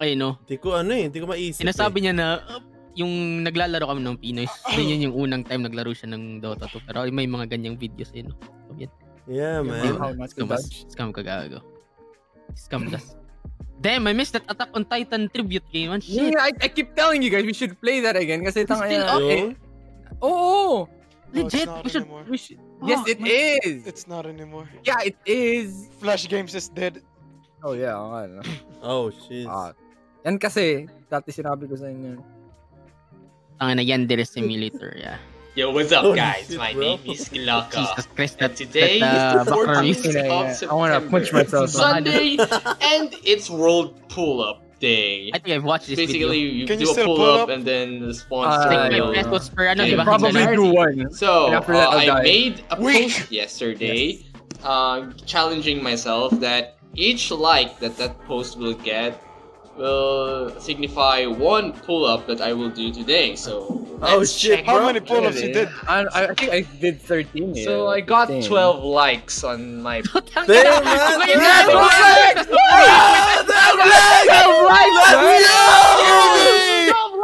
Speaker 4: Ay, no.
Speaker 1: Hindi ko ano eh, hindi ko maisip.
Speaker 4: Sinasabi niya na "Ah, yung naglalaro kami ng Pinoy, yun yun yung unang time naglaro siya ng Dota 2. Pero may mga ganyang videos eh, no? So, yan.
Speaker 1: Yeah,
Speaker 4: Yung
Speaker 1: man.
Speaker 4: game,
Speaker 1: How much to
Speaker 4: scam,
Speaker 1: dodge?
Speaker 4: scam ka gago. Scam ka. Damn, I missed that Attack on Titan tribute game, man. Shit.
Speaker 2: Yeah, I, I keep telling you guys, we should play that again kasi
Speaker 4: It's
Speaker 2: tanga
Speaker 4: still
Speaker 2: na.
Speaker 4: up?
Speaker 2: Eh,
Speaker 5: Oh,
Speaker 2: Oh, Oo!
Speaker 4: Legit,
Speaker 3: we should, we
Speaker 4: should.
Speaker 2: Yes, it is!
Speaker 3: It's not anymore.
Speaker 2: Yeah, it is.
Speaker 3: Flash Games is dead.
Speaker 2: Oh yeah, oo nga. no?
Speaker 1: Oh, shit.
Speaker 2: Ah, yan kasi, dati sinabi ko sa inyo.
Speaker 4: Tanga na Yandere Simulator, yeah.
Speaker 6: Yo, what's up,
Speaker 4: Holy
Speaker 6: guys?
Speaker 4: shit,
Speaker 6: My
Speaker 4: bro.
Speaker 6: name is Glocka.
Speaker 4: Jesus Christ, that,
Speaker 6: Today
Speaker 4: that, uh,
Speaker 6: is the 14th
Speaker 4: background music.
Speaker 6: of
Speaker 4: I wanna
Speaker 6: September.
Speaker 4: punch myself.
Speaker 6: Sunday, and it's World Pull-Up Day.
Speaker 4: I think I've watched this
Speaker 6: Basically,
Speaker 4: video.
Speaker 6: you
Speaker 4: Can
Speaker 6: do
Speaker 4: you
Speaker 6: a
Speaker 4: still pull
Speaker 6: pull-up
Speaker 4: up?
Speaker 6: and then the
Speaker 4: Uh,
Speaker 6: sponsor.
Speaker 4: Like my
Speaker 6: will-
Speaker 4: best was for- ano,
Speaker 6: Okay.
Speaker 4: di ba? Probably do one.
Speaker 6: So,
Speaker 4: And after that,
Speaker 6: uh,
Speaker 4: I'll
Speaker 6: I
Speaker 4: die.
Speaker 6: made a post yesterday uh, challenging myself that each like that that post will get will signify one pull-up that I will do today. So,
Speaker 5: Oh,
Speaker 6: let's check out today.
Speaker 2: I, I I think I did 13. eh,
Speaker 6: So I got
Speaker 2: 15.
Speaker 6: 12 likes on my. Damn,
Speaker 2: Damn, man. Damn, man.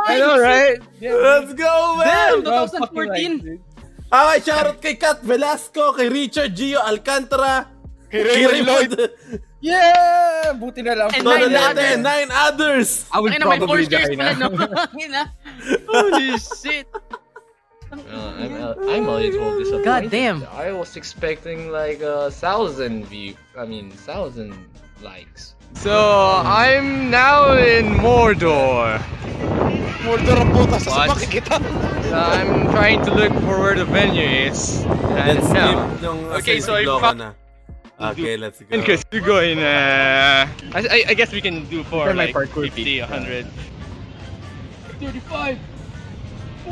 Speaker 1: I know, right? Let's go, man!
Speaker 4: Damn,
Speaker 1: 2014! Okay, shoutout kay Kat Velasco, kay Richard Gio Alcantara, kay Ray Lloyd.
Speaker 2: Yeah! Buti na lang.
Speaker 1: And nine others. Nine others.
Speaker 2: I would
Speaker 1: Ay, naman,
Speaker 2: probably
Speaker 1: four years
Speaker 2: die
Speaker 1: pala,
Speaker 2: now.
Speaker 1: no?
Speaker 4: Holy shit!
Speaker 6: I'm, I'm a little disappointed.
Speaker 4: God damn.
Speaker 6: I was expecting like a thousand view. I mean, thousand likes.
Speaker 5: So, I'm now in Mordor. Mordor ang puta sa kita. I'm trying to look for where the venue is. And
Speaker 1: Let's
Speaker 5: now,
Speaker 1: skip yung
Speaker 5: Okay, so I
Speaker 1: Siglo ko
Speaker 5: fuck-
Speaker 1: na. Okay, let's go.
Speaker 5: because we're going, uh, I, I, I guess we can do for
Speaker 1: Then my
Speaker 5: like 50, 100.
Speaker 3: 35,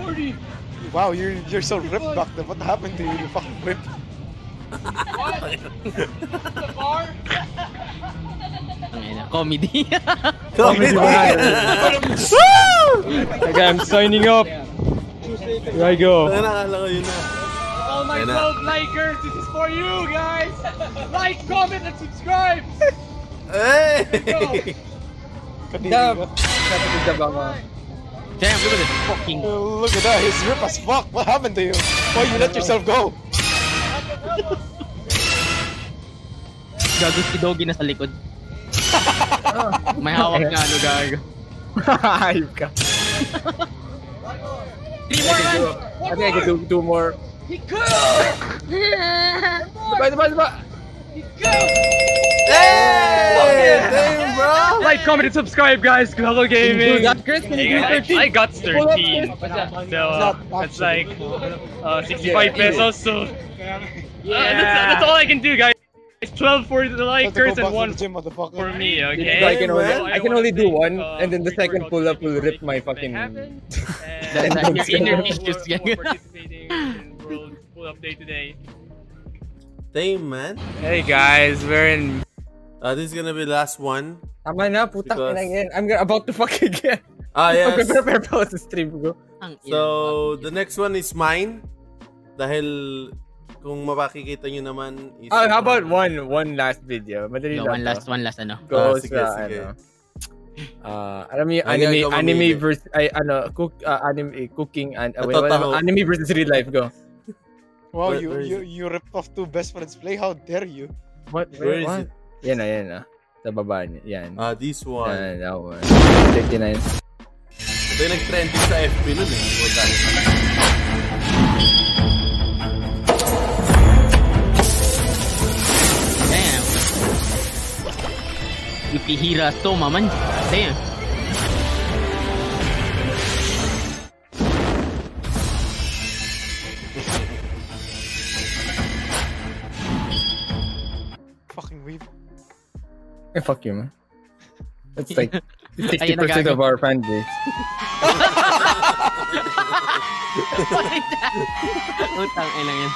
Speaker 3: 40. Wow, you're you're so ripped back then. What happened to you? You fucking ripped.
Speaker 7: the bar?
Speaker 4: Tangina, Comedy.
Speaker 5: Comedy. Okay, I'm signing up. Here I go.
Speaker 7: All my
Speaker 5: Ayan na.
Speaker 7: gold likers, this is for you guys! Like, comment, and subscribe!
Speaker 1: Hey!
Speaker 3: Damn.
Speaker 4: Damn, look at this fucking.
Speaker 3: Uh, Look at that, he's ripped as fuck. What happened to you? Why you let yourself go?
Speaker 4: Gago si Doggy na sa likod. Oh. May hawak na ano gago.
Speaker 2: Hayop ka.
Speaker 4: Three more, man!
Speaker 2: I think I can do two more.
Speaker 7: He goes!
Speaker 2: Diba, diba, diba?
Speaker 5: Hey! Damn, bro! Like, comment, and subscribe, guys. Hello Gaming.
Speaker 2: You got Chris, can you do
Speaker 5: I,
Speaker 2: 13?
Speaker 5: I got
Speaker 2: You pull up
Speaker 5: 13. So, uh, that's like uh, 65
Speaker 2: Yeah.
Speaker 5: pesos. So, uh, that's, that's all I can do, guys. It's 12 for the likers and 1 for me, okay?
Speaker 2: I can only, I can only do one, and then the second pull-up will rip my fucking...
Speaker 5: That's
Speaker 2: tendons.
Speaker 5: like your inner issues, yeah. World Full Update today.
Speaker 1: Damn, man.
Speaker 5: Hey, guys, we're in...
Speaker 1: Uh, this is gonna be the last one.
Speaker 2: Tama na, putang
Speaker 1: Because-
Speaker 2: ina yan. I'm gonna- about to fuck again.
Speaker 1: Ah, yes.
Speaker 2: Mag-prepare pa ako sa stream ko.
Speaker 1: So, the next one is mine. Dahil, kung mapakikita nyo naman, is...
Speaker 2: Ah, how about one one last video?
Speaker 1: Yeah,
Speaker 2: Madali lang.
Speaker 1: one
Speaker 2: to.
Speaker 1: last- one last ano. Ah,
Speaker 2: Go
Speaker 1: sige,
Speaker 2: sa
Speaker 1: sige.
Speaker 2: ano. Ah, alam niyo yung
Speaker 1: Ay,
Speaker 2: anime
Speaker 1: ikaw mamili.
Speaker 2: anime versus ay ano cook ah, anime eh, cooking and uh, wait,
Speaker 1: Ito,
Speaker 2: wala-
Speaker 1: taho.
Speaker 2: anime versus real life go.
Speaker 3: Wow,
Speaker 2: Where-
Speaker 3: you
Speaker 2: where is
Speaker 3: you you ripped off two best friends play. How dare you?
Speaker 2: What?
Speaker 1: Where is it?
Speaker 2: Yan na, yan na. Sa baba niya. Yan.
Speaker 1: Ah, this one.
Speaker 2: Yan, that one. 59.
Speaker 1: Ito yung nag-trending sa FB nun eh. Wala.
Speaker 4: Damn. Yukihira Soma man. Damn.
Speaker 2: Eh, fuck you, man. That's like
Speaker 5: Ayun na
Speaker 2: 60% of
Speaker 5: gago.
Speaker 2: our fan base.
Speaker 4: Utang ina yan.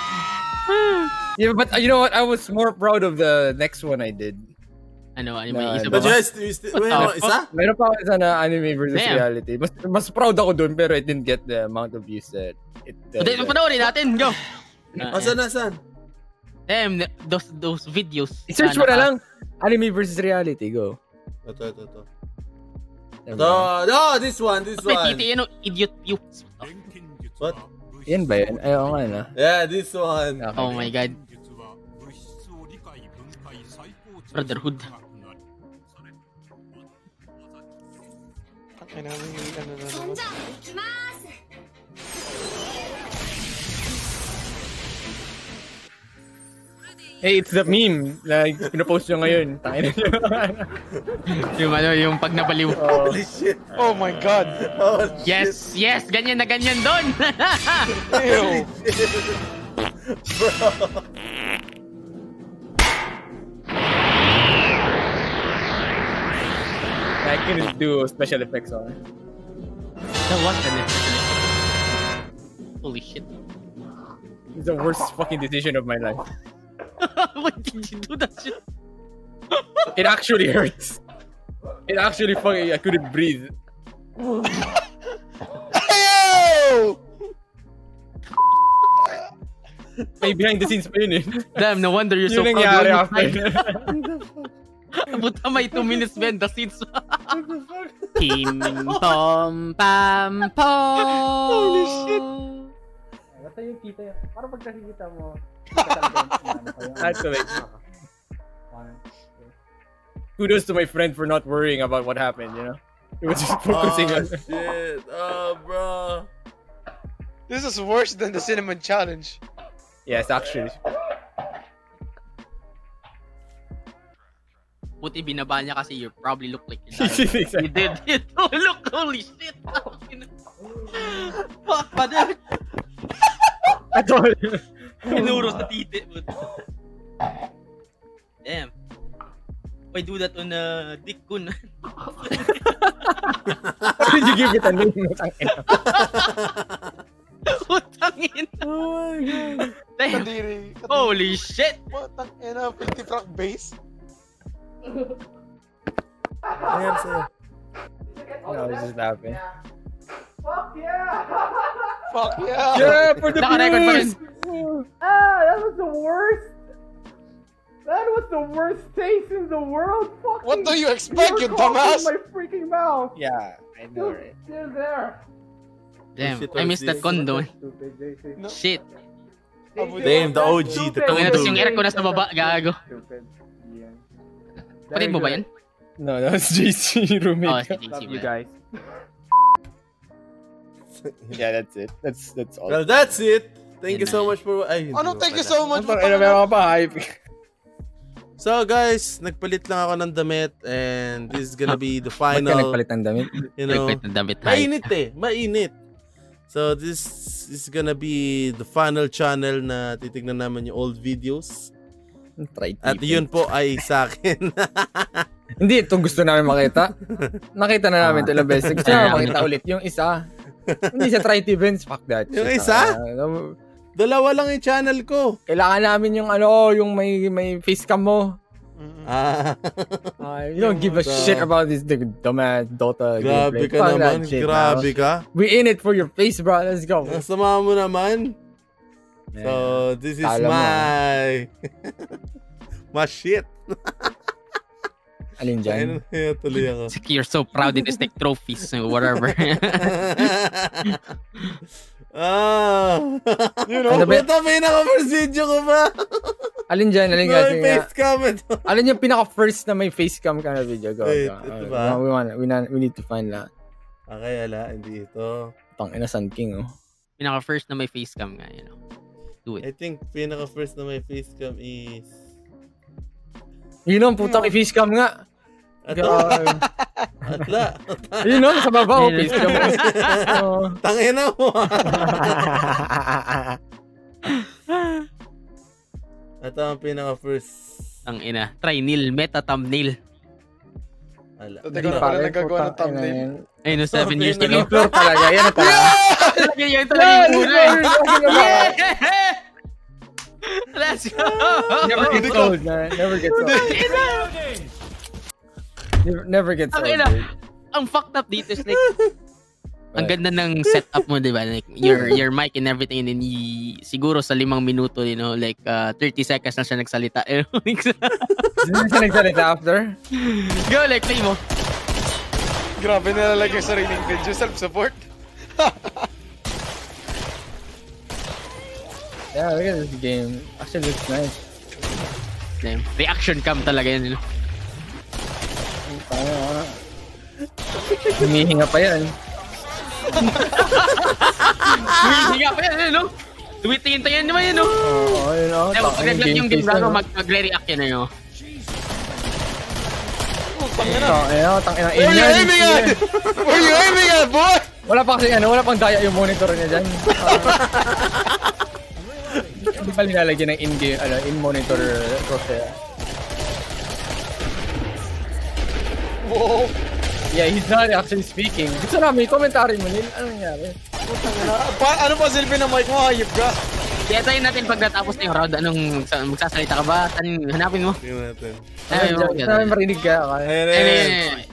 Speaker 5: Yeah, but uh, you know what? I was more proud of the next one I did.
Speaker 4: Ano, anime?
Speaker 5: Na-
Speaker 4: Isa
Speaker 5: na-
Speaker 4: pa ba? Wait, ano, isa?
Speaker 5: Meron pa ako isa na anime versus
Speaker 4: Damn.
Speaker 5: reality. Mas, mas proud ako dun, pero it didn't get the amount of views that it... Uh,
Speaker 4: Hindi, panoorin natin. Go! Ah,
Speaker 5: Oh, saan na,
Speaker 1: saan?
Speaker 4: Damn, th- those, those videos.
Speaker 5: Search mo
Speaker 4: Sana ka.
Speaker 5: na lang. Anime versus reality, go.
Speaker 1: Ito, ito, ito.
Speaker 5: There we
Speaker 1: Ito,
Speaker 5: go.
Speaker 1: no, this one, this
Speaker 4: May
Speaker 1: one.
Speaker 4: titiin, oh, idiot you.
Speaker 1: What?
Speaker 2: Yan ba yun? Ayaw nga
Speaker 5: ah.
Speaker 2: na.
Speaker 1: Yeah, this one.
Speaker 4: Oh my god. Brotherhood.
Speaker 3: Ay, naman yung ano na naman.
Speaker 5: Hey, it's the meme na pinopost nyo ngayon. Tangin
Speaker 4: yung ano, yung pag nabaliw.
Speaker 1: Holy shit.
Speaker 3: Oh my god.
Speaker 4: Yes, yes, ganyan na ganyan doon.
Speaker 5: I can do special effects on it.
Speaker 4: That was an Holy shit.
Speaker 5: It's the worst fucking decision of my life.
Speaker 4: Why did you do that shit?
Speaker 5: It actually hurts. It actually fucking... I couldn't breathe. May behind the scenes pa yun eh.
Speaker 4: Damn, no wonder you're so
Speaker 5: Yun
Speaker 4: proud. when
Speaker 5: nangyari
Speaker 4: you
Speaker 5: after.
Speaker 4: died. Buta may 2 minutes behind the scenes.
Speaker 8: Tim pom pam pom. Holy shit.
Speaker 2: Basta yung kita yun. Parang pag nakikita mo,
Speaker 5: That's the way. Kudos to my friend for not worrying about what happened, you know? It was just focusing
Speaker 1: oh,
Speaker 5: on...
Speaker 1: shit. Oh, bro.
Speaker 3: This is worse than the cinnamon challenge.
Speaker 5: Yes, actually.
Speaker 4: Buti binaba niya kasi you probably look like you're dying.
Speaker 5: Exactly.
Speaker 4: you did it. Oh, look, holy shit. Fuck, brother.
Speaker 5: I told
Speaker 4: Pinuro sa titi. but- Damn. Why do that on uh, Dick Kun?
Speaker 5: Why did you give it a name? Tangina.
Speaker 4: Putang ina.
Speaker 1: Oh my god.
Speaker 4: Damn.
Speaker 3: Kadiri.
Speaker 4: Holy shit.
Speaker 3: Putang ina, 50 frack base.
Speaker 1: Ayan sa'yo.
Speaker 5: No, this is laughing.
Speaker 3: Fuck yeah!
Speaker 5: Yeah, for the
Speaker 4: Naka-record pa rin.
Speaker 5: views!
Speaker 9: Ah, that was the worst. That was the worst taste in the world. Fucking,
Speaker 3: What do you expect,
Speaker 9: were
Speaker 3: you
Speaker 9: coughing
Speaker 3: dumbass?
Speaker 9: My freaking mouth.
Speaker 5: Yeah, I know, right?
Speaker 9: Still there.
Speaker 4: Damn,
Speaker 1: Shit,
Speaker 4: I missed that
Speaker 1: this.
Speaker 4: condo.
Speaker 3: No.
Speaker 4: Shit.
Speaker 1: Damn, the OG, the
Speaker 4: Ang ina,
Speaker 1: condo.
Speaker 4: tapos yung air ko nasa baba, gago. Patid mo ba yan?
Speaker 5: No, that was JC
Speaker 4: Oh,
Speaker 5: roommate.
Speaker 4: si JC Love you ba?
Speaker 5: guys. yeah, that's it. That's that's all.
Speaker 1: Well, that's it. Thank you so much for... Ay,
Speaker 3: Ano, thank you so much for
Speaker 5: Ano meron ka pa hype?
Speaker 1: So guys, nagpalit lang ako ng damit and this is gonna be the
Speaker 2: ba't
Speaker 1: final.
Speaker 2: ka nagpalit ng damit?
Speaker 1: You know,
Speaker 4: Nagpalit ng damit, hype.
Speaker 1: mainit eh, mainit. So this is gonna be the final channel na titignan naman yung old videos. At yun po ay sa akin.
Speaker 2: Hindi, itong gusto namin makita. Nakita na namin ito ilang beses. Gusto namin
Speaker 1: Ah.
Speaker 2: makita ulit yung isa. Hindi sa Trite Events, fuck that.
Speaker 1: Yung
Speaker 2: shit.
Speaker 1: isa?
Speaker 5: Uh,
Speaker 2: Ah,
Speaker 1: Dalawa lang yung channel ko.
Speaker 2: Kailangan namin yung ano, yung may may face cam mo.
Speaker 1: Ah.
Speaker 2: Ah, you don't give a shit about this d- dumbass Dota
Speaker 1: Grabe
Speaker 2: gameplay.
Speaker 1: ka
Speaker 2: Fuck that
Speaker 1: naman,
Speaker 2: shit,
Speaker 1: grabe
Speaker 2: bro.
Speaker 1: ka.
Speaker 2: We in it for your face, bro. Let's go.
Speaker 1: Nasama mo naman. So this is
Speaker 2: Kala mo,
Speaker 1: my my shit.
Speaker 2: Alin dyan?
Speaker 1: Ayun, tuloy ako.
Speaker 4: You're so proud in his like trophies or whatever.
Speaker 1: Ah.
Speaker 3: You
Speaker 1: know,
Speaker 2: Ano ba-
Speaker 1: ito pinaka-first video ko ba?
Speaker 2: Alin dyan? Alin
Speaker 1: No, may
Speaker 2: dyan? Sige nga.
Speaker 1: face cam ito.
Speaker 2: Alin yung pinaka-first na may face cam ka na video? Go,
Speaker 1: Wait,
Speaker 2: go.
Speaker 1: ito
Speaker 2: Alright,
Speaker 1: ba?
Speaker 2: no, We, want, we, na- we need to find lahat.
Speaker 1: Okay, ala, hindi ito.
Speaker 2: Pang ina Sun King, oh.
Speaker 4: Pinaka first na may face cam nga, you know.
Speaker 1: I think pinaka-first na may face cam is...
Speaker 2: Yun ang putang
Speaker 3: Hmm.
Speaker 2: may face cam nga.
Speaker 1: Ato.
Speaker 2: Grabe.
Speaker 1: Atla.
Speaker 2: Yun ang sa baba, oh, face cam. Oh.
Speaker 1: Tangina mo. Ito ang pinaka-first.
Speaker 4: Ang ina. Try nil, meta thumbnail.
Speaker 1: Ala.
Speaker 3: Teka, wala pala nagagawa ng thumbnail.
Speaker 4: Ay, no, seven years
Speaker 2: Second
Speaker 4: ago.
Speaker 2: floor talaga. Yan ang talaga.
Speaker 4: Talaga yan talaga yung
Speaker 2: Yeah!
Speaker 4: una eh.
Speaker 2: Yeah!
Speaker 4: Yeah! Let's go!
Speaker 2: Never
Speaker 7: Oh,
Speaker 2: gets old, man. Never gets old.
Speaker 4: Ina!
Speaker 2: Never, never gets
Speaker 4: Ang
Speaker 2: old.
Speaker 4: ina!
Speaker 2: dude.
Speaker 4: Ang fucked up dito is like, ang ganda ng setup mo, di ba? Like, your your mic and everything, and then y- siguro sa limang minuto, you know, like, uh, 30 seconds na siya nagsalita. Eh,
Speaker 2: Hindi siya nagsalita after?
Speaker 4: Go, like, play mo.
Speaker 3: Grabe na lang yung sariling video. Self-support.
Speaker 2: Yeah, look at this game. Actually looks nice.
Speaker 4: Damn. Reaction cam talaga yan, you know?
Speaker 2: Humihinga pa yan.
Speaker 4: Humihinga pa yan, ano? Tumitingin-tingin naman yun, no?
Speaker 2: Oo, yun, oh.
Speaker 4: Diba,
Speaker 2: Tangin,
Speaker 4: pag-react yung game
Speaker 2: game face
Speaker 4: bago,
Speaker 2: na, no?
Speaker 4: mag- magre-react yun, ano?
Speaker 2: Tangina, tangina.
Speaker 4: Where you aiming at?
Speaker 2: Where you aiming at, boy? Wala pa kasi ano, wala pang daya yung monitor niya dyan. Parang- Hindi pa nilalagyan ng in-game, ano, in-monitor crosshair. Whoa! Yeah, he's not actually speaking. Gusto namin, komentary mo, Neil. Ano nangyari?
Speaker 3: Ah, Pa- ano pa silbi ng mic mo? Ah, Hayop ka.
Speaker 4: Kaya tayo natin pag natapos na yung round, anong magsa- magsasalita ka ba? Tan, hanapin mo.
Speaker 1: Tingnan natin.
Speaker 4: Ay,
Speaker 2: Ano,
Speaker 4: okay.
Speaker 2: Gusto namin marinig ka. okay?
Speaker 1: Ayan, ayan, ayan.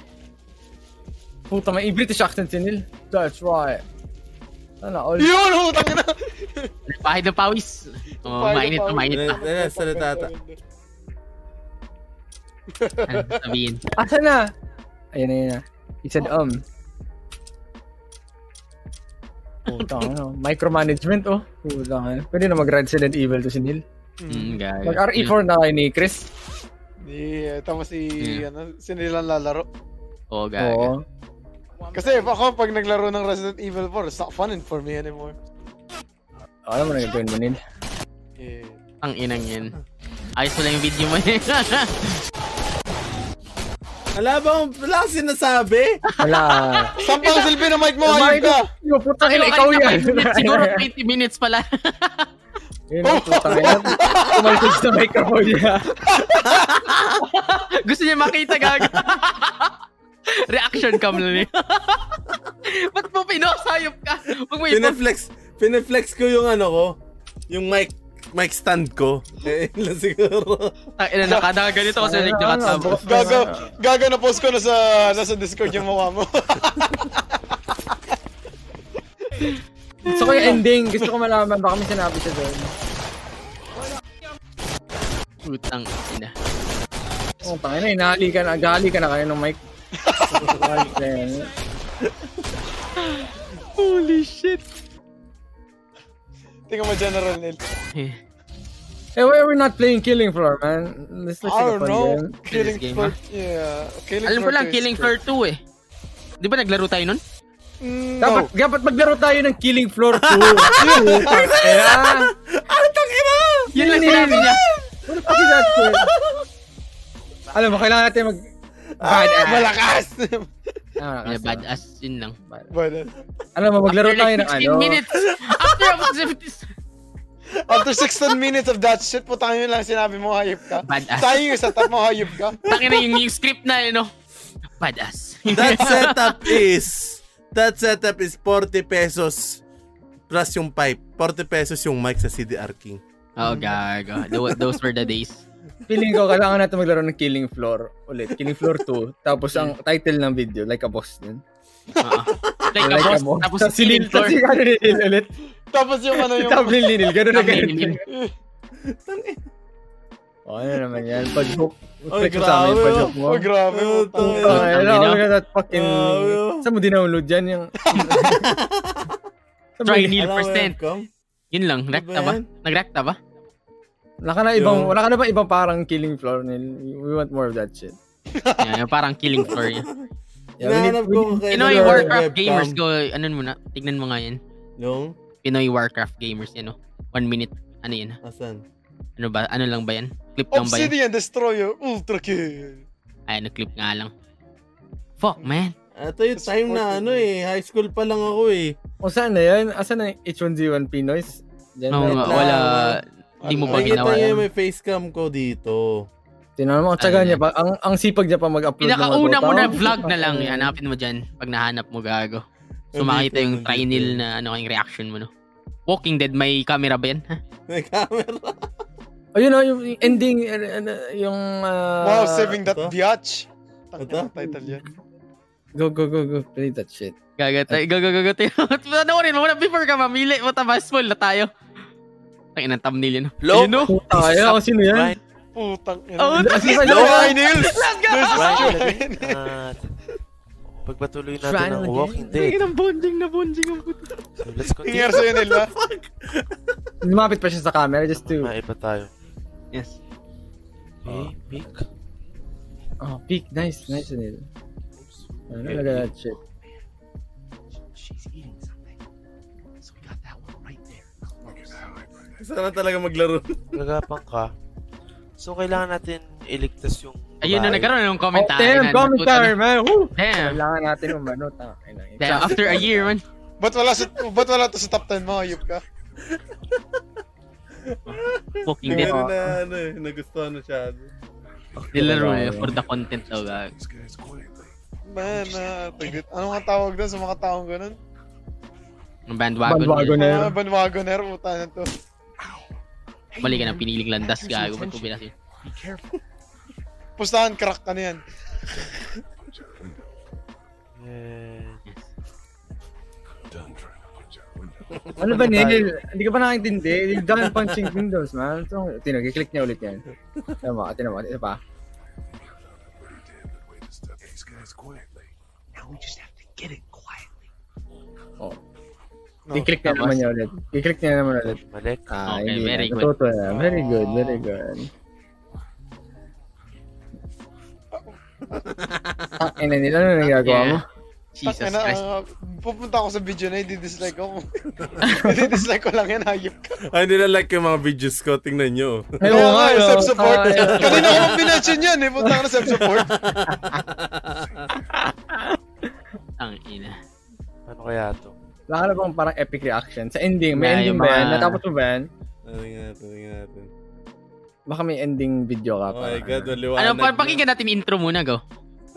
Speaker 2: Puta, may British accent si Neil. That's right. Ano, all...
Speaker 3: Yun, utang na!
Speaker 4: Pahid na pawis. Oh, mainit na mainit pa.
Speaker 1: Ayan, salita ata.
Speaker 4: Ano sabihin?
Speaker 2: Asa na? Ayun na, ayun na. He said, um. Puta, ano. Micromanagement, oh. Puta, ano. Pwede na mag-Resident Evil to si Neil.
Speaker 4: Mm, gaya.
Speaker 2: Mag-RE4 na kayo ni Chris.
Speaker 3: Di, eh, tama si, ano, sinilang lalaro.
Speaker 4: Oo,
Speaker 2: Oo.
Speaker 3: Kasi ako, pag naglaro ng Resident Evil 4, it's not fun for me anymore.
Speaker 2: Alam mo na gagawin mo, Neil.
Speaker 3: Yeah.
Speaker 4: Ang inang yan. Ayos mo lang yung video mo.
Speaker 1: Ala ba, wala kang sinasabi?
Speaker 2: Wala.
Speaker 4: Ah.
Speaker 3: Saan pa ang silbi ng mic mo?
Speaker 1: Yung
Speaker 3: Hayop
Speaker 1: mic
Speaker 3: ka!
Speaker 2: Yo, putang
Speaker 4: ina, ikaw yan. Siguro 20 minutes pala.
Speaker 2: Yun, oh, putang ina. Tumaltos na microphone niya.
Speaker 4: Gusto niya makita gaga. Reaction cam na niya. Ba't mo pinasayop ka? Pag may
Speaker 1: Pineflex, pineflex ko yung ano ko, yung mic, mic stand ko. Eh, yun lang siguro.
Speaker 4: Ang ina, nakadaga ganito kasi like nakatabok.
Speaker 3: Ah, Gaga, gaga na post ko na sa, nasa Discord yung mukha mo.
Speaker 2: Gusto ko yung ending. Hmm, Gusto ko malaman. Baka may sinabi siya doon.
Speaker 4: Putang ina.
Speaker 2: Oh, tangina, inahali ka na. Agali ka na kayo ng mic.
Speaker 4: Holy shit.
Speaker 3: Tingnan mo General Neil.
Speaker 2: Hey, Eh, why are we not playing Killing Floor, man? This looks
Speaker 3: I don't
Speaker 2: like a fun
Speaker 3: know.
Speaker 2: game.
Speaker 3: Killing
Speaker 4: game,
Speaker 3: Floor. Yeah. Killing
Speaker 4: Alam ko
Speaker 3: Floor
Speaker 4: lang,
Speaker 3: two is
Speaker 4: Killing
Speaker 3: good.
Speaker 4: Floor 2 eh. Di ba naglaro tayo nun?
Speaker 3: Mm,
Speaker 2: Dapat,
Speaker 3: no.
Speaker 2: dapat maglaro tayo ng Killing Floor 2. Ano
Speaker 4: Yun lang sinabi niya.
Speaker 2: What the fuck is that for? Alam mo, kailangan natin mag... Badass.
Speaker 3: Malakas!
Speaker 4: Ah,
Speaker 2: Ah,
Speaker 4: Yeah, badass. Yun lang.
Speaker 3: Badass.
Speaker 2: Alam mo, maglaro
Speaker 4: After,
Speaker 2: tayo
Speaker 4: like,
Speaker 2: ng ano.
Speaker 4: 16 minutes. After about 17
Speaker 3: After 16 minutes of that shit, putang yun lang sinabi mo, hayop ka.
Speaker 4: Badass.
Speaker 3: Tayo yung setup mo, hayop ka.
Speaker 4: Takin na yung, yung script na, ano? Badass.
Speaker 1: That setup is, that setup is 40 pesos plus yung pipe. 40 pesos yung mic sa CDR King.
Speaker 4: Oh, gago. Tho- Those were the days.
Speaker 2: Feeling ko, kailangan natin maglaro ng Killing Floor ulit. Killing Floor 2. Tapos ang title ng video, Like a Boss din.
Speaker 4: Uh-uh. Like a boss, tapos
Speaker 2: Tapos si Lil,
Speaker 4: killing floor.
Speaker 2: tapos si ano ni Lil ulit.
Speaker 3: Tapos yung ano yung...
Speaker 2: Tapos Lil, Lil, ganun na ganun.
Speaker 4: Lil, Lil.
Speaker 2: Oh, ano naman yan, pag-hook.
Speaker 1: Ay,
Speaker 2: Flex mo sa amin,
Speaker 1: grabe,
Speaker 2: pag-hook mo.
Speaker 3: Oh, grabe mo.
Speaker 2: Oh, hello,
Speaker 4: Tangina.
Speaker 2: look at that fucking... Saan mo dinownload yan? Yung... Saan mo-
Speaker 4: Try Neil
Speaker 2: Alam mo yan?
Speaker 4: percent.
Speaker 3: Ano
Speaker 4: Yun lang, rekta ba? Nagrekta ba?
Speaker 2: Wala ka na ibang, wala ka na ba ibang parang killing floor, Neil? We want more of that shit.
Speaker 4: Yeah, yung parang killing floor yun.
Speaker 2: Yeah, we need- we need-
Speaker 4: Pinoy Warcraft gamers go, ano muna, tignan mo nga yan.
Speaker 1: Yung?
Speaker 4: Pinoy Warcraft gamers, yun oh. One minute, ano yun?
Speaker 1: Asan?
Speaker 4: Ano ba, ano lang ba yan? Clip lang ba yun?
Speaker 3: Obsidian Destroyer Ultra Kill.
Speaker 4: Ay, nag-clip nga lang. Fuck, man.
Speaker 1: Ito yung time na ano eh, high school pa lang ako eh.
Speaker 2: O saan na yan? Asan na yung H1Z1 Pinoys? Dyan
Speaker 4: Oo
Speaker 2: na.
Speaker 4: nga, wala. Di mo ba
Speaker 1: Ano Nakikita
Speaker 4: ginawa
Speaker 1: niyo
Speaker 4: yan?
Speaker 1: yung may facecam ko dito.
Speaker 2: Tinanong mo, tsaga niya pa. Ang, ang sipag niya pa mag-upload. ng mga
Speaker 4: Pinakauna
Speaker 2: Dota.
Speaker 4: mo na
Speaker 2: Oh,
Speaker 4: vlog na lang. Hanapin mo dyan. Pag nahanap mo, gago. So
Speaker 2: Nandito,
Speaker 4: makita yung trinil na ano yung reaction mo, no? Walking Dead, may camera ba yan? Ha?
Speaker 1: May camera.
Speaker 2: Ayun na, yung ending, ano, ano, yung...
Speaker 3: Wow,
Speaker 2: ah,
Speaker 3: saving that
Speaker 2: ito.
Speaker 3: biatch. Ito? Title yan.
Speaker 2: Go, go, go, go. Play that shit.
Speaker 4: Gagata, gagagagata. Panawarin mo muna before ka mamili. What a spoil na tayo. Ang inang thumbnail yun.
Speaker 1: Low?
Speaker 4: Ayun, no?
Speaker 2: Tayo, sino yan?
Speaker 3: Putang ina.
Speaker 4: Oh,
Speaker 3: This is
Speaker 4: no.
Speaker 3: Ryan Hills.
Speaker 4: Let's go!
Speaker 3: This is
Speaker 4: Ryan
Speaker 3: Ryan.
Speaker 1: ano.
Speaker 4: Hills.
Speaker 7: At pagpatuloy natin
Speaker 4: Try
Speaker 7: ang
Speaker 4: again.
Speaker 7: Walking
Speaker 4: Tingin
Speaker 7: Dead.
Speaker 4: ang bonding na bonding ang puto.
Speaker 7: So let's continue.
Speaker 3: Nangyari sa'yo, Nel, ha?
Speaker 2: Lumapit pa siya sa camera just to...
Speaker 7: Maiba tayo.
Speaker 4: Yes.
Speaker 7: Okay, pick.
Speaker 2: Oh, peak. Nice, nice, Anil. Ano, look at that shit.
Speaker 20: She's eating something. So we got that one right there.
Speaker 1: Sana talaga maglaro.
Speaker 7: Nagapang ka. So kailangan natin iligtas yung Oh,
Speaker 4: Ayun na,
Speaker 7: babae.
Speaker 4: nagkaroon ng commentary.
Speaker 2: Oh, Damn, commentary, man. Woo!
Speaker 4: Damn.
Speaker 2: Kailangan natin Ah, umano. tang- ay, nang-
Speaker 4: year, man.
Speaker 3: Ba't wala, sa, ba't wala to sa top 10 mo, ayup ka?
Speaker 4: Walking Dead.
Speaker 1: Meron na, ano eh, nagustuhan na siya.
Speaker 4: Nilaro niya for the content daw, gag.
Speaker 3: Man, ah, tigit. Ano nga tawag doon sa mga taong ganun?
Speaker 4: Ang bandwagon.
Speaker 3: Ah, bandwagoner, puta na to.
Speaker 4: Mali ka ng piniling landas, gago. Ba't ko binasin?
Speaker 3: Be careful. Pustahan, crack ka na yan.
Speaker 2: Ano ba, Neil? Hindi ka pa nakintindi. You're done punching windows, man. So, tinog, i-click niya ulit yan. Tama, tinama, isa pa.
Speaker 20: Now we just have to get it quiet.
Speaker 2: Oh. I-click niya naman niya ulit. I-click niya naman ulit.
Speaker 7: Balik.
Speaker 2: Ah,
Speaker 4: Okay,
Speaker 2: okay,
Speaker 4: very
Speaker 2: very
Speaker 4: good.
Speaker 2: Totoo na. Very good, very good. Ang ina nila, ano nagagawa mo?
Speaker 3: Jesus Christ. ah, pupunta ako sa video na, i-dislike ako. i-dislike ko lang yan, hayop ka.
Speaker 1: Ay, nila Ah, like yung mga videos ko. Tingnan nyo.
Speaker 2: Ay, oo nga, no.
Speaker 3: Self-support.
Speaker 2: Ay.
Speaker 3: Kanina ko pinansin yan eh. Punta ka na self-support.
Speaker 4: Ang ina.
Speaker 7: Ano kaya to?
Speaker 2: Wala ka na bang parang epic reaction? Sa ending, may
Speaker 4: Wala,
Speaker 2: ending
Speaker 4: yung
Speaker 2: ba yan?
Speaker 4: mga-
Speaker 2: Natapos mo ba yan?
Speaker 1: Tingnan natin, tingnan natin.
Speaker 2: Baka may ending video
Speaker 1: Oh
Speaker 2: ka pa.
Speaker 1: my God, maliwanag.
Speaker 4: Ano, pa- pakinggan natin yung intro muna, go.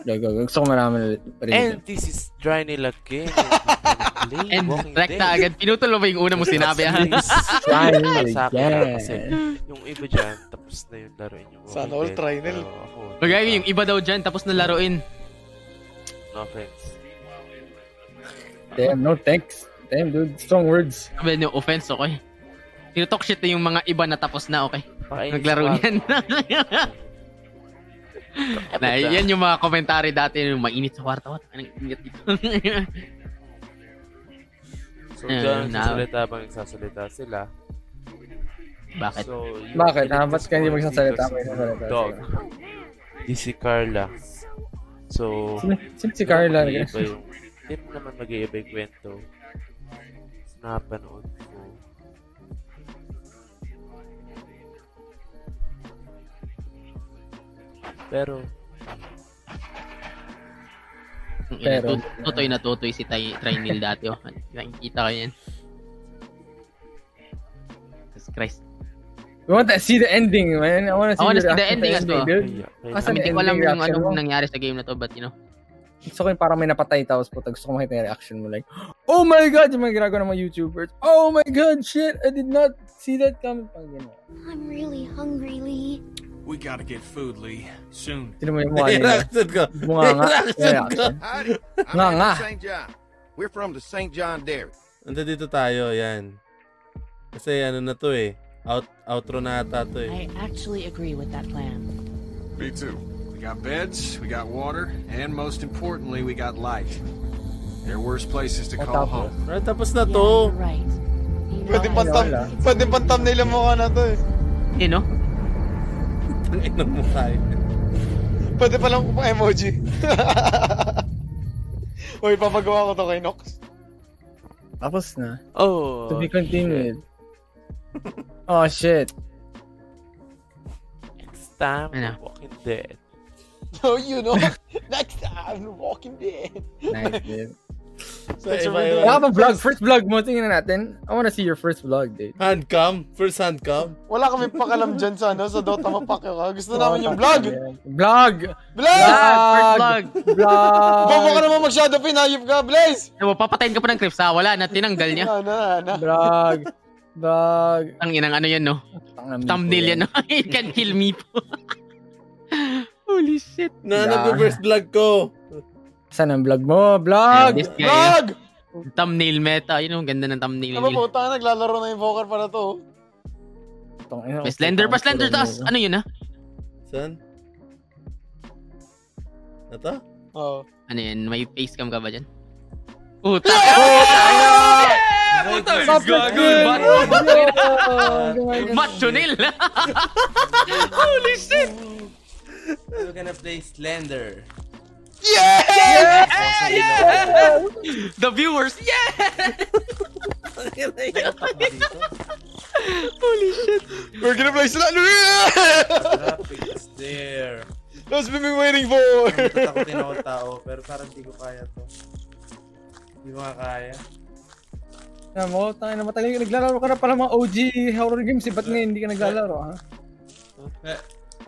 Speaker 2: Go, go, go. Gusto ko maraman ulit.
Speaker 7: And this is Dry Nila Game.
Speaker 4: And
Speaker 1: Oh,
Speaker 4: rekta agad. Pinutol mo ba yung una mo sinabi, ah? ha?
Speaker 7: Sa akin lang kasi yung iba dyan, tapos na yung laro niyo.
Speaker 4: Sana all
Speaker 7: try
Speaker 4: nil.
Speaker 7: Ako,
Speaker 4: Magaya yung iba daw dyan, tapos na laruin.
Speaker 7: no offense.
Speaker 2: Damn, no thanks. Damn, dude. Strong words.
Speaker 4: Sabi niyo, offense, okay? Tinutok shit na yung mga iba na tapos na, okay?
Speaker 7: Pakainis
Speaker 4: Naglaro
Speaker 7: pa.
Speaker 4: yan. na, yan yung mga commentary dati, yung mainit sa kwarto. What? Anong ingat dito?
Speaker 7: So,
Speaker 4: Ayun,
Speaker 7: dyan ang
Speaker 4: na-
Speaker 7: sasalita habang nagsasalita sila.
Speaker 4: Bakit?
Speaker 7: you
Speaker 2: Bakit?
Speaker 7: can
Speaker 2: Ah, ba't ka hindi
Speaker 7: just
Speaker 2: magsasalita?
Speaker 7: point
Speaker 2: May
Speaker 7: dito
Speaker 2: nagsasalita
Speaker 7: sa Dog. Di si Carla. So,
Speaker 2: Sino- sino si Carla?
Speaker 7: Hindi naman mag-iiba yung- hindi mo naman mag-iiba yung kwento. Napanood ko. Pero,
Speaker 4: Pero,
Speaker 7: Pero-
Speaker 4: tutoy na tutoy si Tay Trinil dati. Oh. Nakikita ko yan. Jesus Christ.
Speaker 2: We want to see the ending, man. I want to
Speaker 4: I
Speaker 2: see,
Speaker 4: wanna see
Speaker 2: your
Speaker 4: the
Speaker 2: reaction
Speaker 4: ending
Speaker 2: to
Speaker 4: as well.
Speaker 2: dude.
Speaker 4: Kasi
Speaker 2: Asan
Speaker 4: hindi
Speaker 2: yung
Speaker 4: ko alam
Speaker 2: ending
Speaker 4: yung
Speaker 2: reaction
Speaker 4: anong
Speaker 2: mo?
Speaker 4: nangyari sa game na to, but you know.
Speaker 2: Gusto ko yung parang may napatay tapos puta. Gusto ko makita yung reaction mo. Like, oh my god, yung mga ginagawa ng mga YouTubers. Oh my god, shit, I did not see that coming. Pag gano'n.
Speaker 10: I'm really hungry, Lee.
Speaker 20: We gotta get food, Lee. Soon.
Speaker 2: Sino mo yung mukha nila? Bunga nga. Yung reaction.
Speaker 10: Howdy. I'm
Speaker 2: Nga
Speaker 10: here
Speaker 2: nga.
Speaker 10: from St. John. We're from the St. John Dairy.
Speaker 1: Nandito dito tayo, yan. Kasi ano na to eh. Out, outro na ata to
Speaker 10: I
Speaker 1: eh.
Speaker 10: actually agree with that plan.
Speaker 20: Me too. We got beds, we got water, and most importantly, we got light. There are worse places to call home.
Speaker 1: Right, tapos na to.
Speaker 3: Pwede pantam, pwede pantam nila mukha na to eh.
Speaker 4: You know?
Speaker 1: Tangin ng mukha eh.
Speaker 3: Pwede palang emoji. Uy, papagawa ko to kay Nox.
Speaker 2: Tapos na.
Speaker 7: Oh.
Speaker 2: To be continued. oh shit.
Speaker 7: Next time, Walking Dead.
Speaker 3: Oh, No, you know. Next time, Walking Dead.
Speaker 2: Nice, dude.
Speaker 3: Censor window.
Speaker 2: Iba yun.
Speaker 3: Wala
Speaker 2: Wala pa vlog. First vlog mo. Tingnan natin. I wanna see your first vlog, dude.
Speaker 1: Handcam? First handcam?
Speaker 3: Wala kami pakalam dyan sa, ano, sa Dota Mapakyo ka. Gusto namin yung vlog!
Speaker 2: Vlog!
Speaker 3: Vlog!
Speaker 4: Vlog! Vlog!
Speaker 2: Vlog!
Speaker 3: Bobo ka naman mag-shadow pin, hayop Ano, ka, Blaze!
Speaker 4: Ano, papatayin ka pa ng Crips, ha? Wala na, tinanggal niya.
Speaker 3: Wala na,
Speaker 2: Vlog! Vlog!
Speaker 4: Ang inang ano yan, no? Thumbnail yan, no? You can kill me po. Holy shit.
Speaker 1: Na,
Speaker 3: ano,
Speaker 2: Yeah.
Speaker 1: nag-first vlog ko.
Speaker 2: Saan ang vlog mo? Vlog!
Speaker 4: This guy, yung Thumbnail meta. Yun, ang ganda ng thumbnail
Speaker 3: Ano ba,
Speaker 4: nila.
Speaker 3: puta na, naglalaro na yung Vocar pala to.
Speaker 4: May Slender pa, Slender. Tapos, ano yun, ha?
Speaker 1: Saan? Ito?
Speaker 3: Oo.
Speaker 4: Ano yun? May facecam ka ba dyan? Puta! Puta!
Speaker 9: Stop it, girl.
Speaker 1: Oh,
Speaker 4: Macho nil! Holy shit!
Speaker 1: We're gonna play Slender.
Speaker 4: Yeah!
Speaker 1: Yeah!
Speaker 4: Yeah! The viewers, yeah! Holy shit!
Speaker 3: We're gonna play sila! Ano
Speaker 1: It's there.
Speaker 3: That's what we've been waiting for!
Speaker 1: Tatakotin ako ng tao, pero parang di ko kaya to. Di ko nga kaya.
Speaker 2: Ano mo? Tayo na matagal ka naglalaro ka na pala mga OG horror games. eh. Ba't ngayon hindi ka naglalaro, ha?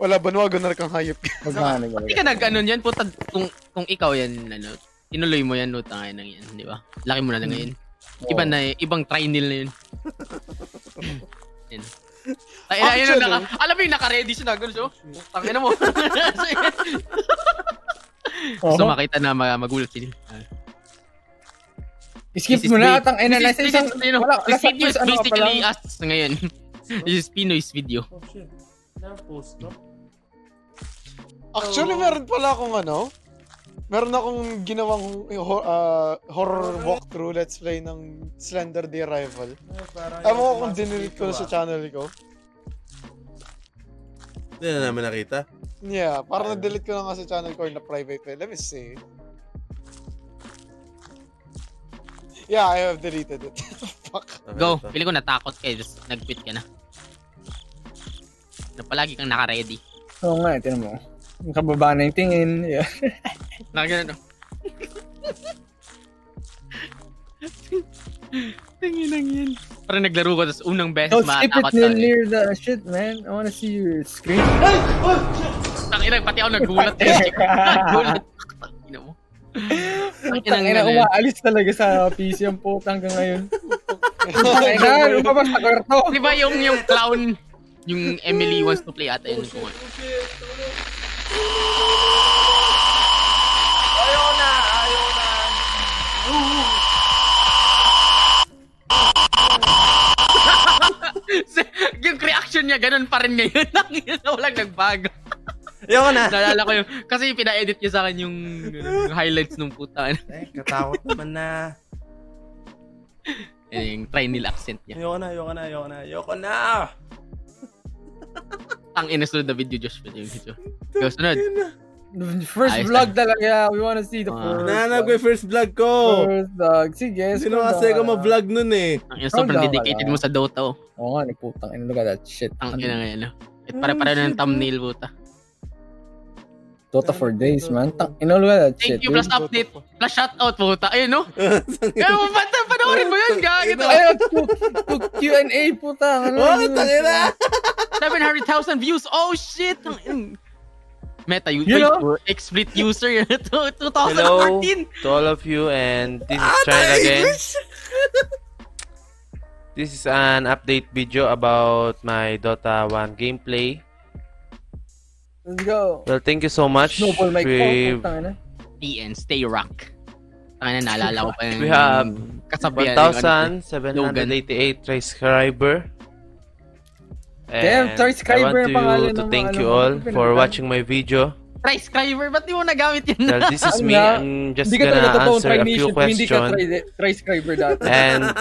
Speaker 3: Wala, banwago na rin kang hayop.
Speaker 2: Maghanap ka.
Speaker 4: Hindi ka nag-ano yan, puta, kung, kung ikaw yan, ano, tinuloy mo yan, utangin ng yan, di ba? Laki mo
Speaker 2: Hmm.
Speaker 4: na lang ngayon. Iba na, ibang trinil na yun. yan. Ay, ay, ayun,
Speaker 3: Actually-
Speaker 4: naka, alam mo yung naka-ready siya na, gano'n siya, oh. Tangin na mo. Gusto makita na mag- magulat si Neil. Ah.
Speaker 2: Skip
Speaker 4: This is
Speaker 2: mo na.
Speaker 4: great.
Speaker 2: Tang ina
Speaker 4: This
Speaker 2: nasa
Speaker 4: is-
Speaker 2: isang...
Speaker 4: this is, you know,
Speaker 2: Wala,
Speaker 4: This
Speaker 2: nasa
Speaker 4: video is
Speaker 2: first ano ka pa
Speaker 4: basically uh,
Speaker 2: lang.
Speaker 4: us ngayon. This is Pinoy's video.
Speaker 2: Oh,
Speaker 1: Na-post ko. Oh.
Speaker 3: Actually, meron pala akong ano, meron akong ginawang eh, ho- ah, horror walkthrough let's play ng Slender the Arrival. Ewan ko kung dinelete ko na sa channel ko.
Speaker 1: Hindi na namin nakita.
Speaker 3: Yeah, parang na-delete ko na nga sa channel ko or na-private ko. Let me see. Yeah, I have deleted it. Fuck.
Speaker 4: Go, pili ko natakot kayo, just nag-quit ka na. Na palagi kang naka-ready.
Speaker 2: Oo nga, eh, tinan mo. Ang kababa na yung tingin. Yeah.
Speaker 4: Nakagano to. Tingin lang yan. Parang naglaro ko, tapos unang beses
Speaker 2: Don't skip it
Speaker 4: makatakot
Speaker 2: near,
Speaker 4: ako.
Speaker 2: near
Speaker 5: uh,
Speaker 2: the shit, man. I wanna see your screen.
Speaker 4: Tang ina, pati ako nagulat. eh. nagulat. Ina mo.
Speaker 2: Putang ina, umaalis talaga sa PC ang puta hanggang ngayon. Putang ina, lumabas sa kwarto.
Speaker 4: Di ba yung, yung clown, yung Emily wants to play ata yun. kung ano.
Speaker 22: Ayaw na, ayaw na.
Speaker 4: yung reaction niya, ganun pa rin ngayon. Ang ina, walang nagbago.
Speaker 1: Ayoko na.
Speaker 4: Naalala ko yung, kasi pina-edit niya sa akin yung, yung highlights nung puta.
Speaker 1: Eh, katakot naman na.
Speaker 4: Eh, yung trinil accent niya.
Speaker 1: Ayoko na, ayoko na, ayoko na, ayoko na!
Speaker 4: Ang inasunod na video, Josh. Yung video. Go, sunod.
Speaker 2: First
Speaker 4: Ayos
Speaker 2: vlog talaga. We wanna see
Speaker 4: Ah.
Speaker 2: the first.
Speaker 1: Nananag ko yung first vlog ko!
Speaker 2: First vlog. Sige,
Speaker 1: Sino
Speaker 2: scroll
Speaker 1: kasi
Speaker 2: down.
Speaker 1: ko ma-vlog nun eh?
Speaker 4: Ang ina, sobrang
Speaker 2: Hold on,
Speaker 4: dedicated
Speaker 2: wala.
Speaker 4: mo sa Dota. Oh.
Speaker 2: Oo nga, nagputang ina. Look at that shit. Ano?
Speaker 4: Ang ina nga yun. At pare-pareho na ng thumbnail, puta.
Speaker 2: Dota for days, man. Tang ina, look at that shit.
Speaker 4: Thank you, plus update. Plus shoutout, puta. Ayun, no? Kaya mo, ba't panoorin mo yun, gagawin ito?
Speaker 2: Ayun, Q&A, puta. Ano
Speaker 4: Oh,
Speaker 2: yun?
Speaker 4: tangina! 700,000 views. Oh, shit. Ang ina. Meta, you,
Speaker 7: You
Speaker 4: you
Speaker 7: know?
Speaker 4: explit user yun. 2014.
Speaker 7: Hello to all of you and this
Speaker 4: Ah,
Speaker 7: is China again. This is an update video about my Dota 1 gameplay.
Speaker 2: Let's go.
Speaker 7: Well, thank you so much.
Speaker 4: Snowball mic.
Speaker 7: We've-
Speaker 4: TN, stay rock. Tangina, naalala ko pa yung
Speaker 7: We have
Speaker 4: kasabihan. yung ano ko, slogan.
Speaker 7: 1,788 transcriber.
Speaker 4: Damn,
Speaker 7: And
Speaker 4: transcriber
Speaker 7: I
Speaker 4: ang pangalan
Speaker 7: want to, to
Speaker 4: ng
Speaker 7: thank
Speaker 4: ano
Speaker 7: you
Speaker 4: mo.
Speaker 7: all
Speaker 4: Ano
Speaker 7: for
Speaker 4: pinag-
Speaker 7: watching my video.
Speaker 4: Transcriber, ba't di mo nagamit yun?
Speaker 7: Well, this is me. I'm just gonna answer a few questions.
Speaker 2: Transcriber dati.
Speaker 7: And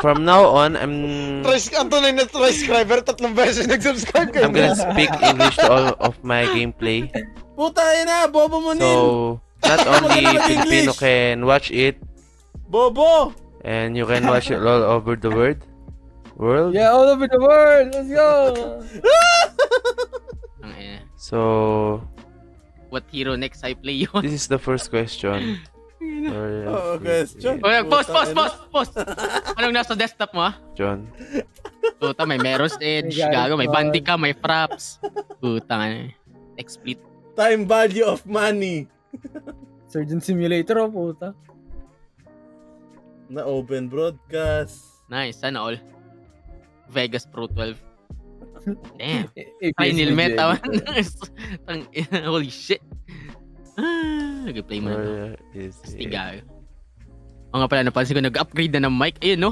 Speaker 7: from now on, I'm
Speaker 3: Tris, ang tunay na transcriber, tatlong beses nag-subscribe kayo.
Speaker 7: I'm gonna speak English to all of my gameplay.
Speaker 1: Puta ina, bobo mo nil!
Speaker 7: So not only Filipino can watch it,
Speaker 1: Bobo!
Speaker 7: and you can watch it all over the world. World.
Speaker 2: Yeah, all over the world. Let's go.
Speaker 4: Ang ina.
Speaker 7: So
Speaker 4: What hero next I play you?
Speaker 7: this is the first question. Oh, question.
Speaker 4: Oh, yeah, post, post, post, post. Anong nasa desktop mo, ah?
Speaker 1: John.
Speaker 4: Puta, may Meros Edge.
Speaker 7: Ay,
Speaker 4: Gago, may
Speaker 7: God.
Speaker 4: Bandy ka, may Fraps. Puta, ano. Explit.
Speaker 7: Time value of money.
Speaker 5: Surgeon Simulator, oh, puta.
Speaker 7: Na open broadcast.
Speaker 4: Nice, sana all. Vegas Pro 12. Damn.
Speaker 7: If
Speaker 4: Ay,
Speaker 7: it's
Speaker 4: nilmet,
Speaker 7: legit.
Speaker 4: tama. Tang- Holy shit. Ah, Nag-play mo na.
Speaker 1: Where is
Speaker 4: Stigayo. O nga pala, napansin ko nag-upgrade na ng mic. Ayun, no?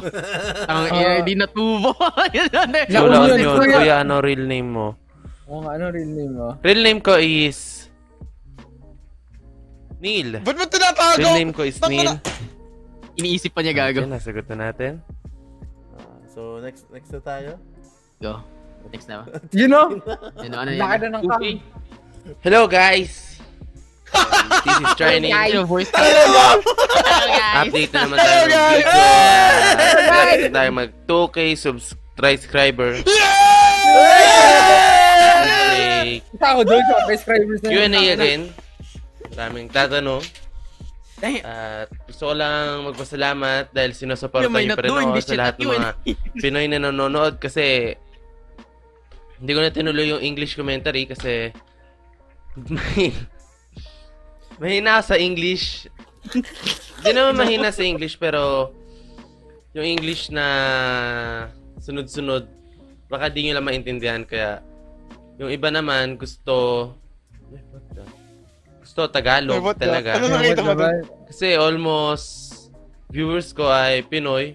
Speaker 4: Ang air di natubo. Ayun, ano eh.
Speaker 1: So, lakas yun. Kuya, ano real name mo?
Speaker 5: Oh, ano real name mo?
Speaker 1: Real name ko is... Neil.
Speaker 3: Ba't mo tinatago?
Speaker 1: Real name ko is
Speaker 3: Ba't mo
Speaker 1: Neil.
Speaker 4: Iniisip pa niya
Speaker 1: Okay,
Speaker 4: gago.
Speaker 1: nasagot na natin.
Speaker 7: So, next next na tayo.
Speaker 4: Go. Next na ba?
Speaker 5: You know?
Speaker 4: Yun, ano yan?
Speaker 7: Lakad na ng
Speaker 4: Okay.
Speaker 1: Hello, guys! Um, this is Johnny.
Speaker 4: Hello, guys!
Speaker 1: Update na naman tayo. ng
Speaker 4: guys!
Speaker 1: video. Malapit na tayo mag 2K subscriber. Like,
Speaker 5: Ako doon sa prescribers na
Speaker 1: Q&A again. Maraming tatanong. At gusto ko lang magpasalamat dahil sinusuporta
Speaker 5: Yeah, may
Speaker 1: niyo pa rin
Speaker 5: not doing
Speaker 1: ako
Speaker 5: this
Speaker 1: sa
Speaker 5: shit
Speaker 1: lahat
Speaker 5: at
Speaker 1: ng mga Pinoy na nanonood kasi hindi ko na tinuloy yung English commentary kasi mahina sa English. Hindi naman mahina sa English pero yung English na sunod-sunod baka di nyo lang maintindihan kaya yung iba naman gusto gusto Tagalog
Speaker 3: Ay, what the-
Speaker 1: talaga.
Speaker 3: ano nakita mo doon?
Speaker 1: Kasi almost viewers ko ay Pinoy.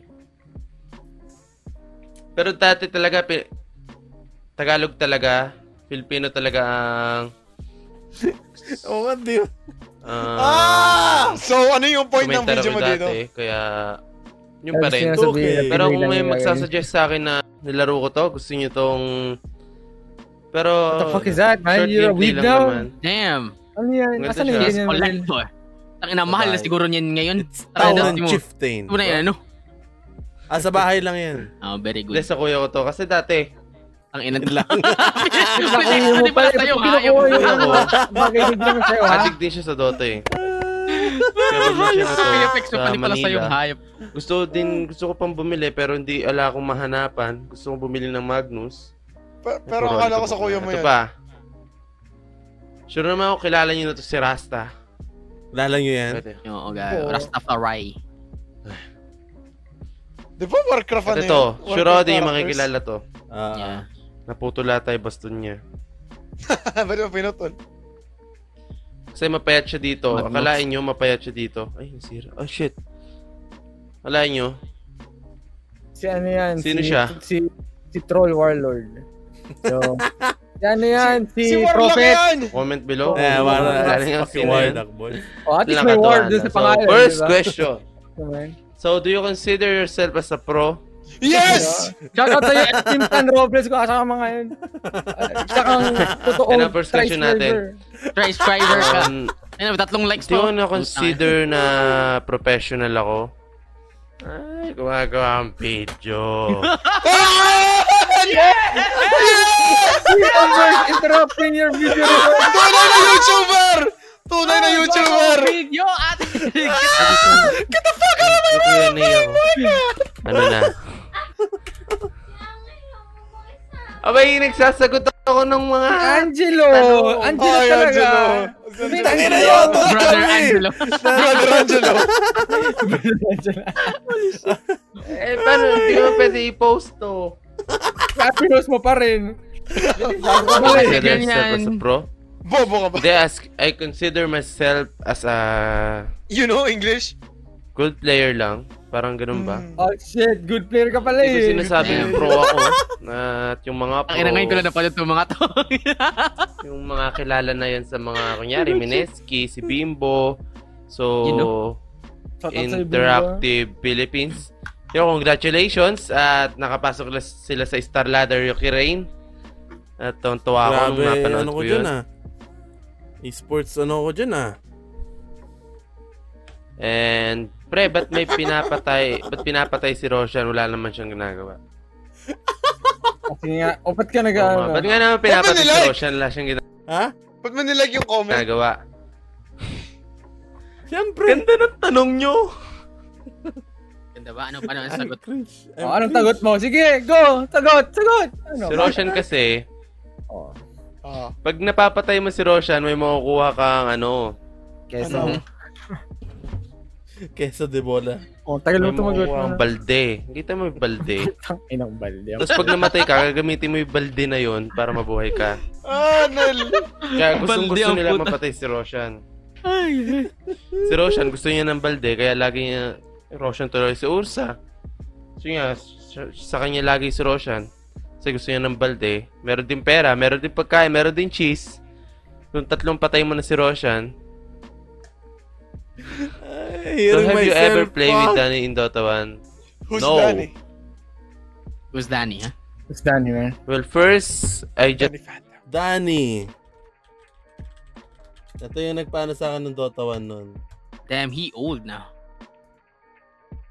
Speaker 1: Pero dati talaga Pi- Tagalog talaga, Filipino talaga ang
Speaker 7: Oh, what do you...
Speaker 1: ah,
Speaker 3: Ah! So, ano yung point ng
Speaker 1: komentary
Speaker 3: video mo
Speaker 1: dati,
Speaker 3: dito?
Speaker 1: Kaya yun pa
Speaker 3: Ayos
Speaker 1: rin.
Speaker 3: na sabihin na
Speaker 1: Pero
Speaker 3: Pinoy
Speaker 1: kung
Speaker 3: lang
Speaker 1: may
Speaker 3: yung lagay.
Speaker 1: magsasuggest sa akin na nilaro ko to, gusto niyo tong pero
Speaker 5: What the fuck is that, man?
Speaker 1: short
Speaker 5: You're a
Speaker 1: gameplay
Speaker 5: weeb
Speaker 1: lang
Speaker 5: now?
Speaker 1: naman.
Speaker 4: Damn.
Speaker 5: Ano yan?
Speaker 1: Maganda
Speaker 5: Asan na
Speaker 1: siya.
Speaker 5: yun?
Speaker 1: Yes,
Speaker 5: Yan, yan, yan.
Speaker 4: Collector. Ang ina, eh. mahal na
Speaker 7: Bye.
Speaker 4: siguro niyan ngayon.
Speaker 7: Thousand
Speaker 4: Tara, dati mo.
Speaker 7: Chieftain.
Speaker 4: Ito na yun, ano?
Speaker 7: Ah, sa bahay lang yan.
Speaker 4: Oh, very good.
Speaker 1: Bless sa kuya ko to kasi dati
Speaker 4: ang ina lang.
Speaker 5: Nakuha mo pala.
Speaker 4: Sa'yo,
Speaker 5: Ito kinukuha
Speaker 1: Kuya
Speaker 5: yung
Speaker 1: ko.
Speaker 5: ano. Bagay din lang sa'yo, ha?
Speaker 1: Addict din siya sa Dota eh. Kaya pag siya na to,
Speaker 4: Pinapekso
Speaker 1: sa
Speaker 4: pa din pala
Speaker 1: Manila,
Speaker 4: sa'yo, hayop.
Speaker 1: Gusto din, gusto ko pang bumili pero hindi ala akong mahanapan. Gusto kong bumili ng Magnus.
Speaker 3: Pero
Speaker 1: Puro
Speaker 3: akala
Speaker 1: ito
Speaker 3: ko sa
Speaker 1: pa.
Speaker 3: kuya mo
Speaker 1: Ito
Speaker 3: yan.
Speaker 1: pa. Sure naman ako kilala niyo na to si Rasta.
Speaker 7: Kilala niyo yan?
Speaker 1: Oo.
Speaker 4: Oo, gago. Rastafari.
Speaker 3: Di ba Warcraft ano
Speaker 1: At
Speaker 3: yun?
Speaker 1: ito,
Speaker 3: Warcraft
Speaker 1: sure ako di
Speaker 3: characters?
Speaker 1: makikilala to.
Speaker 7: Ah.
Speaker 1: Naputula tayo baston niya.
Speaker 3: Ba't mo pinutol?
Speaker 1: Kasi mapayat siya dito.
Speaker 3: Magnus.
Speaker 1: Akalain nyo mapayat siya dito. Ay, nasira. Oh, shit. Akalain nyo.
Speaker 5: Si ano yan?
Speaker 1: Sino
Speaker 5: si,
Speaker 1: siya?
Speaker 5: Si, si Troll Warlord. So, si ano yan? Si,
Speaker 1: Si Warlock
Speaker 5: Prophet.
Speaker 1: yan! Comment below. Eh, wala. Galing ang
Speaker 7: Fucking
Speaker 1: sino yan.
Speaker 7: warlock, boy.
Speaker 5: Oh, at least may war dun sa
Speaker 1: So,
Speaker 5: pangalan.
Speaker 1: first
Speaker 5: di ba?
Speaker 1: question.
Speaker 5: Come on.
Speaker 1: So, do you consider yourself as a pro?
Speaker 3: Yes!
Speaker 5: Shoutout sa'yo, Team Tan Robles, kung kasama mga yun. Tsaka ang totoo.
Speaker 1: Yan ang first question natin.
Speaker 4: Trace driver ka.
Speaker 1: Um,
Speaker 4: Ayun, Ano, tatlong likes
Speaker 1: Do you
Speaker 4: mo.
Speaker 1: wanna consider na professional ako? Ay, gumagawa ang video.
Speaker 5: Yes! YouTuber, interrupting your video.
Speaker 3: Tunay na YouTuber! Tunay na YouTuber!
Speaker 4: Video at...
Speaker 3: Get the fuck out of my
Speaker 1: Kuya na yun. eh, Ano na? Abay, nagsasagot ako ng mga...
Speaker 5: Angelo! Angelo
Speaker 1: Ay,
Speaker 5: talaga!
Speaker 1: Angelo.
Speaker 5: Tangina
Speaker 1: Angelo.
Speaker 5: yun!
Speaker 1: Brother
Speaker 5: Kami!
Speaker 1: Angelo. Brother Angelo. Eh, paano? Hindi mo pwede i-post to.
Speaker 5: Happiness mo pa rin.
Speaker 1: I consider
Speaker 5: Ganyan.
Speaker 1: myself as a pro.
Speaker 3: Bobo ka ba?
Speaker 1: Hindi, as, I consider myself as a
Speaker 3: You know English? Hmm.
Speaker 1: good player lang. Parang ganun ba?
Speaker 5: Oh shit, good player ka pala
Speaker 1: Hindi ko
Speaker 5: eh.
Speaker 1: sinasabi yung pro ako. na- At yung mga pro,
Speaker 4: Ang ina ngayon ko lang napanood itong mga to.
Speaker 1: yung mga kilala na yan sa mga, kunyari, Mineski, si Bimbo. So,
Speaker 4: You
Speaker 5: Shoutout sa'yo, Bimbo.
Speaker 1: Interactive Philippines. Yo, congratulations at nakapasok na sila sa Star Ladder Yuki Rain. At tuwa ako nung
Speaker 7: Grabe,
Speaker 1: napanood
Speaker 7: ano
Speaker 1: ko
Speaker 7: ko
Speaker 1: yun.
Speaker 7: dyan ah. Esports ano ko dyan ah.
Speaker 1: And pre, ba't may pinapatay, ba't pinapatay si Roshan? Wala naman siyang ginagawa.
Speaker 5: Kasi nga, o ba't ka nag ano?
Speaker 1: Oo nga, ba't nga naman pinapatay si Roshan? Wala siyang gina-
Speaker 7: Ha?
Speaker 3: Ba't mo nilike yung comment?
Speaker 1: ginagawa.
Speaker 7: Siyempre. Ganda ng tanong nyo.
Speaker 4: Ganda ba? Ano, paano ang sagot?
Speaker 5: Oh, anong tagot mo? Sige, go! Tagot! Tagot! Ano?
Speaker 1: Si Roshan kasi, pag napapatay mo si Roshan, may makukuha kang ano.
Speaker 7: Keso. Keso de bola.
Speaker 5: Oh, tagal mo
Speaker 1: May
Speaker 5: tumagot.
Speaker 1: makukuha kang balde. Kita mo yung balde.
Speaker 5: Inang balde.
Speaker 1: Tapos pag namatay ka, gagamitin mo yung balde na yon para mabuhay ka.
Speaker 3: Ah, nal.
Speaker 1: Kaya gustong
Speaker 3: Balde
Speaker 1: gusto
Speaker 3: ang
Speaker 1: nila
Speaker 3: puta.
Speaker 1: mapatay si Roshan.
Speaker 3: Ay.
Speaker 1: Si Roshan gusto niya ng balde, kaya lagi niya Roshan tuloy si Ursa. So nga, sa- sa kanya lagi si Roshan. Kasi gusto niya ng balde. Meron din pera, meron din pagkain, meron din cheese. Yung tatlong patay mo na si Roshan. So have you ever played with Danny in Dota 1?
Speaker 4: Who's
Speaker 1: no.
Speaker 4: Danny? Who's Danny, ha?
Speaker 5: It's Danny, man.
Speaker 1: Well, first, I just...
Speaker 7: Danny. Ito yung nagpaano sa akin ng Dota 1 nun.
Speaker 4: Damn, he old now.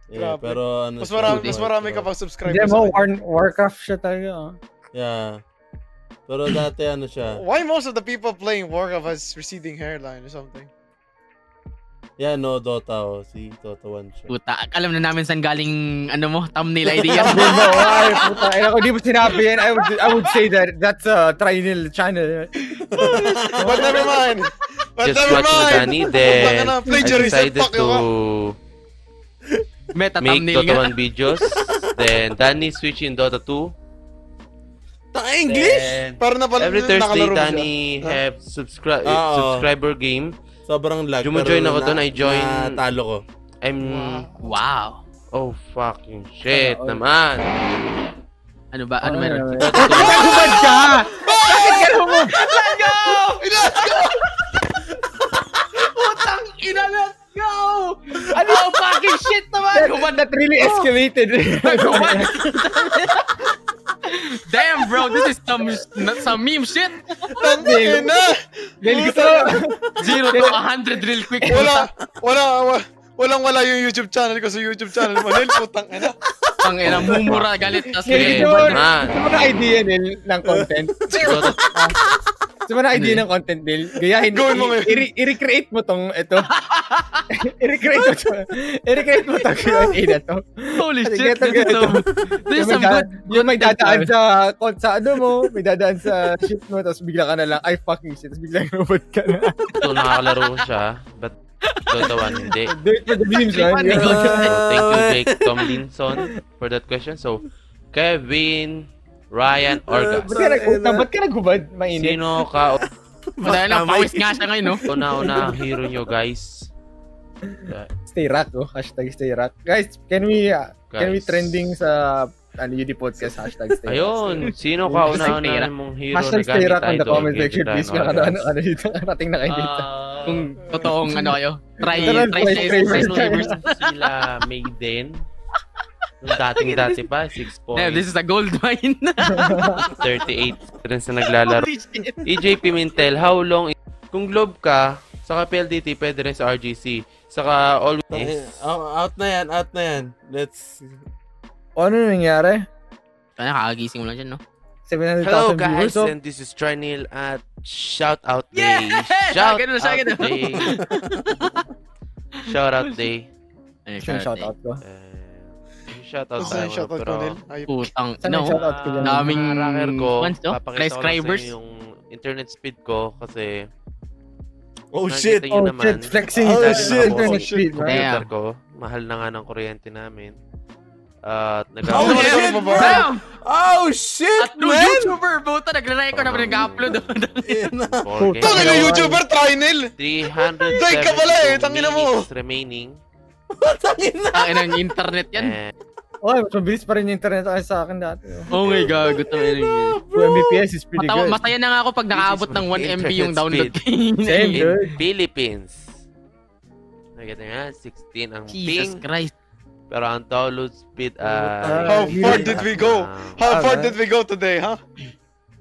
Speaker 7: Yeah,
Speaker 3: Grabe.
Speaker 7: pero ano
Speaker 3: mas marami,
Speaker 7: siya,
Speaker 3: mas marami
Speaker 7: pero-
Speaker 3: ka pang subscribe.
Speaker 5: Hindi mo, War- Warcraft siya talaga.
Speaker 2: ah.
Speaker 5: oh.
Speaker 7: Yeah. Pero dati ano siya.
Speaker 3: Why most of the people playing Warcraft has receding hairline or something?
Speaker 7: Yeah, no, Dota oh. Si Dota 1 siya.
Speaker 4: Puta, alam na namin saan galing, ano mo, thumbnail idea.
Speaker 2: no, ay, puta. Ay, ako, di mo sinabi yan. I would, I would say that that's a triennial channel.
Speaker 3: But never mind. But
Speaker 1: just
Speaker 3: never
Speaker 1: watch mo
Speaker 3: mind.
Speaker 1: Danny, then I
Speaker 3: Plagiarism,
Speaker 1: decided
Speaker 3: fuck you up.
Speaker 1: to
Speaker 4: Meta
Speaker 1: make
Speaker 4: thumbnail
Speaker 1: Dota
Speaker 4: nga.
Speaker 1: 1 videos. then Danny switch in Dota 2.
Speaker 3: Tang English? Para na pala
Speaker 1: Every Thursday,
Speaker 3: nakalaro mo siya.
Speaker 1: Danny
Speaker 3: Huh?
Speaker 1: have subscri-
Speaker 7: Ah, oo.
Speaker 1: subscriber game.
Speaker 7: Sobrang lag.
Speaker 1: Jumo-join
Speaker 7: pero
Speaker 1: ako
Speaker 7: na-
Speaker 1: doon. I join.
Speaker 7: Natalo ko.
Speaker 1: I'm...
Speaker 4: Wow.
Speaker 1: Oh, fucking shit
Speaker 4: Oo.
Speaker 1: naman.
Speaker 4: Ano ba? Ano meron?
Speaker 2: Nagubad ka! Bakit ka naman?
Speaker 4: Let's go!
Speaker 3: Let's go!
Speaker 4: Putang ina, let's go! Ano ang fucking shit naman?
Speaker 2: Nagubad that really escalated.
Speaker 5: Oh.
Speaker 4: Damn, bro, this is some some meme shit.
Speaker 3: Tangin na!
Speaker 2: Dahil gusto
Speaker 4: Zero to 100 real quick.
Speaker 3: Wala, wala, wala. Walang wala yung YouTube channel ko sa YouTube channel mo. Nel, putang ina.
Speaker 4: Pang ina, mumura, galit, tas
Speaker 2: Nel, gusto mo,
Speaker 1: Ah,
Speaker 2: gusto mo na idea, Nel, ng content. Ah, Gusto mo na
Speaker 4: Ano
Speaker 2: idea ng content, Nel. Gayahin
Speaker 3: Gawin mo ngayon.
Speaker 2: i- i- I-recreate mo tong, ito. I-recreate mo to. I-recreate mo tong Q&A na to.
Speaker 4: Holy
Speaker 2: Kasi
Speaker 4: shit,
Speaker 2: ganito,
Speaker 4: this is some, this is
Speaker 2: ganito.
Speaker 4: some
Speaker 2: Yung may da-
Speaker 4: good,
Speaker 2: Yung may dadaan sa, sa ano mo, may dadaan sa shit mo, tapos bigla ka na lang, ay fucking shit, tapos bigla robot ka na.
Speaker 1: So, nakakalaro ko siya. But Dota 1, hindi.
Speaker 2: Do it for the memes, man.
Speaker 1: So, thank you, Jake Tomlinson, for that question. So, Kevin, Ryan,
Speaker 2: Uh,
Speaker 1: Orgas.
Speaker 2: Ba't ka nag-utang? Ba't ka nag-hubad? Mainit.
Speaker 1: Sino ka?
Speaker 4: Madaya na, pawis nga siya ngayon, no?
Speaker 1: Una-una ang hero nyo, guys. Uh, Yeah.
Speaker 2: Stay rat, oh. Hashtag stay rat. Guys, can we, uh, can we
Speaker 1: Guys.
Speaker 2: trending sa ano, UD Podcast hashtag stay rat?
Speaker 1: Ayun, sino ka
Speaker 2: Hashtag stay
Speaker 1: una-una
Speaker 2: rat.
Speaker 1: mong hero
Speaker 2: Hashtag
Speaker 1: na
Speaker 2: stay
Speaker 1: gamit
Speaker 2: rat on the
Speaker 1: idol?
Speaker 2: comment
Speaker 1: Ganito
Speaker 2: section,
Speaker 1: tayo,
Speaker 2: please.
Speaker 1: mga
Speaker 2: Mga ano, ano,
Speaker 1: guys.
Speaker 2: ano dito, narating na kayo dito.
Speaker 1: Ah,
Speaker 4: Ah, Kung totoong ano kayo, try,
Speaker 2: Literal
Speaker 4: try
Speaker 2: voice
Speaker 4: sa
Speaker 2: crazy.
Speaker 4: sa universe.
Speaker 1: Sila Maiden. Nung dating-dati pa, 6 points.
Speaker 4: Damn, this is a gold mine.
Speaker 1: 38 friends na naglalaro.
Speaker 4: Holy shit.
Speaker 1: EJ Pimentel, how long is... Kung globe ka, saka PLDT, pwede rin sa RGC. Saka
Speaker 5: Eh,
Speaker 1: always...
Speaker 7: out na yan, out na yan. Let's...
Speaker 2: Ano nangyari?
Speaker 4: Tana, kakagising mo lang dyan, no?
Speaker 2: 700,000
Speaker 1: Hello
Speaker 2: viewers,
Speaker 1: guys,
Speaker 2: oh.
Speaker 1: and this is Trinil at Shout Out
Speaker 4: Yeah!
Speaker 1: Day. Shout
Speaker 4: Ganun, siya,
Speaker 1: Out
Speaker 4: ganun.
Speaker 1: Day. Shout Out Day.
Speaker 4: Ano
Speaker 2: Sino shoutout ko?
Speaker 1: Shout out
Speaker 3: Saan yung shoutout ko, Nel? Ayun.
Speaker 4: Putang,
Speaker 2: Saan
Speaker 4: no.
Speaker 2: yung shoutout ko dyan?
Speaker 4: Daming
Speaker 1: Mga racker ko,
Speaker 4: fans,
Speaker 1: papakita
Speaker 4: no?
Speaker 1: ko lang sa
Speaker 4: Subscribers.
Speaker 1: inyo yung internet speed ko kasi
Speaker 7: Oh,
Speaker 1: nakikita
Speaker 7: shit.
Speaker 1: nyo
Speaker 7: Oh,
Speaker 1: naman.
Speaker 7: shit. Flexing Oh, tayo. shit.
Speaker 1: Ako,
Speaker 7: Internet speed, man.
Speaker 1: Computer
Speaker 7: Damn.
Speaker 1: ko, mahal na nga ng kuryente namin. At nag-
Speaker 7: Oh, shit,
Speaker 4: Damn!
Speaker 7: Oh, shit,
Speaker 4: True YouTuber, buta, nagre-record na nag-upload.
Speaker 5: ah.
Speaker 3: Tangin na YouTuber, Trinil!
Speaker 1: 300
Speaker 3: Day ka pala eh, tangina mo.
Speaker 1: minutes remaining.
Speaker 4: Ang ina ng internet yan.
Speaker 2: Oy, mas mabilis pa rin yung internet ay sa akin dati.
Speaker 4: Oh my God, gutom na yun.
Speaker 2: Yung Mbps is pretty
Speaker 4: Matawa,
Speaker 2: good.
Speaker 4: masaya na nga ako pag nakaabot ng 1 MB yung download.
Speaker 2: Same, dude.
Speaker 1: In Philippines. Nakita nga, 16 ang
Speaker 4: Jesus
Speaker 1: ping.
Speaker 4: Christ.
Speaker 1: Pero ang download speed ay...
Speaker 7: ah,
Speaker 3: How far did we go? How far did we go today, huh?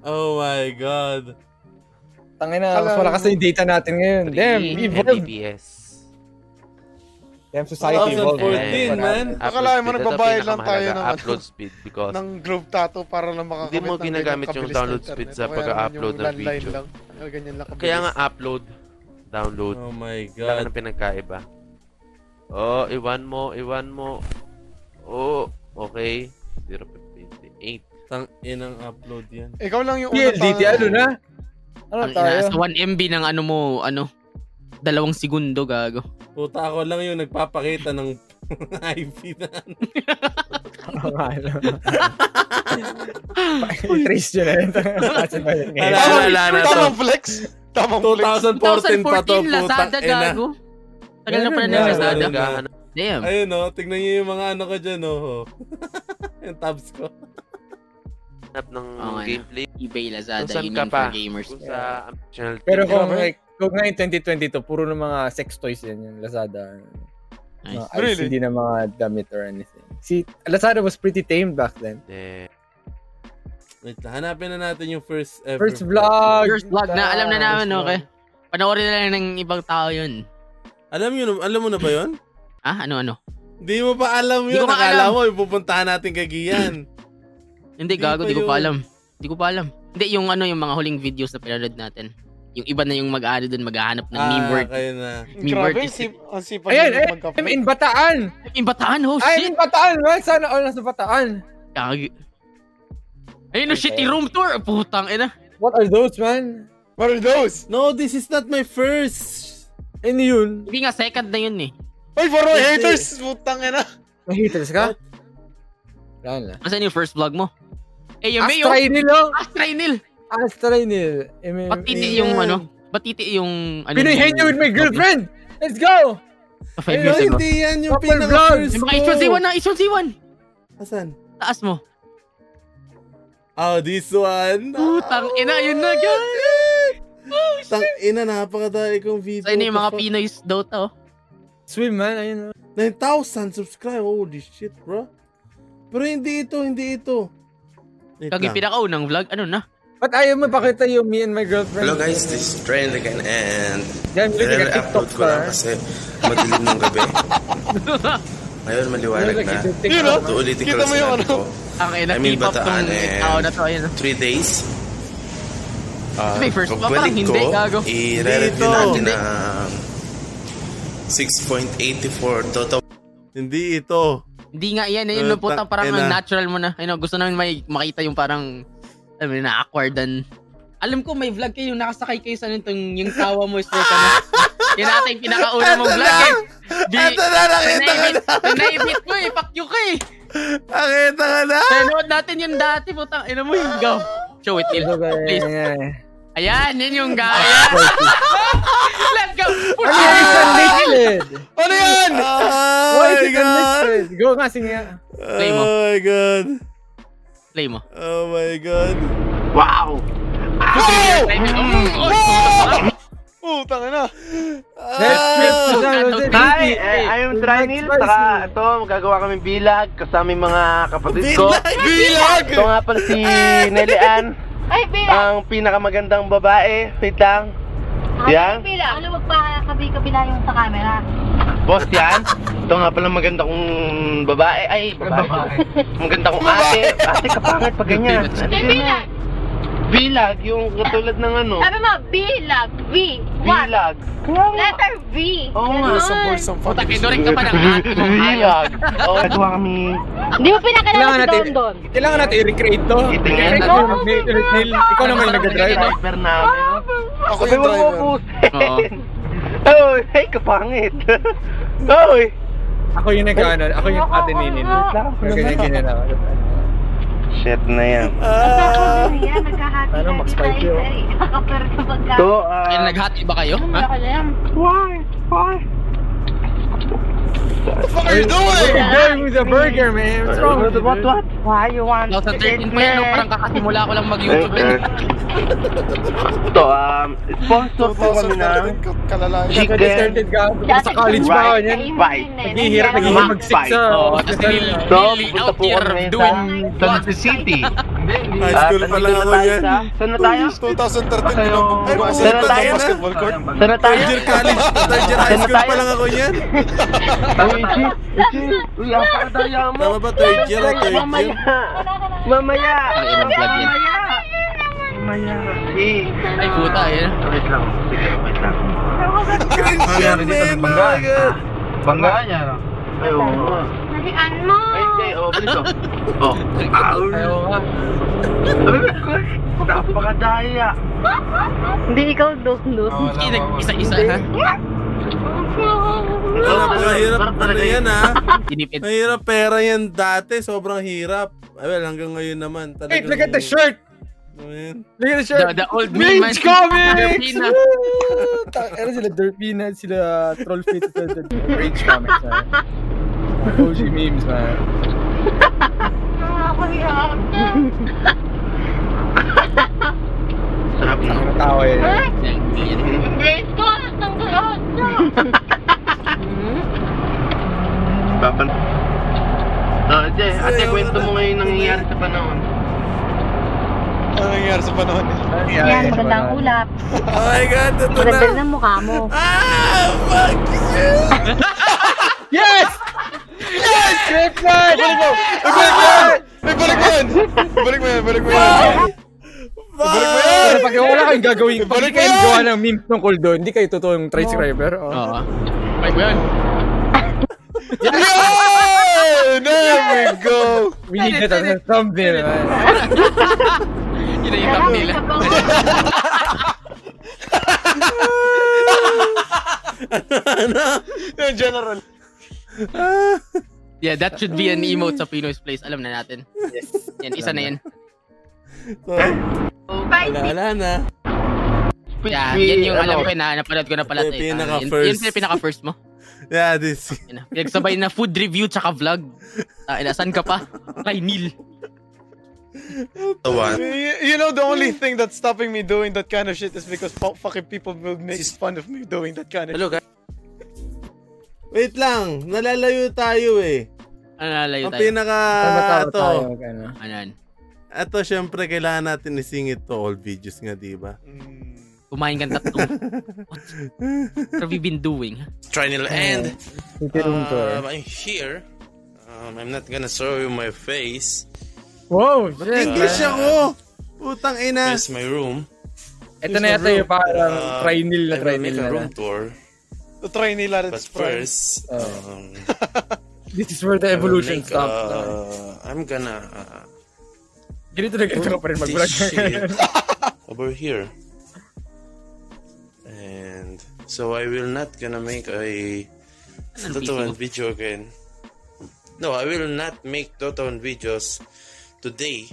Speaker 7: Oh my God.
Speaker 2: Tangin na, mas malakas na yung data natin ngayon. Damn, we evolved.
Speaker 1: Mbps.
Speaker 2: Damn, society evolved.
Speaker 1: Eh,
Speaker 3: Akalain mo nagbabayad lang tayo ng ano,
Speaker 1: ng upload speed because
Speaker 3: ng globe tattoo para lang makakamit
Speaker 1: Hindi
Speaker 3: ng
Speaker 1: mo
Speaker 3: ganyang
Speaker 1: ginagamit yung
Speaker 3: kabilis na
Speaker 1: download
Speaker 3: internet.
Speaker 1: speed sa
Speaker 3: O kaya naman
Speaker 1: pag-upload
Speaker 3: yung
Speaker 1: ng
Speaker 3: landline
Speaker 1: video.
Speaker 3: Lang. O, ganyan lang
Speaker 1: Kaya nga
Speaker 3: kabilis.
Speaker 1: upload.
Speaker 7: Download.
Speaker 1: Oh my
Speaker 7: Wala ka
Speaker 1: God.
Speaker 7: ng pinagkaiba. Oh, iwan mo, iwan mo. Oh, okay. 0.58.
Speaker 1: Tang inang upload yan.
Speaker 3: Ikaw lang yung
Speaker 4: PLDT,
Speaker 3: tao.
Speaker 4: ano na?
Speaker 3: Ano
Speaker 4: Ang ina, sa 1 MB ng ano mo, ano, dalawang segundo gago.
Speaker 1: Puta ako lang yung nagpapakita ng IV na ano.
Speaker 2: Oh, ano? Trace nyo na yun. Kasi ba yun ngayon?
Speaker 3: Tamang flex. Tamang
Speaker 1: flex. 2014 pa to, putang
Speaker 4: 2014 Lazada,
Speaker 1: ina.
Speaker 4: gago. Tagal na pala
Speaker 1: Ganun
Speaker 4: ng
Speaker 1: nga,
Speaker 4: Lazada.
Speaker 1: ganun nga.
Speaker 4: Damn.
Speaker 1: Ayun no, tignan nyo yung mga ano ko dyan, oh. yung tabs ko.
Speaker 7: Hanap ng
Speaker 4: Oo, ano.
Speaker 7: gameplay.
Speaker 4: eBay,
Speaker 7: Lazada,
Speaker 4: yun yun for gamers.
Speaker 7: Kung sa channel
Speaker 2: Pero kung,
Speaker 7: Grabe.
Speaker 2: like, kung ngayon 2022, puro ng mga sex toys yan, yung Lazada.
Speaker 4: Nice.
Speaker 2: Mga
Speaker 4: Really?
Speaker 2: really? Hindi na mga damit or anything. Si Lazada was pretty tame back then.
Speaker 7: Yeah.
Speaker 1: Wait, hanapin na natin yung first ever.
Speaker 2: First vlog!
Speaker 4: First vlog na, alam na namin,
Speaker 1: First
Speaker 4: okay. Panoorin na lang ng ibang tao yun.
Speaker 1: Alam yun, alam mo na ba yun?
Speaker 4: ah, ano-ano?
Speaker 1: Di mo pa alam
Speaker 4: Di
Speaker 1: yun.
Speaker 4: ko nga
Speaker 1: Akala
Speaker 4: alam.
Speaker 1: mo, ipupuntahan natin kay Gian. Di
Speaker 4: Hindi,
Speaker 1: pa
Speaker 4: gago, di ko
Speaker 1: yun.
Speaker 4: pa alam. Di ko pa alam. Hindi, yung ano, yung mga huling videos na pinanood natin. Yung iba na yung mag-ano dun, maghahanap ng
Speaker 2: Ah,
Speaker 4: meme word.
Speaker 1: kayo na.
Speaker 4: Meme word
Speaker 3: Grabe,
Speaker 4: is...
Speaker 3: si, ang sipag
Speaker 2: Ayan,
Speaker 3: niya
Speaker 2: eh, I'm in Bataan!
Speaker 4: In Bataan, oh
Speaker 2: shit! I'm in Bataan, man! Sana all nasa Bataan!
Speaker 4: Gag- Ayun, oh, shitty room tour! Putang ina.
Speaker 2: What are those, man?
Speaker 3: What are those?
Speaker 1: No, this is not my first.
Speaker 2: Ano yun?
Speaker 4: Hindi nga, second na yun eh.
Speaker 3: Ay, puro
Speaker 4: Hindi.
Speaker 3: haters! Putang ina.
Speaker 2: May haters ka? Wala na.
Speaker 4: Asan yung first vlog mo? Eh, yung may
Speaker 2: Astrainil, oh!
Speaker 4: Astrainil!
Speaker 2: Astrainil! M-
Speaker 4: Batiti yung ano? Batiti yung ano?
Speaker 2: Pinoy Henyo with my girlfriend! Let's go!
Speaker 4: Five years ago.
Speaker 2: Proper vlog!
Speaker 4: Yung mga H1Z1 na, H1Z1!
Speaker 1: Asan?
Speaker 4: Taas mo.
Speaker 1: Oh, this one.
Speaker 4: Putang ina, yun na, guys!
Speaker 1: Oh, Tang ina, napakadali kong video.
Speaker 4: Sa ina ano yung mga
Speaker 1: What the fuck?
Speaker 4: Pinoy's Dota, oh.
Speaker 2: Swim, man. Ayun, oh.
Speaker 1: 9,000 subscribe. Holy shit, bro. Pero hindi ito, hindi ito. Wait
Speaker 4: Kagi
Speaker 1: lang.
Speaker 4: pinakaunang vlog, ano na?
Speaker 2: Ba't ayaw mo pakita yung me and my girlfriend?
Speaker 12: Hello guys, this is Trend again and
Speaker 2: Yan,
Speaker 12: Yan,
Speaker 2: yung
Speaker 12: upload ko lang kasi madilim ng gabi. Ngayon maliwanag
Speaker 4: Yan,
Speaker 12: na.
Speaker 4: nag-TikTok. Yun, oh.
Speaker 12: Ito ulitin ko
Speaker 4: Kita
Speaker 12: lang
Speaker 4: mo yung ano?
Speaker 12: sinabi ko.
Speaker 4: Ang ina,
Speaker 12: I'm in
Speaker 4: K-pop
Speaker 12: Bataan eh.
Speaker 4: tong
Speaker 12: and
Speaker 4: tao na to, ayun, oh.
Speaker 12: ah, ano three days. Ah,
Speaker 4: Sabi, first pa,
Speaker 12: pagbalik
Speaker 4: parang hindi,
Speaker 12: ko,
Speaker 4: gago.
Speaker 12: i-re-review
Speaker 4: Dito.
Speaker 12: natin
Speaker 4: Hindi.
Speaker 12: na 6.84 total.
Speaker 1: Hindi ito.
Speaker 4: Hindi nga yan, yun yung putang parang
Speaker 12: Putang ina.
Speaker 4: natural mo na. Ayun, oh, gusto namin may makita yung parang, alam mo, na awkward and... Alam ko may vlog kayo, nakasakay kayo sa nitong yung tawa mo is like ano. Yun ata yung pinakauna
Speaker 1: Eto
Speaker 4: mong vlog
Speaker 1: na!
Speaker 4: eh. Di,
Speaker 1: Eto na, nakita ko na!
Speaker 4: Pinaibit mo eh, pakyo ka eh.
Speaker 1: Nakita ka na!
Speaker 4: Nanood natin yung dati, putang ina mo yung gaw. Show it, Neil. Please. Ayan, yun yung gaya. Let's go. Put
Speaker 2: Ah, Ano yung isang liquid?
Speaker 4: Ano yan?
Speaker 5: Ah,
Speaker 2: Why is it a liquid? Go nga, sige nga.
Speaker 4: Play mo.
Speaker 1: Oh my God.
Speaker 4: Play mo.
Speaker 1: Oh my God.
Speaker 4: Wow!
Speaker 3: Putang ina. Oh! Ano
Speaker 7: Hi, eh, I am Trinil. Saka ito, magagawa kaming bilag kasama yung mga kapatid ko.
Speaker 3: Bilag! Bilag!
Speaker 7: Ito nga pala si Nelian. Ang pinakamagandang babae. Wait lang. Yan.
Speaker 14: Ano magpakabi-kabila yung sa camera?
Speaker 7: Boss yan. Ito nga pala maganda kong babae. Ay, babae. Maganda kong ate. Ate, kapangit pag ganyan. Ano
Speaker 14: Hindi,
Speaker 7: yun na?
Speaker 14: bilag!
Speaker 7: Bilag, yung katulad ng ano.
Speaker 14: Sabi mo, bilag! V! What?
Speaker 7: Bilag.
Speaker 14: Letter V! Oo
Speaker 7: nga. Some words, some
Speaker 14: Puta,
Speaker 4: kinuring ka pa ng ate mo.
Speaker 7: Bilag. Oh, nagawa kami.
Speaker 14: Hindi mo pinakilala
Speaker 2: Kailangan
Speaker 14: si
Speaker 2: natin,
Speaker 14: Don Don.
Speaker 2: kailangan natin i-recreate to. I-recreate
Speaker 14: natin.
Speaker 2: natin mag-Neil. Neil, Ikaw naman yung nag-drive.
Speaker 7: Ako yung driver.
Speaker 14: Oh,
Speaker 7: Oy, hey, kapangit. Oy.
Speaker 2: Ako yung nag-ano, ano, ako yung ate ni Neil. Okay, ganyan na.
Speaker 7: Shit na yan.
Speaker 14: Ano, Max Pike yun? sa pagkakas.
Speaker 7: So, ah...
Speaker 4: Kaya naghati ba kayo?
Speaker 14: Ano
Speaker 4: Ha?
Speaker 14: ka lang? Why? Why?
Speaker 2: What are you doing? You're going with a burger, man. What's wrong with you? dude?
Speaker 14: Why you want
Speaker 4: Now, sa 13 pa yan, no, ano, parang kakasimula ko lang mag-YouTube. eh.
Speaker 7: Ito, um, sponsor po kami na
Speaker 3: Kalalayan.
Speaker 7: chicken.
Speaker 2: ka. Sa college pa ako niyan.
Speaker 7: Fight.
Speaker 2: Naghihirap, naghihirap mag-six sa hospital.
Speaker 7: So, pupunta po kami sa San City.
Speaker 1: High school pa lang ako yan.
Speaker 7: Saan na tayo?
Speaker 3: 2013 din ako. Ay,
Speaker 7: Saan
Speaker 3: saan na
Speaker 7: na tayo na?
Speaker 3: Basketball court.
Speaker 7: Saan na tayo?
Speaker 1: Third year college, third year high school pa lang ako yan.
Speaker 7: Uy, shit, shit. Uy, ah. ang pakadaya mo.
Speaker 1: Tama
Speaker 7: Oh
Speaker 1: ba third ah, year o third year?
Speaker 7: Mamaya. Mamaya.
Speaker 4: Ang ina vlog yan.
Speaker 7: Mamaya.
Speaker 14: mamaya.
Speaker 4: Ay, puta, eh.
Speaker 7: Wait lang. Sige, wait lang.
Speaker 14: Cringe
Speaker 7: Ano nangyari dito sa bangga? Bangga niya. no? Ay, oo.
Speaker 14: Nalian mo!
Speaker 7: Ay, oo, bilis, oh. Oh. Ow. Sabi ko, napakadaya.
Speaker 14: Hindi ikaw, Dok, Dok.
Speaker 4: Isa-isa, ha?
Speaker 1: Wala, mahirap ano yan ha.
Speaker 4: Dinipid.
Speaker 1: Mahirap pera yan dati. Sobrang hirap. Ay, well, hanggang ngayon naman. Ano
Speaker 2: Wait, look at the shirt! Look at the shirt!
Speaker 4: The- the old
Speaker 1: meme
Speaker 2: Mage
Speaker 1: man-
Speaker 2: Comics!
Speaker 1: Derpina.
Speaker 2: Woo! Ta- Ano sila? Derpina, sila troll face. sila Derp- Rage Comics, man. OG memes, man.
Speaker 7: Sarap na.
Speaker 2: Ang tao eh.
Speaker 14: Embrace ko lahat ng lahat niya.
Speaker 7: Papan... Oh, Jay, ate, kwento mo ngayon nangyayari sa panahon.
Speaker 3: Ano nangyari sa panahon nila?
Speaker 14: Yan, magandang ulap.
Speaker 1: Oh my God, ito na.
Speaker 14: Maganda ng mukha mo.
Speaker 1: Ah, fuck you!
Speaker 2: yes!
Speaker 3: Yes! Grape Vine! Balik mo! Balik mo! Ay, Balik mo! yun! Balik mo! yun! Balik mo! yun! Balik mo! yun!
Speaker 2: Pero pag wala kayong gagawin, pag hindi
Speaker 3: Balik
Speaker 2: kayo
Speaker 3: yan!
Speaker 2: gawa ng meme tungkol doon, hindi kayo totoong transcriber. Oo. Oh.
Speaker 4: Ay, ba yun?
Speaker 2: Yun!
Speaker 7: Oh
Speaker 2: There we go! We need that as a thumbnail, man.
Speaker 4: Yun na yung top nila.
Speaker 1: ano?
Speaker 3: Yung general.
Speaker 4: Yeah, that should be an emote sa Pinoy's Place. Alam na natin. Yes. Yan, isa na yan. Ah!
Speaker 1: Wala, wala na.
Speaker 4: Yeah,
Speaker 1: We-
Speaker 4: Ah, yan yung alam
Speaker 1: ano,
Speaker 4: ko na napanood ko na pala.
Speaker 1: yung
Speaker 4: to eh.
Speaker 1: pinaka
Speaker 4: Ah, yun-
Speaker 1: first.
Speaker 4: Yun yung pinaka first mo.
Speaker 1: Yeah, this.
Speaker 4: Nagsabay na food review tsaka vlog. Ah, inasan ka pa? Kay Neil.
Speaker 3: Y- You know, the only thing that's stopping me doing that kind of shit is because fu- fucking people will make fun of me doing that kind of shit.
Speaker 1: Wait lang. Nalalayo tayo eh.
Speaker 4: Ano nalayo
Speaker 1: Ang
Speaker 4: tayo?
Speaker 1: pinaka...
Speaker 4: Tama-tama
Speaker 1: Ito.
Speaker 4: tayo, ano. Anan.
Speaker 1: Ito, syempre, kailangan natin isingit to all videos nga, di ba?
Speaker 4: Kumain kang tatlo. What have you been doing?
Speaker 23: Triennial end.
Speaker 4: room tour.
Speaker 23: Um, I'm here. Um, I'm not gonna show you my face.
Speaker 2: Wow! shit,
Speaker 1: English
Speaker 2: man.
Speaker 5: oh?
Speaker 1: ako! Putang ina!
Speaker 23: Here's my room.
Speaker 2: Ito eh, na yata yung parang
Speaker 23: Um,
Speaker 2: triennial na
Speaker 23: I will
Speaker 2: triennial
Speaker 23: make a
Speaker 2: na
Speaker 23: room
Speaker 2: na.
Speaker 23: tour.
Speaker 3: To try nila
Speaker 23: But first, um,
Speaker 2: This is where
Speaker 23: I
Speaker 2: the
Speaker 23: will
Speaker 2: evolution
Speaker 23: make,
Speaker 2: stops.
Speaker 23: uh, I'm gonna uh,
Speaker 2: Ganito na ganito ka pa rin
Speaker 23: put
Speaker 2: mag-vlog.
Speaker 23: this shit over here. And so I will not gonna make a Totoan video again. No, I will not make Totoan videos today.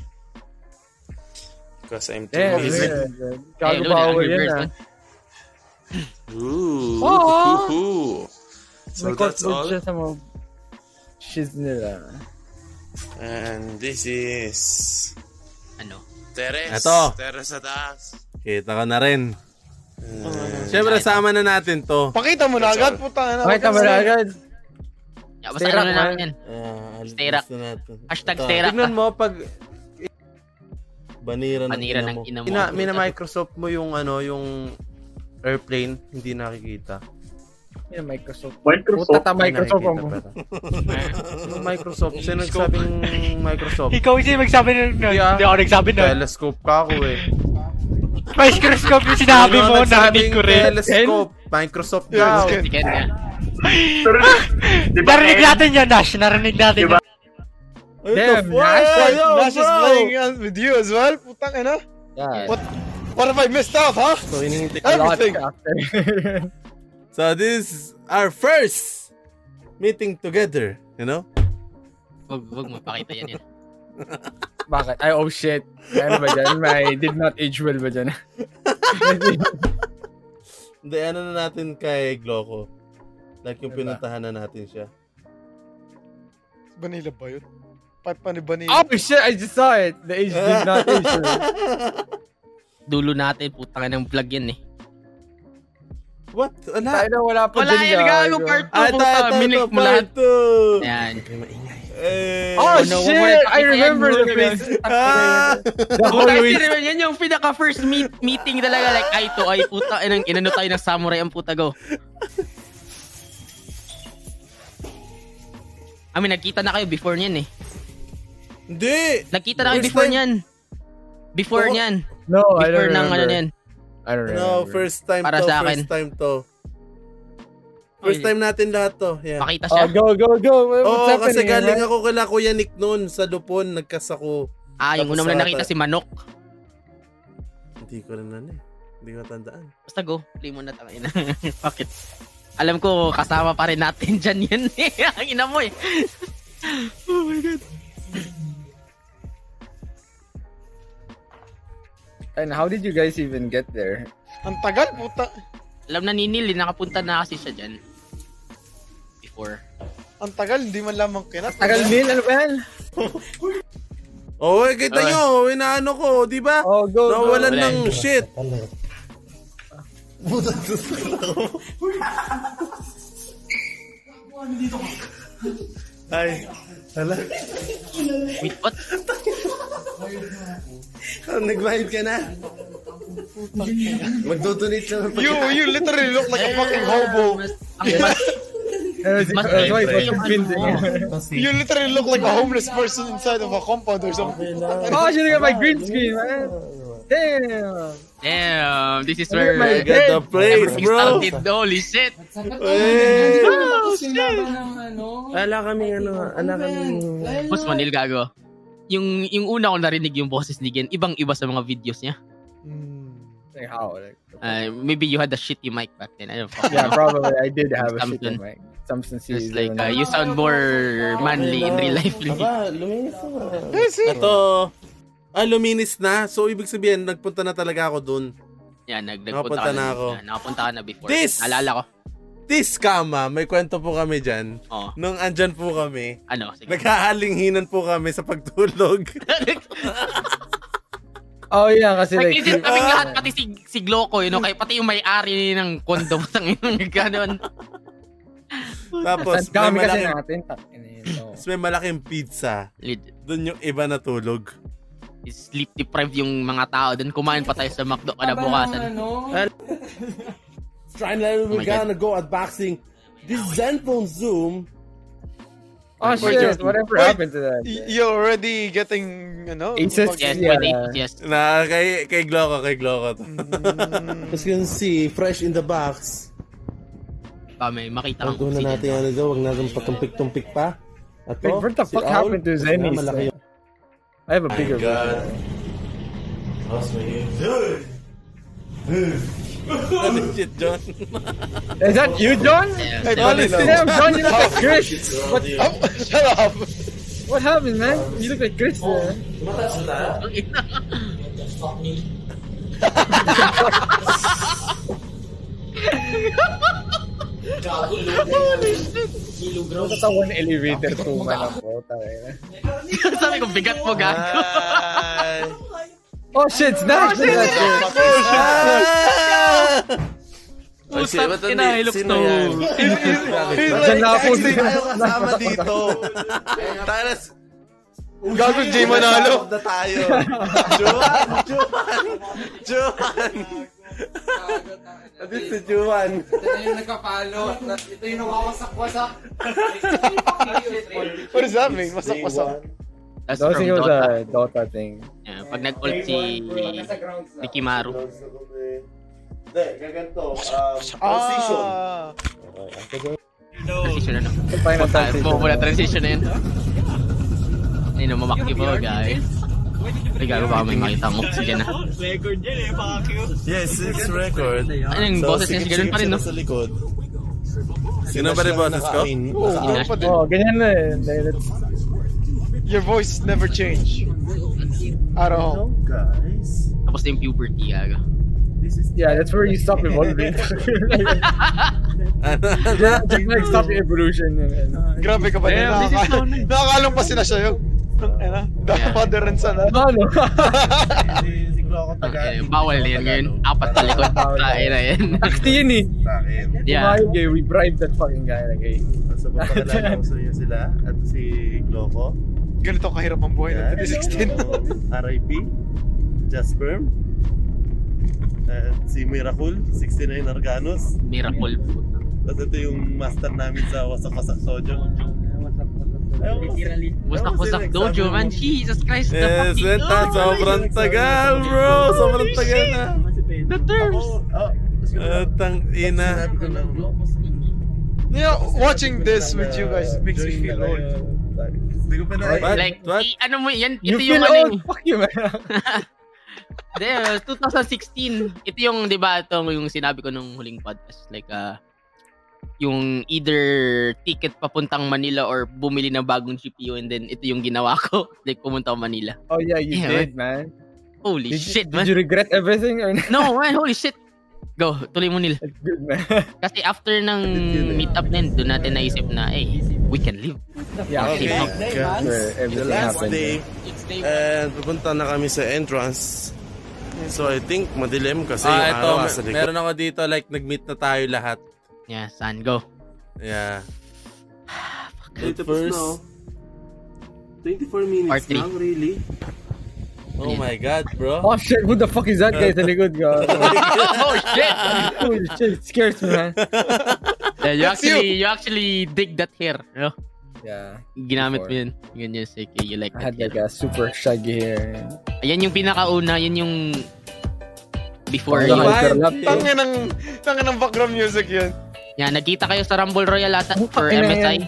Speaker 23: Because I'm too
Speaker 2: Damn,
Speaker 23: busy.
Speaker 2: man. Gago bawal yan ah.
Speaker 23: Ooh.
Speaker 2: Oh!
Speaker 23: hoo-hoo. So that's all.
Speaker 2: Siya sa mga shit nila.
Speaker 23: And this is...
Speaker 4: Ano?
Speaker 23: Teres.
Speaker 1: Eto.
Speaker 23: Teres sa taas.
Speaker 1: Kita ka na rin. Uh, Siyempre, sama na natin to.
Speaker 3: Pakita mo na agad, puta na.
Speaker 1: Pakita mo na agad.
Speaker 4: Yeah, basta ano na namin yan.
Speaker 1: Ah,
Speaker 4: Stay rock.
Speaker 1: basta natin.
Speaker 4: Hashtag
Speaker 1: Ito.
Speaker 4: stay rock.
Speaker 1: Tignan mo pag banira ng
Speaker 4: Banira
Speaker 1: ina
Speaker 4: ng
Speaker 1: mo.
Speaker 4: ina mo.
Speaker 1: Ina, mina Microsoft mo yung ano, yung airplane, hindi nakikita.
Speaker 2: Yan, Microsoft.
Speaker 1: Microsoft?
Speaker 2: Puta ta Microsoft ang
Speaker 1: Nakikita Yung Microsoft, sino nagsabing Microsoft?
Speaker 5: Ikaw yung magsabi nun. nun. Hindi ako nagsabi nun.
Speaker 1: ah. Telescope ka ako eh.
Speaker 5: Microscope yung sinabi
Speaker 1: Sino
Speaker 5: mo, narinig
Speaker 1: nagsabing
Speaker 5: ko rin.
Speaker 1: Telescope, Microsoft
Speaker 5: Yes,
Speaker 1: daw.
Speaker 5: Ken. Si Ken
Speaker 4: nga.
Speaker 5: Narinig natin yan, Nash. Narinig natin yan.
Speaker 3: Damn,
Speaker 5: Nash.
Speaker 3: Nash is playing uh, with you as well. Putang ina.
Speaker 1: Yeah.
Speaker 3: What, what have I missed out, huh?
Speaker 1: So, hinihintay ko lahat
Speaker 3: Everything.
Speaker 1: So this is our first meeting together, you know?
Speaker 4: Wag, wag mo pakita yan yan.
Speaker 2: Bakit? Ay, oh shit. May Ano ba dyan? May did not age well ba dyan?
Speaker 1: Hindi, ano na natin kay Gloco. Like yung pinuntahan na natin siya.
Speaker 3: Vanilla ba yun? Pipe ni Vanilla.
Speaker 2: Oh shit, I just saw it. The age did not age well.
Speaker 4: Dulo natin, putang ng vlog yan eh.
Speaker 1: What? Wala.
Speaker 2: Tayo, wala pa
Speaker 4: Wala
Speaker 2: dyan,
Speaker 4: yan, gago.
Speaker 2: gago.
Speaker 4: Part 2,
Speaker 2: Ah,
Speaker 4: puta.
Speaker 2: ito, ito,
Speaker 4: Minute
Speaker 2: ito,
Speaker 4: mo
Speaker 2: part
Speaker 4: lahat.
Speaker 1: two.
Speaker 4: Yan.
Speaker 2: Oh,
Speaker 4: no,
Speaker 2: shit!
Speaker 4: wala
Speaker 2: I
Speaker 4: nakita yan,
Speaker 2: remember
Speaker 4: bro,
Speaker 2: the Ah!
Speaker 4: ganun.
Speaker 2: face. The whole
Speaker 4: Puta,
Speaker 2: week.
Speaker 4: hindi naman yan yung pinaka first meet, meeting talaga. Like, ay to ay, puta. Inang, inano tayo ng samurai ang puta go. I mean, nagkita Ah, na kayo before niyan eh.
Speaker 1: Hindi!
Speaker 4: Nagkita na kayo
Speaker 1: First
Speaker 4: before
Speaker 1: time-
Speaker 4: niyan. Before
Speaker 1: Oo.
Speaker 4: niyan.
Speaker 2: No, Oh. I
Speaker 4: Before ng
Speaker 2: don't
Speaker 4: ano
Speaker 2: remember.
Speaker 4: na yun.
Speaker 2: I don't
Speaker 1: No, Ano, first time
Speaker 4: Para
Speaker 1: to,
Speaker 4: sa akin.
Speaker 1: first time to. First time natin lahat to. Yeah.
Speaker 4: Pakita
Speaker 2: siya. Oh, go, go, go. What's
Speaker 1: Oo, kasi
Speaker 2: happening,
Speaker 1: galing
Speaker 2: alright?
Speaker 1: ako kila Kuya Nick noon sa Lupon, nagkasako.
Speaker 4: Ah, yung una mo na nakita si Manok.
Speaker 1: Hindi ko na na eh. Hindi ko tandaan.
Speaker 4: Basta go. Play mo na tangin. Bakit? Alam ko, kasama pa rin natin dyan yun. eh. Ang ina mo eh. oh my God.
Speaker 5: And how did you guys even get there?
Speaker 3: Ang tagal, puta.
Speaker 4: Alam na ni Neil, eh, nakapunta na kasi siya dyan. Before.
Speaker 3: Ang tagal, hindi man lamang kinat.
Speaker 1: tagal, Neil,
Speaker 5: ano ba yan?
Speaker 1: Oo, eh, kita
Speaker 3: Okay.
Speaker 1: nyo, inaano ko, di ba?
Speaker 5: Oh, go,
Speaker 1: Nawalan
Speaker 5: go.
Speaker 1: ng
Speaker 5: Wala.
Speaker 1: shit.
Speaker 12: Ay, hala.
Speaker 4: Wait, what?
Speaker 12: oh, nagbayad ka na. Magdodonate ka na. pag-
Speaker 3: You, you literally look like a fucking hobo.
Speaker 12: Mas- that's why it was
Speaker 5: convincing.
Speaker 3: You literally look like a homeless person inside of a compound or something.
Speaker 5: Oh, I should have got my green screen, man. Damn.
Speaker 4: Damn, this is
Speaker 5: Look
Speaker 4: where
Speaker 5: at Oh my God, the place,
Speaker 4: everything
Speaker 5: bro.
Speaker 4: started. Holy shit.
Speaker 12: Oh, shit! Ala kami, ano, ala kami.
Speaker 4: Boss Manil, gago. Yung, yung una ko narinig yung boses ni Gen, ibang-iba sa mga videos niya.
Speaker 5: Like how? Like,
Speaker 4: Uh, maybe you had a shitty mic back then. I don't fucking know.
Speaker 5: yeah, probably I did have a
Speaker 4: Something.
Speaker 5: shitty mic. Samson
Speaker 4: It's
Speaker 5: series.
Speaker 4: like, uh, you sound more manly in real life.
Speaker 12: Aba, luminis na ba?
Speaker 1: Ito, ah, luminis na. So, ibig sabihin, nagpunta na talaga ako dun.
Speaker 4: Yan, nag
Speaker 1: Nakapunta
Speaker 4: nagpunta ka
Speaker 1: na
Speaker 4: na
Speaker 1: ako.
Speaker 4: Yan, nakapunta ka na before.
Speaker 1: This!
Speaker 4: Alala ko.
Speaker 1: This kama, may kwento po kami dyan.
Speaker 4: Oo.
Speaker 1: Nung andyan po kami,
Speaker 4: Oh. Ano? Sige.
Speaker 1: naghahalinghinan po kami sa pagtulog.
Speaker 5: oh, yeah, kasi
Speaker 4: Like,
Speaker 5: like, ah,
Speaker 1: ah.
Speaker 4: legit
Speaker 5: you-
Speaker 4: kaming lahat, pati si, si Gloco, yun, no? Kaya pati yung may-ari ng kondo, tangin, ganun.
Speaker 1: Tapos,
Speaker 5: Ang dami kasi natin. ano.
Speaker 1: Tapos may malaking pizza. Doon yung iba natulog.
Speaker 4: Sleep deprived yung mga tao. Doon kumain pa tayo sa McDo kalabukasan.
Speaker 1: Try na
Speaker 4: we're gonna
Speaker 1: go unboxing this Zenfone Zoom.
Speaker 5: Oh, shit. Whatever
Speaker 3: Wait.
Speaker 5: happened to that?
Speaker 3: Y- You're already getting, you know... fucking-
Speaker 1: Na, kay, kay Gloco, kay Gloco. As you can see, fresh in the box.
Speaker 4: Kami, makita
Speaker 1: Ang na natin ano daw, huwag natin patumpik-tumpik pa. At
Speaker 5: Wait, what the fuck happened to Zenny? I have a bigger
Speaker 12: God. How's my dude?
Speaker 1: Shit, John.
Speaker 5: Is that you, John?
Speaker 12: Yeah.
Speaker 5: Hey,
Speaker 12: Yeah.
Speaker 5: buddy,
Speaker 12: Yeah.
Speaker 5: damn, John, you look like
Speaker 12: Yeah.
Speaker 5: Chris.
Speaker 12: Yeah.
Speaker 5: What,
Speaker 12: Yeah.
Speaker 3: shut up.
Speaker 5: What happened, man? You look like Chris. there.
Speaker 4: Holy shit!
Speaker 5: Natatawan elevator to, man. ang puta, eh.
Speaker 4: Sabi ko, bigat mo, gago.
Speaker 5: Oh, shit,
Speaker 4: Oh,
Speaker 5: snatch!
Speaker 4: shit,
Speaker 5: That's
Speaker 4: snatch!
Speaker 5: it.
Speaker 4: Oh, shit, snatch!
Speaker 12: Oh, shit, ba't
Speaker 4: Ina,
Speaker 12: hindi-
Speaker 4: he looks
Speaker 12: sino
Speaker 4: so-
Speaker 12: yan?
Speaker 4: He's- he's- he's
Speaker 12: Bakit?
Speaker 4: like, "Actually,
Speaker 12: Bakit
Speaker 4: tayo
Speaker 12: kasama dito. Taras.
Speaker 3: Gago, Jay Manalo.
Speaker 12: Na tayo. Juan, Juan, Juan. Adit si Juan.
Speaker 9: yung
Speaker 5: Ah!
Speaker 9: nagkapalo. Ito yung nawawasak-wasak.
Speaker 3: What does that mean? Wasak-wasak.
Speaker 4: That's
Speaker 5: Those
Speaker 4: from
Speaker 5: thing was
Speaker 4: Dota.
Speaker 5: a Dota thing.
Speaker 4: Yeah, pag nag-ult si Ricky Maru.
Speaker 12: Hindi, gaganto. Um, position.
Speaker 3: Ah.
Speaker 4: Transition na.
Speaker 5: final
Speaker 4: Puta,
Speaker 5: transition.
Speaker 4: Mukha na transition na yun. Ayun, mamakti po, guys. Ay, gago baka may makita mo. Sige na.
Speaker 12: Record yan eh, Yes, it's record.
Speaker 4: Anong boses niya? Ganun pa rin, no?
Speaker 12: Sa likod.
Speaker 1: Sino ba rin boses ko?
Speaker 3: Oo, ganun pa din.
Speaker 5: Oh, ganyan na eh. Like, that's-
Speaker 3: Your voice never change. At all.
Speaker 12: Guys.
Speaker 4: Tapos na yung puberty, gago.
Speaker 5: Yeah, that's where you stop evolving. Just like stop your evolution. yun, yun.
Speaker 3: Grabe ka ba din?
Speaker 5: Damn, this is so
Speaker 3: Nakaka- Nakakalong pa sila sa'yo. Ang ina. Dada rin sila.
Speaker 5: Ano?
Speaker 4: Okay, bawal na yan ngayon. Apat na likod. Ay na yan.
Speaker 5: Nakti yun eh.
Speaker 4: Yeah.
Speaker 5: Tumayog eh, we bribed that fucking guy. Like, eh.
Speaker 12: Sa pagkakilala ko sa inyo sila at si Gloco.
Speaker 3: Ganito kahirap ang buhay natin
Speaker 12: Yan.
Speaker 3: this extent.
Speaker 12: Um, RIP. Jasper. At si Miracle, 69 Arganos.
Speaker 4: Miracle.
Speaker 12: Tapos ito yung master namin sa Wasak Wasak Sojo.
Speaker 4: Literally. Wasak-wasak dojo, man. Jesus Christ. the
Speaker 1: Yes,
Speaker 4: fucking-
Speaker 1: Venta,
Speaker 4: Oh,
Speaker 1: sobrang
Speaker 4: Jesus.
Speaker 1: tagal, bro. Sobrang
Speaker 4: Holy
Speaker 1: tagal
Speaker 4: shit.
Speaker 1: na.
Speaker 4: The terms.
Speaker 1: Atang ina.
Speaker 3: You know, watching this with you guys makes me feel old. ano,
Speaker 1: What?
Speaker 4: Like,
Speaker 1: What?
Speaker 4: i- ano mo, yan,
Speaker 1: You
Speaker 4: ito yung
Speaker 1: feel
Speaker 4: ano ah,
Speaker 1: old?
Speaker 4: yung... Fuck you, man. De, 2016. Ito yung, di ba, ito yung sinabi ko nung huling podcast. Like, ah, yung either ticket papuntang Manila or bumili ng bagong GPU and then ito yung ginawa ko. Like, pumunta ako Manila.
Speaker 5: Oh yeah, you
Speaker 4: Yeah,
Speaker 5: did, man.
Speaker 4: Holy
Speaker 5: Did you-
Speaker 4: shit,
Speaker 5: did
Speaker 4: man.
Speaker 5: you regret everything or not?
Speaker 4: No, man, holy shit. Go, tuloy mo nila. Kasi after ng meetup na yun, doon natin naisip na, eh, we can live.
Speaker 5: Yeah,
Speaker 1: Okay, guys. The last day. And pupunta na kami sa entrance. So I think madilim kasi
Speaker 12: Ah,
Speaker 1: yung
Speaker 12: ito,
Speaker 1: araw
Speaker 12: mer-
Speaker 1: sa likod.
Speaker 12: meron
Speaker 1: ako dito like nag-meet na tayo lahat.
Speaker 4: Yeah, San, go.
Speaker 1: Yeah.
Speaker 12: Ay, tapos na, oh. 24 minutes
Speaker 1: Part three.
Speaker 12: lang, really?
Speaker 1: Oh my god, bro.
Speaker 5: Oh shit, who the fuck is that guy sa likod ko?
Speaker 4: oh shit!
Speaker 5: Holy shit, it scares me, man.
Speaker 4: Yeah, you
Speaker 5: That's
Speaker 4: actually, you. actually dig that hair, no?
Speaker 5: Yeah.
Speaker 4: Ginamit mo
Speaker 5: before.
Speaker 4: yun. Yun yung sick. You like
Speaker 5: I had
Speaker 4: that
Speaker 5: like
Speaker 4: hair.
Speaker 5: a super shaggy hair.
Speaker 4: Ayan yung pinakauna, yun yung before
Speaker 5: Tanga
Speaker 4: you.
Speaker 5: ng interlap, eh.
Speaker 3: Tanga ng, tanga ng background music yun.
Speaker 4: Yeah, nagkita kayo sa Rumble Royale ata for
Speaker 1: ina
Speaker 4: MSI.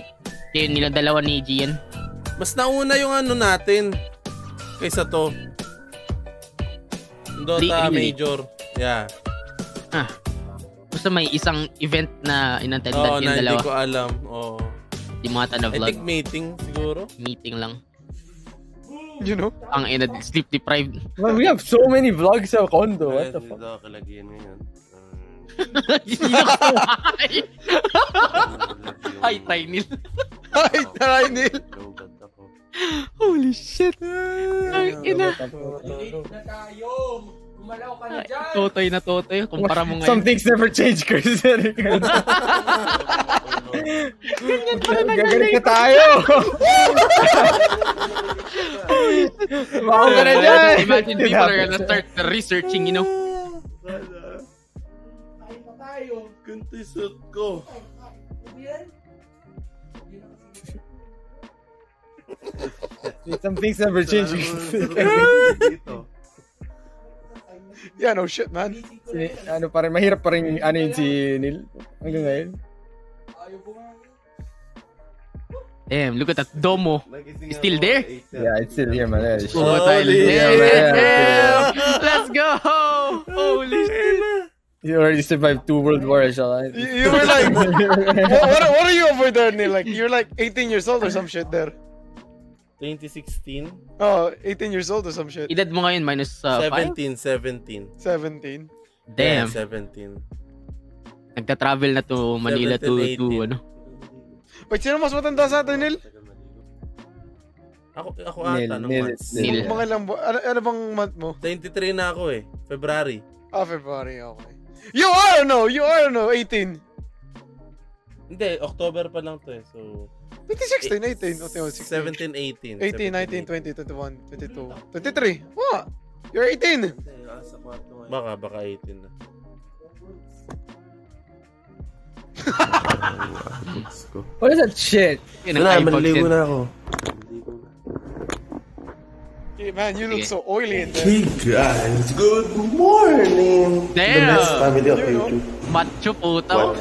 Speaker 1: yan.
Speaker 4: Yun, nila dalawa ni Gian.
Speaker 1: Mas nauna yung ano natin kaysa to. Dota
Speaker 4: Really?
Speaker 1: Major. Yeah.
Speaker 4: Ah. Basta may isang event na inattendan
Speaker 1: Oo,
Speaker 4: yung
Speaker 1: Oh, na hindi
Speaker 4: dalawa.
Speaker 1: ko alam. Oo.
Speaker 4: Di mga tanda
Speaker 1: I
Speaker 4: vlog.
Speaker 1: think meeting siguro.
Speaker 4: Meeting lang.
Speaker 3: You know?
Speaker 4: Ang ina, sleep deprived.
Speaker 5: Man, we have so many vlogs sa condo. What the fuck?
Speaker 12: Dito ako lagyan ngayon.
Speaker 4: Ay, try nil.
Speaker 3: Ay, try nil.
Speaker 4: Holy shit. Ay, ina. Totoy na totoy. Kumpara mo ngayon.
Speaker 5: Some things never change, Chris.
Speaker 4: Ganyan pa rin ang
Speaker 5: Gagaling
Speaker 4: galing.
Speaker 5: ka tayo! Wow ka na dyan!
Speaker 4: Imagine people are gonna start researching, you know?
Speaker 1: Kunti suit ko.
Speaker 5: Some things never change.
Speaker 3: yeah, no shit, man.
Speaker 5: Si- ano pa rin, mahirap pa rin ano yun ah, si Neil. Hanggang ngayon.
Speaker 4: Damn, look at that domo. It's still there?
Speaker 5: Yeah, it's still here, man.
Speaker 4: Oh, tayo
Speaker 5: Holy
Speaker 4: there.
Speaker 5: hell.
Speaker 4: Damn! Let's go! Holy shit!
Speaker 5: You already survived two world wars, alright?
Speaker 3: You were like, what, what, what are you over there, Neil? Like, you're like 18 years old or some shit there.
Speaker 1: 2016?
Speaker 3: Oh, 18 years old or some shit.
Speaker 4: Edad mo ngayon, minus uh, 5?
Speaker 1: 17, 17.
Speaker 3: 17.
Speaker 4: Damn.
Speaker 1: Yeah, 17.
Speaker 4: Nagta-travel na to Manila to,
Speaker 1: 17,
Speaker 4: to ano.
Speaker 3: Wait, sino mas matanda sa atin, Neil?
Speaker 1: Ako, ako ata nung months.
Speaker 3: Mga ilang bu- ano, ano bang month mo?
Speaker 1: 23 na ako eh. February.
Speaker 3: Ah, February, okay. You are no, you are no, 18.
Speaker 1: Hindi, October pa lang to eh. So, Eh,
Speaker 3: 2016, 18. Okay, oh, 16.
Speaker 1: 17, 18.
Speaker 3: 18, 19, 20, 21, 22, 23. What? You're 18.
Speaker 1: Ah, Baka, baka 18 na.
Speaker 5: What is that shit?
Speaker 12: Wala, manligo na ako.
Speaker 3: Hey, man, you look so oily in there.
Speaker 12: Hey guys, good morning! The
Speaker 4: Damn!
Speaker 12: best family of YouTube.
Speaker 4: Macho puta.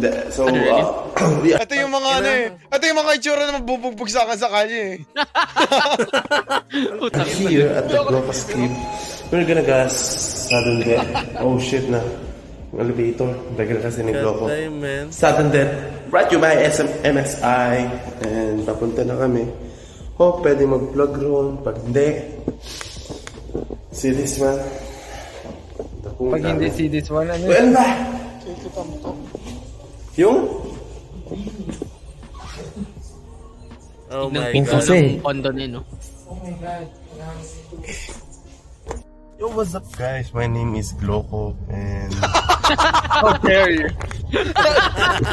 Speaker 12: The- so,
Speaker 4: Ano yun?
Speaker 12: uh, we are
Speaker 3: Ito yung mga ano eh. Ito yung mga itsura na mabubugbog sa akin sa kalye eh.
Speaker 12: here at the Glocas Cave. We're gonna gas sudden death. Oh shit na. Elevator. Bagal kasi ni Gloco.
Speaker 1: Damn, man.
Speaker 12: Sudden death. Brought you by SM MSI. And papunta na kami. Hope pwede mag-vlog roon. Pag hindi, see this man. Takong
Speaker 5: Pag hindi
Speaker 12: dami.
Speaker 5: see this one, ano?
Speaker 12: Well, ba? Yung?
Speaker 1: Oh my
Speaker 4: Yung
Speaker 1: God.
Speaker 4: puno ng kondo na yun, no?
Speaker 12: Yo, what's up guys? My name is Gloco and...
Speaker 5: How dare you?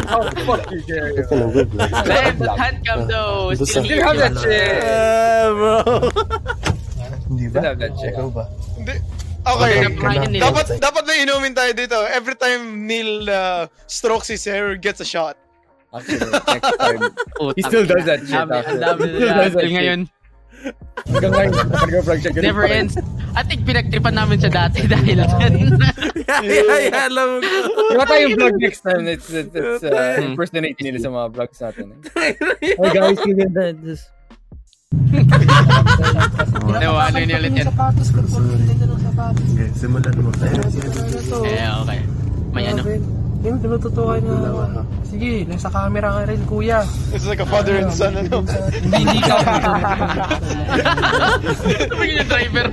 Speaker 5: How fuck you dare you?
Speaker 12: Ano, good luck.
Speaker 4: Damn, that handcam though.
Speaker 12: Doon sa-
Speaker 4: Still
Speaker 5: You have that shit!
Speaker 1: bro!
Speaker 12: Hindi ba?
Speaker 5: that shit.
Speaker 12: Ikaw ba?
Speaker 3: Okay.
Speaker 12: Ang ganda.
Speaker 3: Dapat dapat na inumin tayo dito. Every time Neil uh, strokes his hair, gets a shot.
Speaker 24: Actually, next time. he
Speaker 4: Utang
Speaker 24: still does
Speaker 4: ina.
Speaker 24: that shit.
Speaker 4: Dami-
Speaker 24: actually.
Speaker 4: dami
Speaker 24: He still does
Speaker 4: nila
Speaker 24: that
Speaker 4: until
Speaker 24: shit.
Speaker 4: ngayon.
Speaker 24: Hanggang ngayon, nagpa-vlog siya. ganun
Speaker 4: Never
Speaker 24: pa rin.
Speaker 4: ends. I think pinagtripan namin siya dati dahil dyan.
Speaker 7: Ay, alam ko.
Speaker 2: Iba tayong vlog next time. It's, it's, it's uh,
Speaker 7: Hmm.
Speaker 2: impersonate nila sa mga vlogs natin. eh.
Speaker 24: Hey guys, you can uh, just...
Speaker 4: Diba, ano Nawala niya ulit yan.
Speaker 1: Sige, simulan mo tayo.
Speaker 4: Eh, okay. May ano.
Speaker 5: Hindi mo tutukan na... Sige, nasa camera ka rin, kuya.
Speaker 3: It's like a father and son, ano?
Speaker 5: Hindi ka.
Speaker 4: Sabi niya driver.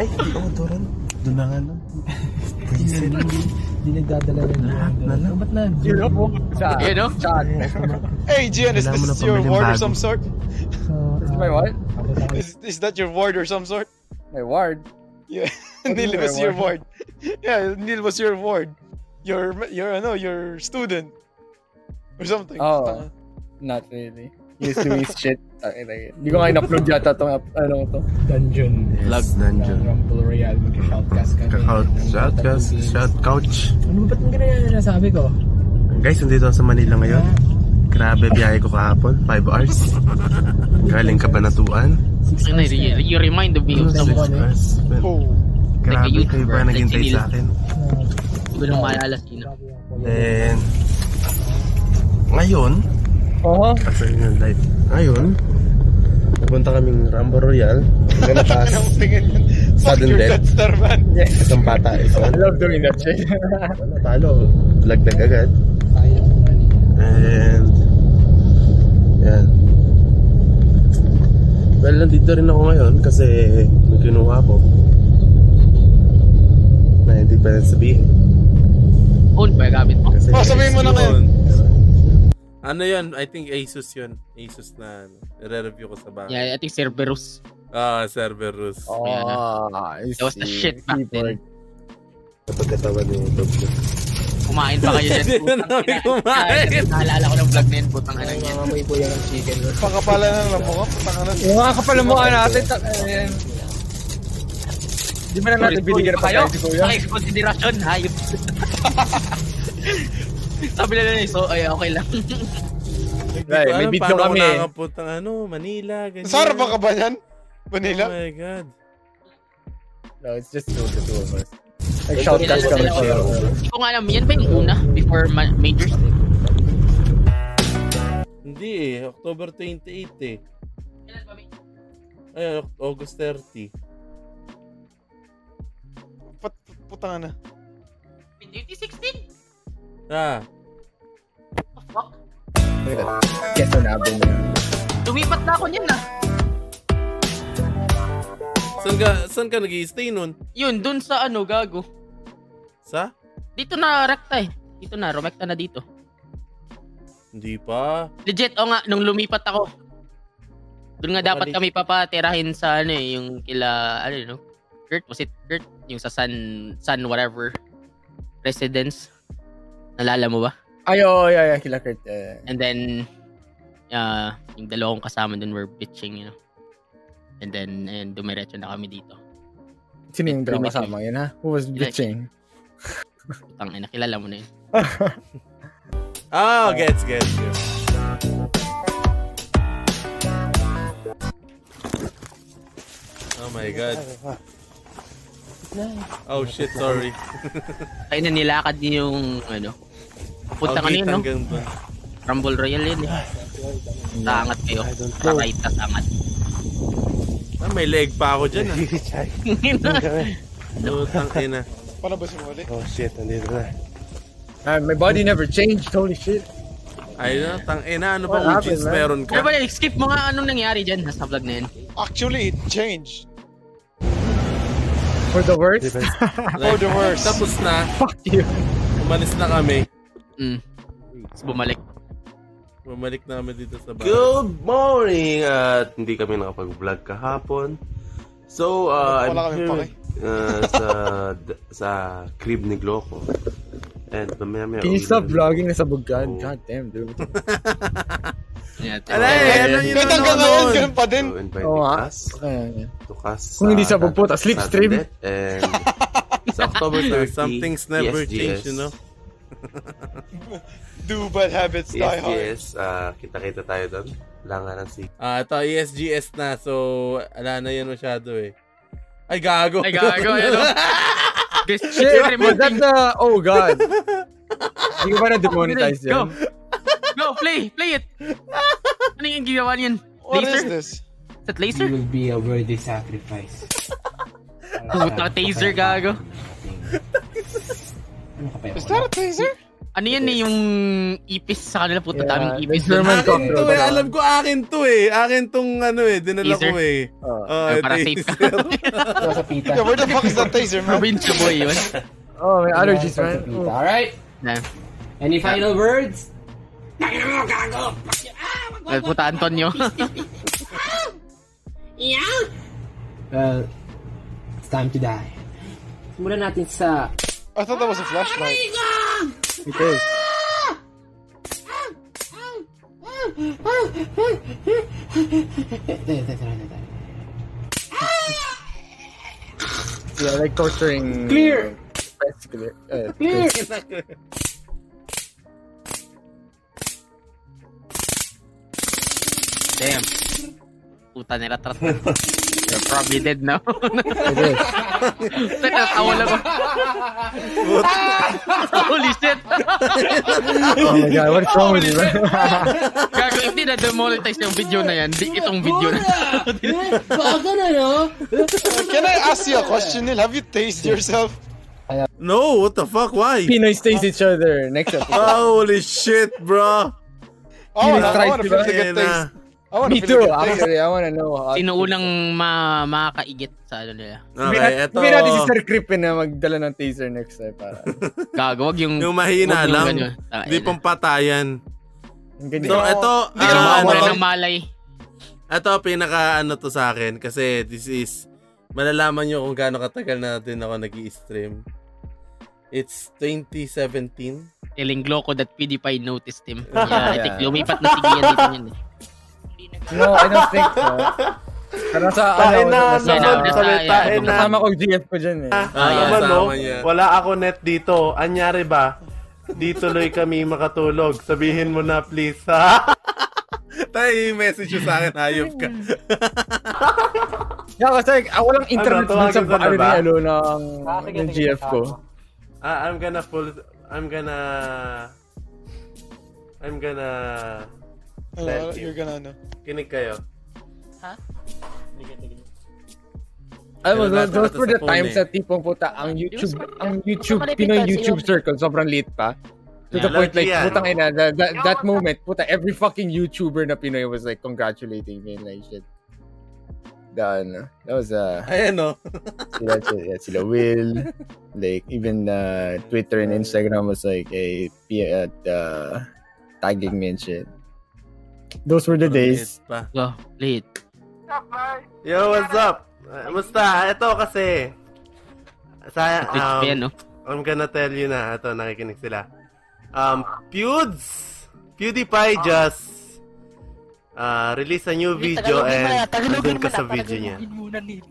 Speaker 5: Ay, oo, Doran.
Speaker 1: Doon na nga lang.
Speaker 5: Hindi nagdadala ng lahat na lang. Ba't na?
Speaker 3: You know?
Speaker 4: You know?
Speaker 3: Hey, Gian, is
Speaker 5: Kailangan mo
Speaker 3: this
Speaker 5: na
Speaker 3: your
Speaker 5: pumili ng
Speaker 3: ward or
Speaker 5: bago.
Speaker 3: some sort?
Speaker 2: My what?
Speaker 3: Is, is that your ward or some sort?
Speaker 2: My ward?
Speaker 3: Yeah,
Speaker 2: What do you
Speaker 3: Neil
Speaker 2: mean,
Speaker 3: was
Speaker 2: my
Speaker 3: your
Speaker 2: ward?
Speaker 3: ward. Yeah, Neil was your ward. Your, your, ano, your student. Or something.
Speaker 2: Oh, not really. He used to be shit. Tangin na yun. Hindi ko nga in-upload yata itong ano to.
Speaker 5: Dungeon.
Speaker 1: Vlog dungeon.
Speaker 5: Rumble Royale. Mag-shoutcast kami.
Speaker 1: Shout, shout, shout, shout, couch.
Speaker 5: Ano ba't ang ganyan na nasabi ko?
Speaker 1: Guys, nandito ako sa Manila ngayon. Grabe, biyahe ko kahapon. 5 hours. Galing Kabanatuan.
Speaker 4: Ano, you, you remind
Speaker 1: Ano
Speaker 4: me of someone.
Speaker 1: Grabe, kayo ba
Speaker 4: Oh. Like
Speaker 1: naghintay
Speaker 4: si Neil.
Speaker 1: sa akin?
Speaker 4: Hindi ko lang maalala sino.
Speaker 1: Then, ngayon,
Speaker 2: Oo.
Speaker 1: Kasi yun, light. Ngayon, pupunta kaming Rambo Royal. Ganun taas. Sudden death. Isang bata. Isang,
Speaker 2: I love doing that shit.
Speaker 1: Wala, talo. Lagdag agad. And, yan. Well, nandito rin ako ngayon kasi may kinuha ko. Na hindi pa rin sabihin.
Speaker 4: Own pa gamit mo.
Speaker 1: Kasi
Speaker 2: Oh,
Speaker 7: Ano yun? I think Asus yun. Asus na ano, re-review ko sa bahay.
Speaker 4: Yeah, I think Cerberus.
Speaker 7: Ah, Cerberus.
Speaker 4: Oh,
Speaker 2: Ah,
Speaker 4: I That was the see. shit back then.
Speaker 1: Napagkatawa ni Bob.
Speaker 4: Kumain pa kayo dyan.
Speaker 7: Hindi na namin kumain.
Speaker 4: Naalala ko ng vlog na yun. Putang ina niya.
Speaker 5: Mamay po yan ang chicken.
Speaker 3: Pakapala na lang ako.
Speaker 2: Yung mga kapal mo ka natin. ta- eh, Di ba na natin binigyan ng
Speaker 4: kayo?
Speaker 2: pagkain si Kuya?
Speaker 4: Sa konsiderasyon, hayop. Sabi nila na so, ay, okay lang.
Speaker 7: Right,
Speaker 2: may video
Speaker 7: paano Paano
Speaker 2: kami eh.
Speaker 7: ko nakakapuntang ano, Manila, ganyan.
Speaker 3: Sarah, baka ba yan? Manila?
Speaker 7: Oh my God.
Speaker 2: No, it's just two, the two of us.
Speaker 4: Hindi
Speaker 2: Nag-shoutcast
Speaker 4: ko
Speaker 2: kami
Speaker 4: alam.
Speaker 2: sa
Speaker 4: Hindi ko nga alam, yan ba yung una? Before ma- majors?
Speaker 7: Hindi eh, October 28 eh. Ay, Oc- August 30.
Speaker 3: Putang na.
Speaker 4: 2016?
Speaker 7: Ah.
Speaker 2: Yes, on abo mo.
Speaker 4: Lumipat na ako niyan ah. na.
Speaker 7: Saan ka, saan ka nag-i-stay nun?
Speaker 4: Yun, dun sa ano, gago.
Speaker 7: Sa?
Speaker 4: Dito na rekta eh. Dito na, rumekta na dito.
Speaker 7: Hindi pa.
Speaker 4: Legit, o nga, nung lumipat ako. Doon nga dapat
Speaker 7: Baka di-
Speaker 4: kami papatirahin sa ano eh, yung kila, ano yun, no? Kurt, was it Kurt? Yung sa San, San whatever residence. Nalala mo ba?
Speaker 2: Ay, oh, oo, ay, ay, ay, kila Kurt. eh.
Speaker 4: And then, uh, yung dalawang kasama dun were bitching, you know? And then, and dumiretso na kami dito.
Speaker 24: Sino yung
Speaker 4: Pretty
Speaker 24: drama
Speaker 4: much
Speaker 24: kasama yun ha? Who was bitching?
Speaker 4: Putang ina, kilala mo na yun.
Speaker 7: Ah, gets, gets, gets. Oh my God. Oh shit, sorry.
Speaker 4: Kaya na nilakad niya yung, ano, punta ka
Speaker 7: Okay,
Speaker 4: yun, no?
Speaker 7: hanggang dun.
Speaker 4: Rumble Royale yun, eh. Tangat kayo. Kakait na tangat.
Speaker 7: Ah, may leg pa ako dyan ah. Lutang ina.
Speaker 3: Para ba sumuli?
Speaker 1: Oh shit, nandito na.
Speaker 2: Ah, my body never changed. Holy shit.
Speaker 7: Ay na, tang ina, ano
Speaker 2: What
Speaker 7: bang widgets
Speaker 2: happened, man?
Speaker 7: meron
Speaker 4: Ano
Speaker 7: ka?
Speaker 4: ba, skip mo nga anong nangyari dyan sa vlog na yun.
Speaker 3: Actually, it changed.
Speaker 2: For the worst?
Speaker 7: For the worst. Tapos na.
Speaker 2: Fuck you.
Speaker 7: Umalis na kami.
Speaker 4: Mm. Tapos bumalik.
Speaker 7: Bumalik na kami dito sa bahay.
Speaker 1: Good morning! At hindi kami nakapag-vlog kahapon. So, uh, I'm
Speaker 3: Wala kami
Speaker 1: here
Speaker 3: pake.
Speaker 1: uh, sa, d- sa crib ni Gloco. And mamaya maya
Speaker 2: Can you stop vlogging na sabog ka? God damn, dude.
Speaker 3: Kahit hanggang ngayon, ganun pa din.
Speaker 1: Oo,
Speaker 2: Oo
Speaker 1: ah.
Speaker 2: nga.
Speaker 1: to cast
Speaker 2: Kung hindi
Speaker 1: sa
Speaker 2: sabog po, tas slipstream.
Speaker 1: Saturday. And sa October 30,
Speaker 7: Some things
Speaker 1: TSGS,
Speaker 7: never change, you know?
Speaker 3: Do bad habits
Speaker 1: E
Speaker 3: die hard.
Speaker 5: ESGS, ah, kita-kita tayo doon. Langan ng sig.
Speaker 1: Ah, ito ESGS na. So, ala na 'yan masyado eh. Ay gago.
Speaker 4: Ay, gago, ano?
Speaker 1: This
Speaker 2: Shit, was that the... Oh, God. Hindi ko ba na-demonetize
Speaker 4: Go.
Speaker 2: yun?
Speaker 4: Go, play, play it. Ano yung ginawa niyan?
Speaker 3: What
Speaker 4: laser?
Speaker 3: is this?
Speaker 4: Is that laser?
Speaker 7: will be a worthy sacrifice.
Speaker 4: Puta, taser gago.
Speaker 3: Is that a taser?
Speaker 4: Ano yan eh, yung ipis sa kanila, puta,
Speaker 1: Yeah,
Speaker 4: daming ipis.
Speaker 1: the
Speaker 7: Ano,
Speaker 1: German
Speaker 4: doon.
Speaker 1: Ito eh, alam ko akin to eh. Akin tong ano eh, dinala
Speaker 4: Taser?
Speaker 1: ko eh.
Speaker 4: Oo.
Speaker 7: Oh,
Speaker 1: Ah,
Speaker 4: Para
Speaker 1: taser.
Speaker 4: safe ka.
Speaker 3: Yeah, where the fuck is that taser, man?
Speaker 4: Provincia boy yun.
Speaker 25: Oh, may
Speaker 7: allergies, right?
Speaker 4: Alright.
Speaker 7: Any final words?
Speaker 4: Ay, puta, Antonio.
Speaker 26: Yeah!
Speaker 7: Well, it's time to die. Simulan natin sa...
Speaker 3: I thought that was a flashlight.
Speaker 7: It is.
Speaker 2: Yeah, like torturing...
Speaker 7: Clear!
Speaker 2: Press clear. Eh,
Speaker 7: Clear!
Speaker 4: Damn. Puta nila, trat. You're probably dead now. Puta, natawa lang ako. Holy shit!
Speaker 2: oh my god, what's wrong with you, man?
Speaker 4: Gago, hindi na demonetize yung video na yan. Di- Itong video na.
Speaker 7: Bago na, no?
Speaker 3: Can I ask you a question, Neil? Have you tased yourself?
Speaker 1: No, what the fuck? Why?
Speaker 2: Pinoy stays each other. Next episode.
Speaker 1: Holy shit, bro.
Speaker 3: I wanna, Oh, I
Speaker 2: Tries
Speaker 3: wanna
Speaker 2: to
Speaker 3: feel
Speaker 2: ba?
Speaker 3: the good taste. I wanna
Speaker 2: Me
Speaker 3: feel
Speaker 2: too.
Speaker 3: the good taste.
Speaker 2: Actually, I wanna know. how
Speaker 4: Sino
Speaker 2: to-
Speaker 4: unang ma makakaigit sa ano nila?
Speaker 2: Sabihin nat- sabihin natin si Sir Crippen na magdala ng taser next time. Para.
Speaker 4: Gago, wag yung...
Speaker 1: Yung mahina
Speaker 4: wag yung
Speaker 1: lang.
Speaker 4: ganyan. Ah,
Speaker 1: Di
Speaker 4: yun.
Speaker 1: pang patayan. So, ito,
Speaker 4: Hindi ka
Speaker 1: ah,
Speaker 4: mawawala
Speaker 1: ano,
Speaker 4: ng malay.
Speaker 1: ito pinaka ano to sa akin kasi this is malalaman nyo kung gaano katagal na din ako nag stream It's 2017.
Speaker 4: Telling Gloco that PewDiePie noticed him.
Speaker 1: Yeah.
Speaker 4: Yeah, I think lumipat na si Gian dito yun. eh.
Speaker 2: No, I don't think so. Pero sa ano?
Speaker 1: Tain na,
Speaker 2: nasa-
Speaker 1: naman kami, tain na.
Speaker 2: Kasama ko yung GF ko dyan eh.
Speaker 1: Ah,
Speaker 2: yeah.
Speaker 1: naman, no?
Speaker 2: Sama niya.
Speaker 1: Wala ako net dito. Anyari ba? Di tuloy kami makatulog. Sabihin mo na, please, ha? Tay, message mo sa akin, hayop ka.
Speaker 2: Yeah, kasi ah, walang
Speaker 1: Ano,
Speaker 2: internet dun
Speaker 1: tawagin
Speaker 2: sa
Speaker 1: ko na
Speaker 2: bahay
Speaker 1: ba?
Speaker 2: ni ano ng,
Speaker 1: Ah, sige,
Speaker 2: ng
Speaker 1: sige,
Speaker 2: GF ko.
Speaker 1: Ah, I'm gonna full... I'm gonna... I'm gonna...
Speaker 3: Hello, you're gonna ano.
Speaker 1: Kinig kayo.
Speaker 4: Ha?
Speaker 2: Alam mo,
Speaker 1: Pero
Speaker 2: those,
Speaker 1: nasa-
Speaker 2: those
Speaker 1: nasa
Speaker 2: were the
Speaker 1: phone
Speaker 2: times
Speaker 1: eh.
Speaker 2: na tipong puta, ang YouTube, ang YouTube,
Speaker 7: malapit
Speaker 2: Pinoy
Speaker 7: pa,
Speaker 2: YouTube
Speaker 7: sa'yo.
Speaker 2: circle, sobrang late pa. To
Speaker 1: Yeah.
Speaker 2: the point like,
Speaker 1: Lahat yan.
Speaker 2: putang ina, that, that, that moment, puta, every fucking YouTuber na Pinoy was like congratulating me and like shit. Done. That was uh,
Speaker 1: Ayan, no?
Speaker 2: sila, sila, sila Will, like even uh, Twitter and Instagram was like a at uh, tagging me and shit. Those were the days.
Speaker 4: Go, Oh, late.
Speaker 1: Yo, what's up? Uh, Musta? Ito kasi. Sa,
Speaker 4: Twitch
Speaker 1: um,
Speaker 4: pa
Speaker 7: ano?
Speaker 4: yan, no?
Speaker 1: I'm gonna tell you na. Ito, nakikinig sila. Um, Pewds! PewDiePie
Speaker 7: Ah.
Speaker 1: just uh, release a new video
Speaker 7: Tagalogin mo na,
Speaker 1: and nandun
Speaker 7: Tagalogin mo
Speaker 1: ka
Speaker 7: na,
Speaker 1: sa video niya.
Speaker 7: Tagalogin muna, Neil.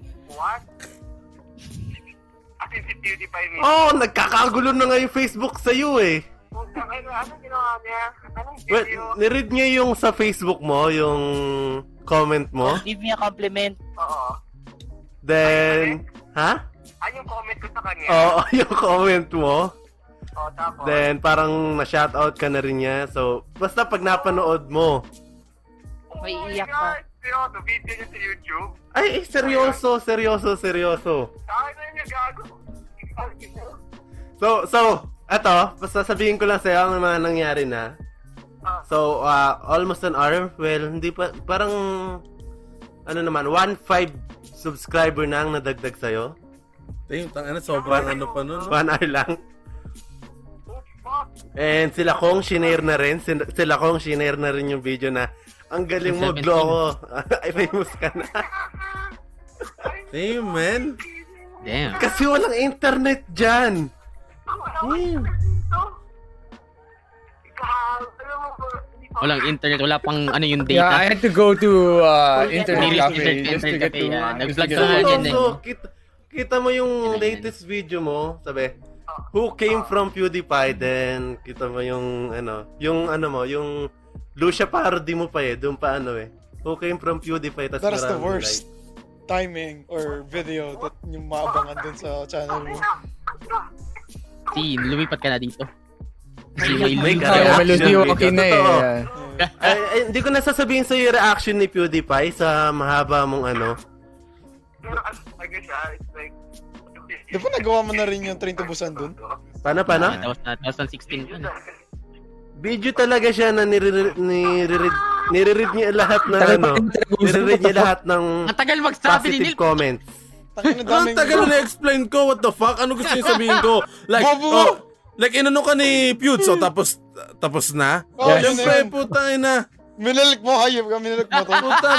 Speaker 1: Oh, nagkakagulo na nga yung Facebook sa'yo eh.
Speaker 26: Ano ginawa niya? Anong
Speaker 1: Well, niread niya yung sa Facebook mo, yung comment mo.
Speaker 7: Give me a compliment. Oo.
Speaker 1: Then, ha?
Speaker 7: Ano yung comment ko sa kanya?
Speaker 1: Oo, yung comment mo.
Speaker 7: Oh, tapos.
Speaker 1: Then, parang na-shoutout ka na rin niya. So, basta pag napanood mo,
Speaker 7: May iyak ka. Seryoso,
Speaker 3: Oh,
Speaker 7: video niya sa YouTube.
Speaker 1: Ay, eh, seryoso, seryoso, seryoso.
Speaker 7: Ano niya gago?
Speaker 1: So, so, eto, basta sabihin ko lang sa'yo ang mga nangyari na. So, uh, almost an hour. Well, hindi pa, parang, ano naman, 1.5 subscriber na ang nadagdag sa'yo. Tayo, tangana, sobrang ano pa nun. One hour lang. And sila kong shinare na rin. Sin- Sila kong shinare na rin yung video na ang galing mo,
Speaker 4: 17.
Speaker 1: Gloco. Ay, famous ka na. Damn, man.
Speaker 4: Damn.
Speaker 1: Kasi walang internet dyan.
Speaker 4: Walang internet, wala pang ano yung data.
Speaker 2: Yeah, I had to go to uh,
Speaker 4: Internet
Speaker 2: internet
Speaker 4: cafe,
Speaker 2: cafe
Speaker 4: internet
Speaker 2: just to get
Speaker 4: cafe,
Speaker 2: to.
Speaker 4: yeah.
Speaker 2: just to
Speaker 4: Nag-vlog
Speaker 2: get
Speaker 4: ka
Speaker 2: to-
Speaker 4: nga dyan eh.
Speaker 1: So, kita, kita mo yung latest video mo, sabi,
Speaker 12: who came from PewDiePie then kita mo yung ano, yung ano mo, yung Lucia parody mo pa eh, doon pa ano eh. Who came from PewDiePie tas
Speaker 3: That's the
Speaker 12: maraming
Speaker 3: worst
Speaker 12: like.
Speaker 3: timing or video that yung maabangan dun sa channel mo.
Speaker 4: Si, lumipat ka na dito. Si,
Speaker 12: May
Speaker 4: lulu-
Speaker 12: reaction video, totoo.
Speaker 4: Yeah.
Speaker 12: Ay, ay, hindi ko nasasabihin sa yung reaction ni PewDiePie sa mahaba mong ano.
Speaker 3: Di ba nagawa mo na rin yung train to Busan dun?
Speaker 12: Paano, paano?
Speaker 4: Ah, Tapos na, tapos na 16 yun.
Speaker 12: Video talaga siya na nire-read nire-read niya lahat ng
Speaker 4: Tagal
Speaker 12: ano.
Speaker 4: pa rin talaga gusto
Speaker 12: Nire-read
Speaker 4: ko,
Speaker 12: niya
Speaker 4: tapos-
Speaker 12: lahat ng
Speaker 4: Matagal magsabi ni
Speaker 12: positive
Speaker 4: Neil.
Speaker 12: comments.
Speaker 1: Ang tagal na explain ko, what the fuck? Ano gusto niyo sabihin ko? Like, oh, like inano ka ni Pewds, so tapos, tapos na?
Speaker 3: Oh, yun
Speaker 1: Siyempre,
Speaker 3: na yun.
Speaker 1: putang ina.
Speaker 3: Minalik mo, hayop ka, minalik mo to.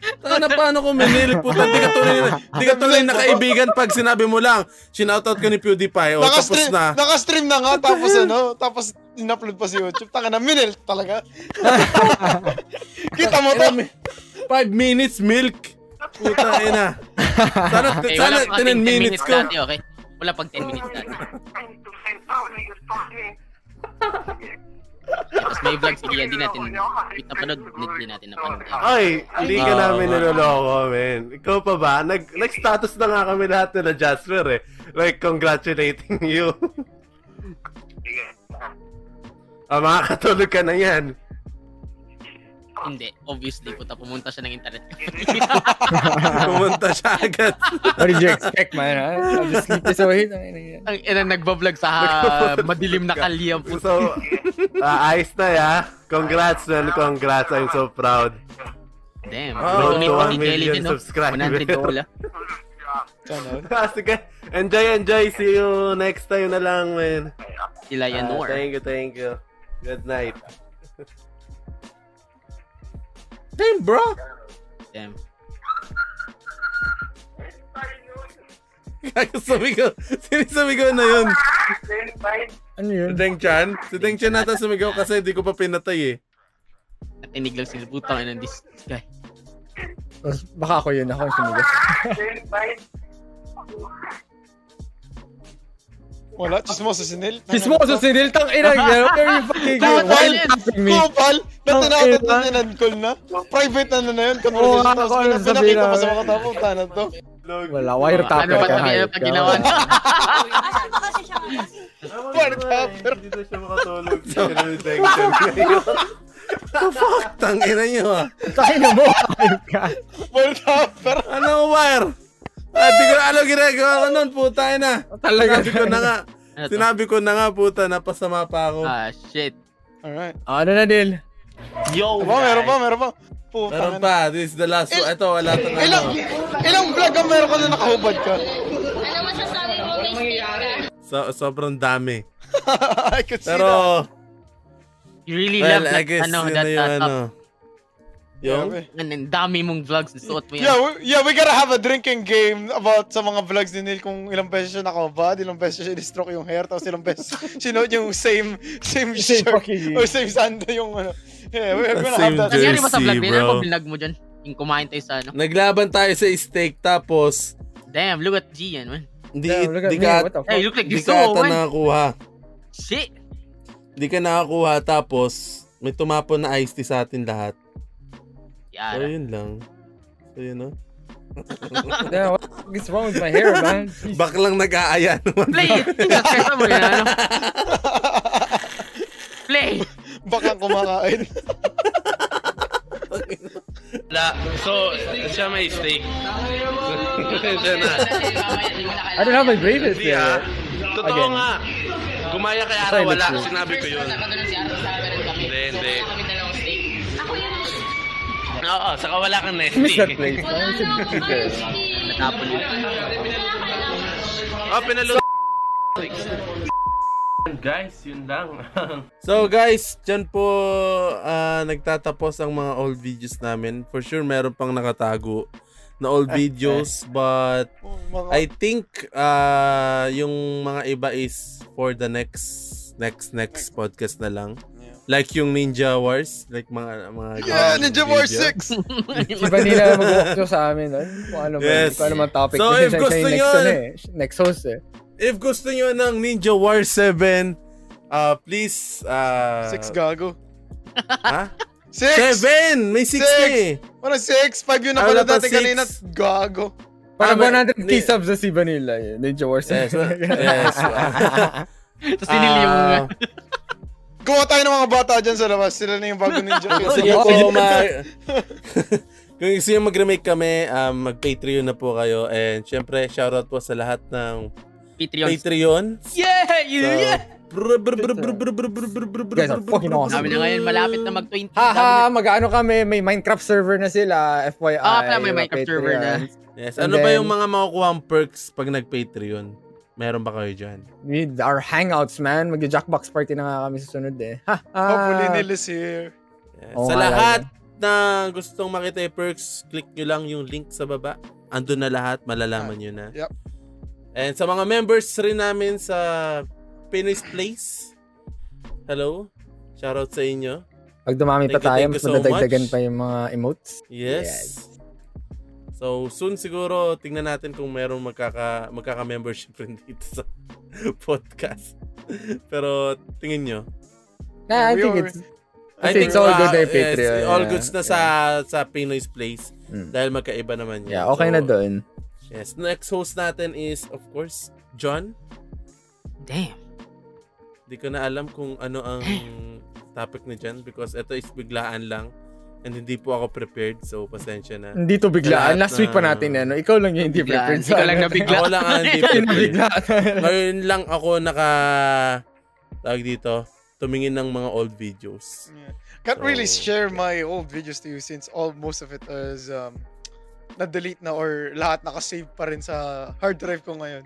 Speaker 1: Putang, Tana, paano ko minilip? Puta, di ka tuloy na, di ka tuloy na kaibigan pag sinabi mo lang, sinoutout ka ni PewDiePie, o Oh, tapos
Speaker 3: Nakastream,
Speaker 1: na.
Speaker 3: nakastream na nga, tapos ano, tapos in-upload pa sa YouTube. Taka na, minil talaga. Kita mo to.
Speaker 1: Five minutes milk. Puta, ina. Sana,
Speaker 4: Okay,
Speaker 1: sana
Speaker 4: wala pang
Speaker 1: 10 minutes ko.
Speaker 4: dati, okay? Wala pang 10 minutes dati. Tapos may vlog, sige, hindi natin, hindi napanood, hindi natin napanood.
Speaker 12: Ay, hindi ka
Speaker 4: Ah,
Speaker 12: namin
Speaker 4: wala.
Speaker 12: niloloko, man. Ikaw pa ba? Nag, nag-status na nga kami lahat nila Jasper eh. Like, congratulating you. ah, makakatulog ka na yan.
Speaker 4: Hindi, obviously, puta, pumunta siya ng internet.
Speaker 1: Pumunta siya agad.
Speaker 2: What did you expect, man? Ha? I'll just sleep this away.
Speaker 4: Ang ina nagbablog sa ah, madilim na kalye ang puta.
Speaker 12: So, Ah, ayos na ya. Congrats, man. Congrats. I'm so proud.
Speaker 4: Damn.
Speaker 12: Road
Speaker 4: Donate
Speaker 12: to
Speaker 4: pa
Speaker 12: 1
Speaker 4: ni Jelly
Speaker 12: million
Speaker 4: din, oh.
Speaker 12: subscribers.
Speaker 4: 100 dollar.
Speaker 12: Ah, Sige. Enjoy, enjoy. See you next time na lang, man.
Speaker 4: Sila yan,
Speaker 12: Ah,
Speaker 4: Noor.
Speaker 12: Thank you, thank you. Good night.
Speaker 1: Damn, bro.
Speaker 4: Damn.
Speaker 1: Kakasabi ko, sinisumigaw na yun. Ano yun? Si Deng Chan? Si Deng Chan nata sumigaw kasi di ko pa pinatay eh.
Speaker 4: Natinig lang sila, putang ina, this guy.
Speaker 2: Baka ako yun. Ako yung sumugot.
Speaker 3: Wala, chismoso si Nil.
Speaker 2: Chismoso si Nil, tang ina, you know, there you إيه fucking go. Why
Speaker 3: Kupal,
Speaker 2: are you tapping me? إيه
Speaker 3: kupal, na
Speaker 2: Tang
Speaker 3: tinakot na
Speaker 2: ina.
Speaker 3: call na. Private na na na yun,
Speaker 2: Oo,
Speaker 3: conversation.
Speaker 2: ako
Speaker 3: Tapos
Speaker 2: yun,
Speaker 3: pina-
Speaker 2: sabi
Speaker 3: pinakita pa
Speaker 2: namin.
Speaker 3: sa mga tao, puta na to.
Speaker 2: Wala, wire
Speaker 3: Ano
Speaker 2: tapper
Speaker 3: ba
Speaker 2: ka.
Speaker 3: sabi-
Speaker 2: hayop
Speaker 3: ano pa
Speaker 2: ka.
Speaker 3: ginawa niya?
Speaker 12: Hindi na siya makatulog.
Speaker 1: The fuck? Tangina nyo ah.
Speaker 2: Tangina mo.
Speaker 3: Wire tapper.
Speaker 1: Anong wire? Ano, Ah, di ko na alam ginagawa ko nun, puta ina.
Speaker 2: Oh, Talaga.
Speaker 1: Sinabi ko na nga. Sinabi ko na nga, puta, napasama pa ako.
Speaker 4: Ano Ah, shit.
Speaker 3: Alright.
Speaker 2: Ano na, Nil?
Speaker 4: Yo,
Speaker 3: Meron pa, meron pa, meron pa. Puta
Speaker 1: Ano Meron
Speaker 3: na.
Speaker 1: pa, this is the last one. Ito, wala tang
Speaker 3: Ilang,
Speaker 1: ano.
Speaker 3: ilang vlog ang meron ka na nakahubad ka?
Speaker 1: So, sobrang dami.
Speaker 3: I could see
Speaker 1: Pero,
Speaker 4: You really
Speaker 1: Well,
Speaker 4: love
Speaker 1: I
Speaker 4: that,
Speaker 1: guess
Speaker 4: ano,
Speaker 1: yun
Speaker 4: that,
Speaker 1: na yung
Speaker 4: that,
Speaker 1: ano.
Speaker 4: Yung?
Speaker 1: Yung?
Speaker 4: Ang dami mong vlogs, suot mo yan.
Speaker 3: Yeah, we, yeah, we gotta have a drinking game about sa mga vlogs ni Neil kung ilang beses siya nakabad, ilang beses siya ni-stroke yung hair, tapos ilang beses sinuot yung same same
Speaker 2: Same
Speaker 3: shirt
Speaker 2: fucking-
Speaker 3: or same sando yung ano. Yeah, we're gonna have that.
Speaker 4: Nangyari ba sa
Speaker 1: jersey,
Speaker 4: vlog din? Ano
Speaker 1: bro.
Speaker 4: ba vlog mo dyan? Yung kumain tayo sa ano?
Speaker 1: Naglaban tayo sa steak tapos
Speaker 4: Damn, look at G yan, man.
Speaker 1: di,
Speaker 4: Damn, look at
Speaker 1: di
Speaker 4: me,
Speaker 1: ka,
Speaker 4: what the fuck? Hey, look like
Speaker 1: di
Speaker 4: gusto
Speaker 1: ka
Speaker 4: mo,
Speaker 1: ata
Speaker 4: man.
Speaker 1: nakakuha.
Speaker 4: Shit!
Speaker 1: Di ka nakakuha tapos may tumapon na iced tea sa atin lahat. So
Speaker 4: Yara.
Speaker 1: yun lang. So yun no?
Speaker 2: Damn, what is wrong with my hair, man?
Speaker 1: Baklang nag-aaya naman.
Speaker 4: Play it! Jesus Christ, mo yan, ano? Play!
Speaker 3: Baka kumakain.
Speaker 7: Wala. So, siya may steak. siya na.
Speaker 2: I don't have my braces
Speaker 7: Hindi
Speaker 2: there.
Speaker 7: ah. Totoo
Speaker 2: Again.
Speaker 7: nga. Gumaya kay Ara,
Speaker 2: Silent
Speaker 7: wala.
Speaker 2: film.
Speaker 7: Sinabi ko yun. Hindi, hindi. Oo, saka wala kang na
Speaker 2: Miss that
Speaker 7: steak.
Speaker 2: place. man.
Speaker 4: Natapon yun.
Speaker 7: Oh, pinalo...
Speaker 12: Guys, yun lang.
Speaker 1: So guys, dyan po ah, nagtatapos ang mga old videos namin. For sure, meron pang nakatago na old videos. But I think ah, yung mga iba is for the next next next podcast na lang. Like yung Ninja Wars, like mga mga
Speaker 3: Yeah,
Speaker 1: ganun
Speaker 3: Ninja War 6!
Speaker 1: video.
Speaker 2: Iba nila mag-walk sa amin. Ano? Kung ano man,
Speaker 1: Yes.
Speaker 2: kung ano man topic.
Speaker 1: So,
Speaker 2: Kasi
Speaker 1: if
Speaker 2: siya-
Speaker 1: gusto
Speaker 2: siya yung ano,
Speaker 1: nyo-
Speaker 2: next, ano, eh, next host eh.
Speaker 1: If gusto nyo ng Ninja War 7, uh, please... Uh,
Speaker 3: Six gago.
Speaker 1: Ha?
Speaker 3: Six!
Speaker 1: Seven! May six, na eh.
Speaker 3: Ano six? Five yun ako
Speaker 1: Ah, wala
Speaker 3: na
Speaker 1: pa
Speaker 3: dati
Speaker 1: six.
Speaker 3: kanina. Gago.
Speaker 1: Ah,
Speaker 4: Ano
Speaker 2: Parang
Speaker 1: may-
Speaker 2: 100k
Speaker 1: may-
Speaker 2: subs na si Vanilla. eh. Ninja Wars.
Speaker 1: Yes, wa- yes, wa-
Speaker 4: Tapos nililiw mo
Speaker 2: Ah.
Speaker 4: nga.
Speaker 3: Gawa tayo ng mga bata dyan sa labas. Sila na yung bago ninja.
Speaker 1: Gusto nyo po ma- Kung gusto nyo mag-remake kami, um, mag-Patreon na po kayo. And syempre, shoutout po sa lahat ng
Speaker 4: Patreons.
Speaker 1: Patreon.
Speaker 4: Yeah!
Speaker 1: So,
Speaker 4: Yeah!
Speaker 2: Guys are fucking awesome.
Speaker 4: Sabi na ngayon, malapit na
Speaker 1: Ah.
Speaker 4: mag-20.
Speaker 2: Haha, mag-ano kami, may Minecraft server na sila, FYI.
Speaker 4: Ah, pala may
Speaker 2: mga
Speaker 4: Minecraft server na.
Speaker 2: Patreons.
Speaker 1: Yes.
Speaker 2: And
Speaker 1: Ano ba
Speaker 2: then,
Speaker 1: yung mga makukuha ang perks pag nag-Patreon? Meron ba kayo dyan?
Speaker 2: With our hangouts, man. Mag-jackbox party na nga kami susunod eh. Ha?
Speaker 3: Hopefully
Speaker 1: Ah.
Speaker 3: Neil is here.
Speaker 2: Oo
Speaker 1: sa
Speaker 2: nga,
Speaker 1: lahat na gustong makita yung perks, click nyo lang yung link sa baba. Andun na lahat, malalaman nyo na.
Speaker 3: Yep.
Speaker 1: And sa mga members rin namin sa Pinoy's Place, hello. Shoutout sa inyo.
Speaker 2: Pag dumami pa
Speaker 1: Thank you,
Speaker 2: tayo,
Speaker 1: thank
Speaker 2: mas
Speaker 1: you so
Speaker 2: madadagdagan
Speaker 1: much.
Speaker 2: pa yung mga emotes.
Speaker 1: Yes. So, soon siguro, tingnan natin kung meron magkaka, magkaka-membership rin dito sa podcast. Pero, tingin nyo.
Speaker 2: Nah, I
Speaker 1: We
Speaker 2: think
Speaker 1: are-
Speaker 2: it's... I think it's all
Speaker 1: uh,
Speaker 2: good na yung
Speaker 1: yes,
Speaker 2: Patreon.
Speaker 1: all
Speaker 2: yeah. Mm.
Speaker 1: goods na sa sa Pinoy's Place. Dahil magkaiba naman yun.
Speaker 2: Yeah, okay na doon.
Speaker 1: Yes. Next host natin is, of course, John.
Speaker 4: Damn.
Speaker 1: Di ko na alam kung ano ang topic na dyan because ito is biglaan lang and hindi po ako prepared so pasensya na.
Speaker 2: Hindi to biglaan.
Speaker 1: Lahat
Speaker 2: Last week pa
Speaker 1: na-
Speaker 2: natin ano. Ikaw lang yung hindi
Speaker 1: Biglaan.
Speaker 2: prepared.
Speaker 1: Ikaw lang nabigla. Ako lang ang hindi
Speaker 2: Ikaw yung
Speaker 1: prepared.
Speaker 2: nabigla.
Speaker 1: Ngayon lang ako naka tawag dito tumingin ng mga old videos.
Speaker 3: Can't really
Speaker 1: So,
Speaker 3: share my old videos to you since all most of it is um, na-delete na or lahat nakasave pa rin sa hard drive ko ngayon.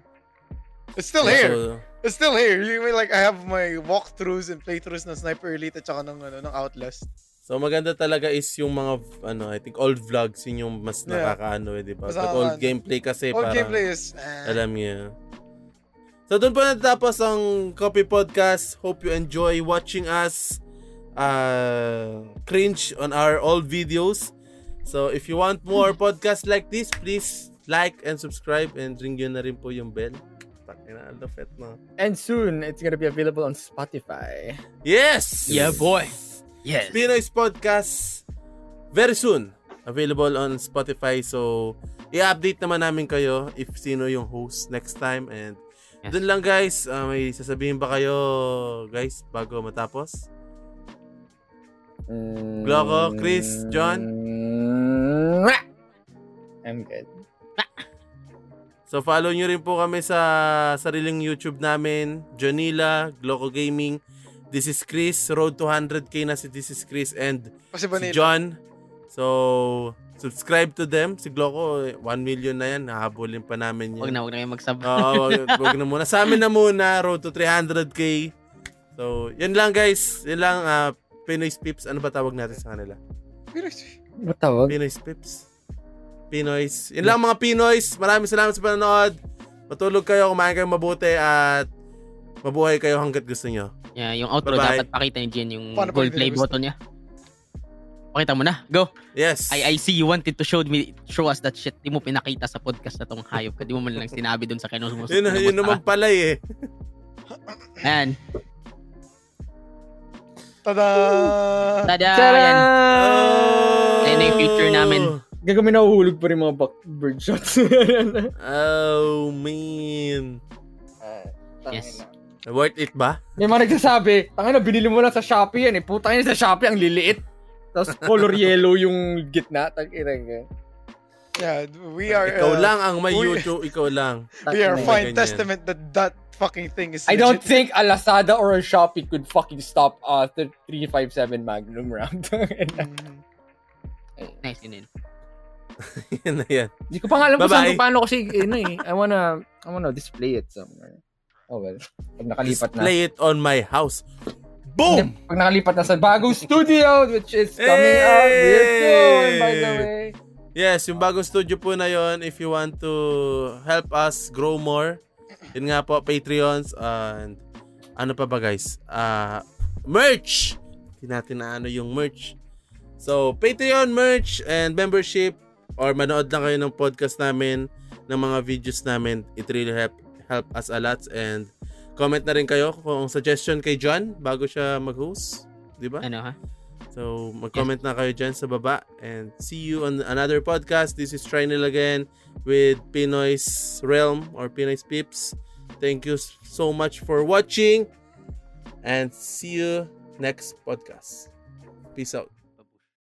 Speaker 3: It's still
Speaker 1: Yeah,
Speaker 3: here.
Speaker 1: so- uh,
Speaker 3: It's still here. You mean like I have my walkthroughs and playthroughs ng Sniper Elite at saka ng, ano, ng Outlast.
Speaker 1: So maganda talaga is yung mga ano, I think old vlogs yun yung mas
Speaker 3: Yeah.
Speaker 1: nakakaano eh, di
Speaker 3: Mas
Speaker 1: ba? Pag
Speaker 3: nakakaano.
Speaker 1: old gameplay kasi
Speaker 3: Old
Speaker 1: parang
Speaker 3: gameplay is, ah.
Speaker 1: alam niyo. So doon po natatapos ang Copy Podcast. Hope you enjoy watching us uh, cringe on our old videos. So if you want more podcasts like this, please like and subscribe and ring yun na rin po yung bell. Takina, ang lupet na.
Speaker 2: And soon, it's gonna be available on Spotify.
Speaker 1: Yes!
Speaker 2: Yeah, boy.
Speaker 1: Yes. Pinoy's Podcast very soon available on Spotify. So, i-update naman namin kayo if sino yung host next time. And dun lang guys, Ah, may sasabihin ba kayo guys bago matapos?
Speaker 2: Mm.
Speaker 1: Gloco, Chris, John?
Speaker 2: I'm good.
Speaker 1: So, follow nyo rin po kami sa sariling YouTube namin. Jonila, Gloco Gaming. This is Chris. Road to 100k na si This is Chris and
Speaker 3: Kasi
Speaker 1: si
Speaker 3: Vanilla.
Speaker 1: John. So, subscribe to them. Si Gloco, 1 million na yan. Hahabulin pa namin yan.
Speaker 4: Huwag na, huwag na kayo mag-sub.
Speaker 1: Oo, wag, wag na muna. Sa amin na muna, road to 300k. So, yun lang guys. Yun lang, ah, Pinoy's Pips. Ano ba tawag natin sa kanila?
Speaker 2: Ba't tawag?
Speaker 1: Pinoy's Pips. Pinoy's. Yun lang mga Pinoy's. Maraming salamat sa panonood. Matulog kayo, kumain kayo mabuti at mabuhay kayo hanggat gusto nyo.
Speaker 4: Yeah, yung outro
Speaker 1: Bye-bye.
Speaker 4: dapat pakita ni Jen yung
Speaker 1: Paano
Speaker 4: gold
Speaker 1: pag
Speaker 4: play
Speaker 1: gusto?
Speaker 4: button niya. Pakita mo na. Go.
Speaker 1: Yes.
Speaker 4: I I see you wanted to show me show us that shit. Di mo pinakita sa podcast na tong hayop. Di mo man lang sinabi dun sa kanong mo.
Speaker 1: Yun, yun naman pala eh.
Speaker 4: Ayan.
Speaker 3: Tada!
Speaker 4: Tada!
Speaker 2: Tada!
Speaker 4: Ayan.
Speaker 1: Oh!
Speaker 4: Ayan na yung future namin.
Speaker 2: Gagawin na uhulog pa rin mga bird shots.
Speaker 1: oh, man.
Speaker 4: yes.
Speaker 1: Worth it ba?
Speaker 2: May mga nagsasabi, tanga na, binili mo lang sa Shopee yan eh. Puta yun sa Shopee, ang liliit. Tapos color yellow yung gitna. eh. Tag irang
Speaker 3: Yeah, we are...
Speaker 1: ikaw
Speaker 3: uh,
Speaker 1: lang ang may
Speaker 3: we-
Speaker 1: YouTube, ikaw lang.
Speaker 3: We are
Speaker 1: Ganyan.
Speaker 3: fine testament that that fucking thing is
Speaker 2: I don't
Speaker 3: legit.
Speaker 2: think a Lazada or a Shopee could fucking stop uh, the 357 Magnum round. Mm.
Speaker 4: Nice yun yun.
Speaker 1: Yan na yan.
Speaker 2: Hindi ko pa nga alam kung saan
Speaker 1: Bye-bye.
Speaker 2: ko paano kasi ano eh. I wanna, I wanna display it somewhere. Oh well. Pag nakalipat na.
Speaker 1: Play it on my house. Boom! Eh,
Speaker 2: Pag nakalipat na sa bagong studio which is coming out real soon by the way.
Speaker 1: Yes, yung bagong studio po na yon if you want to help us grow more. Yun nga po, Patreons and ano pa ba guys? Ah, merch! Hindi natin na ano yung merch. So, Patreon merch and membership or manood lang kayo ng podcast namin, ng mga videos namin. It really help, help us a lot. And comment na rin kayo kung suggestion kay John bago siya mag-host. Di ba?
Speaker 4: Ano ha?
Speaker 1: So, mag-comment na kayo dyan sa baba. And see you on another podcast. This is Trinil again with Pinoy's Realm or Pinoy's Pips. Thank you so much for watching. And see you next podcast. Peace out.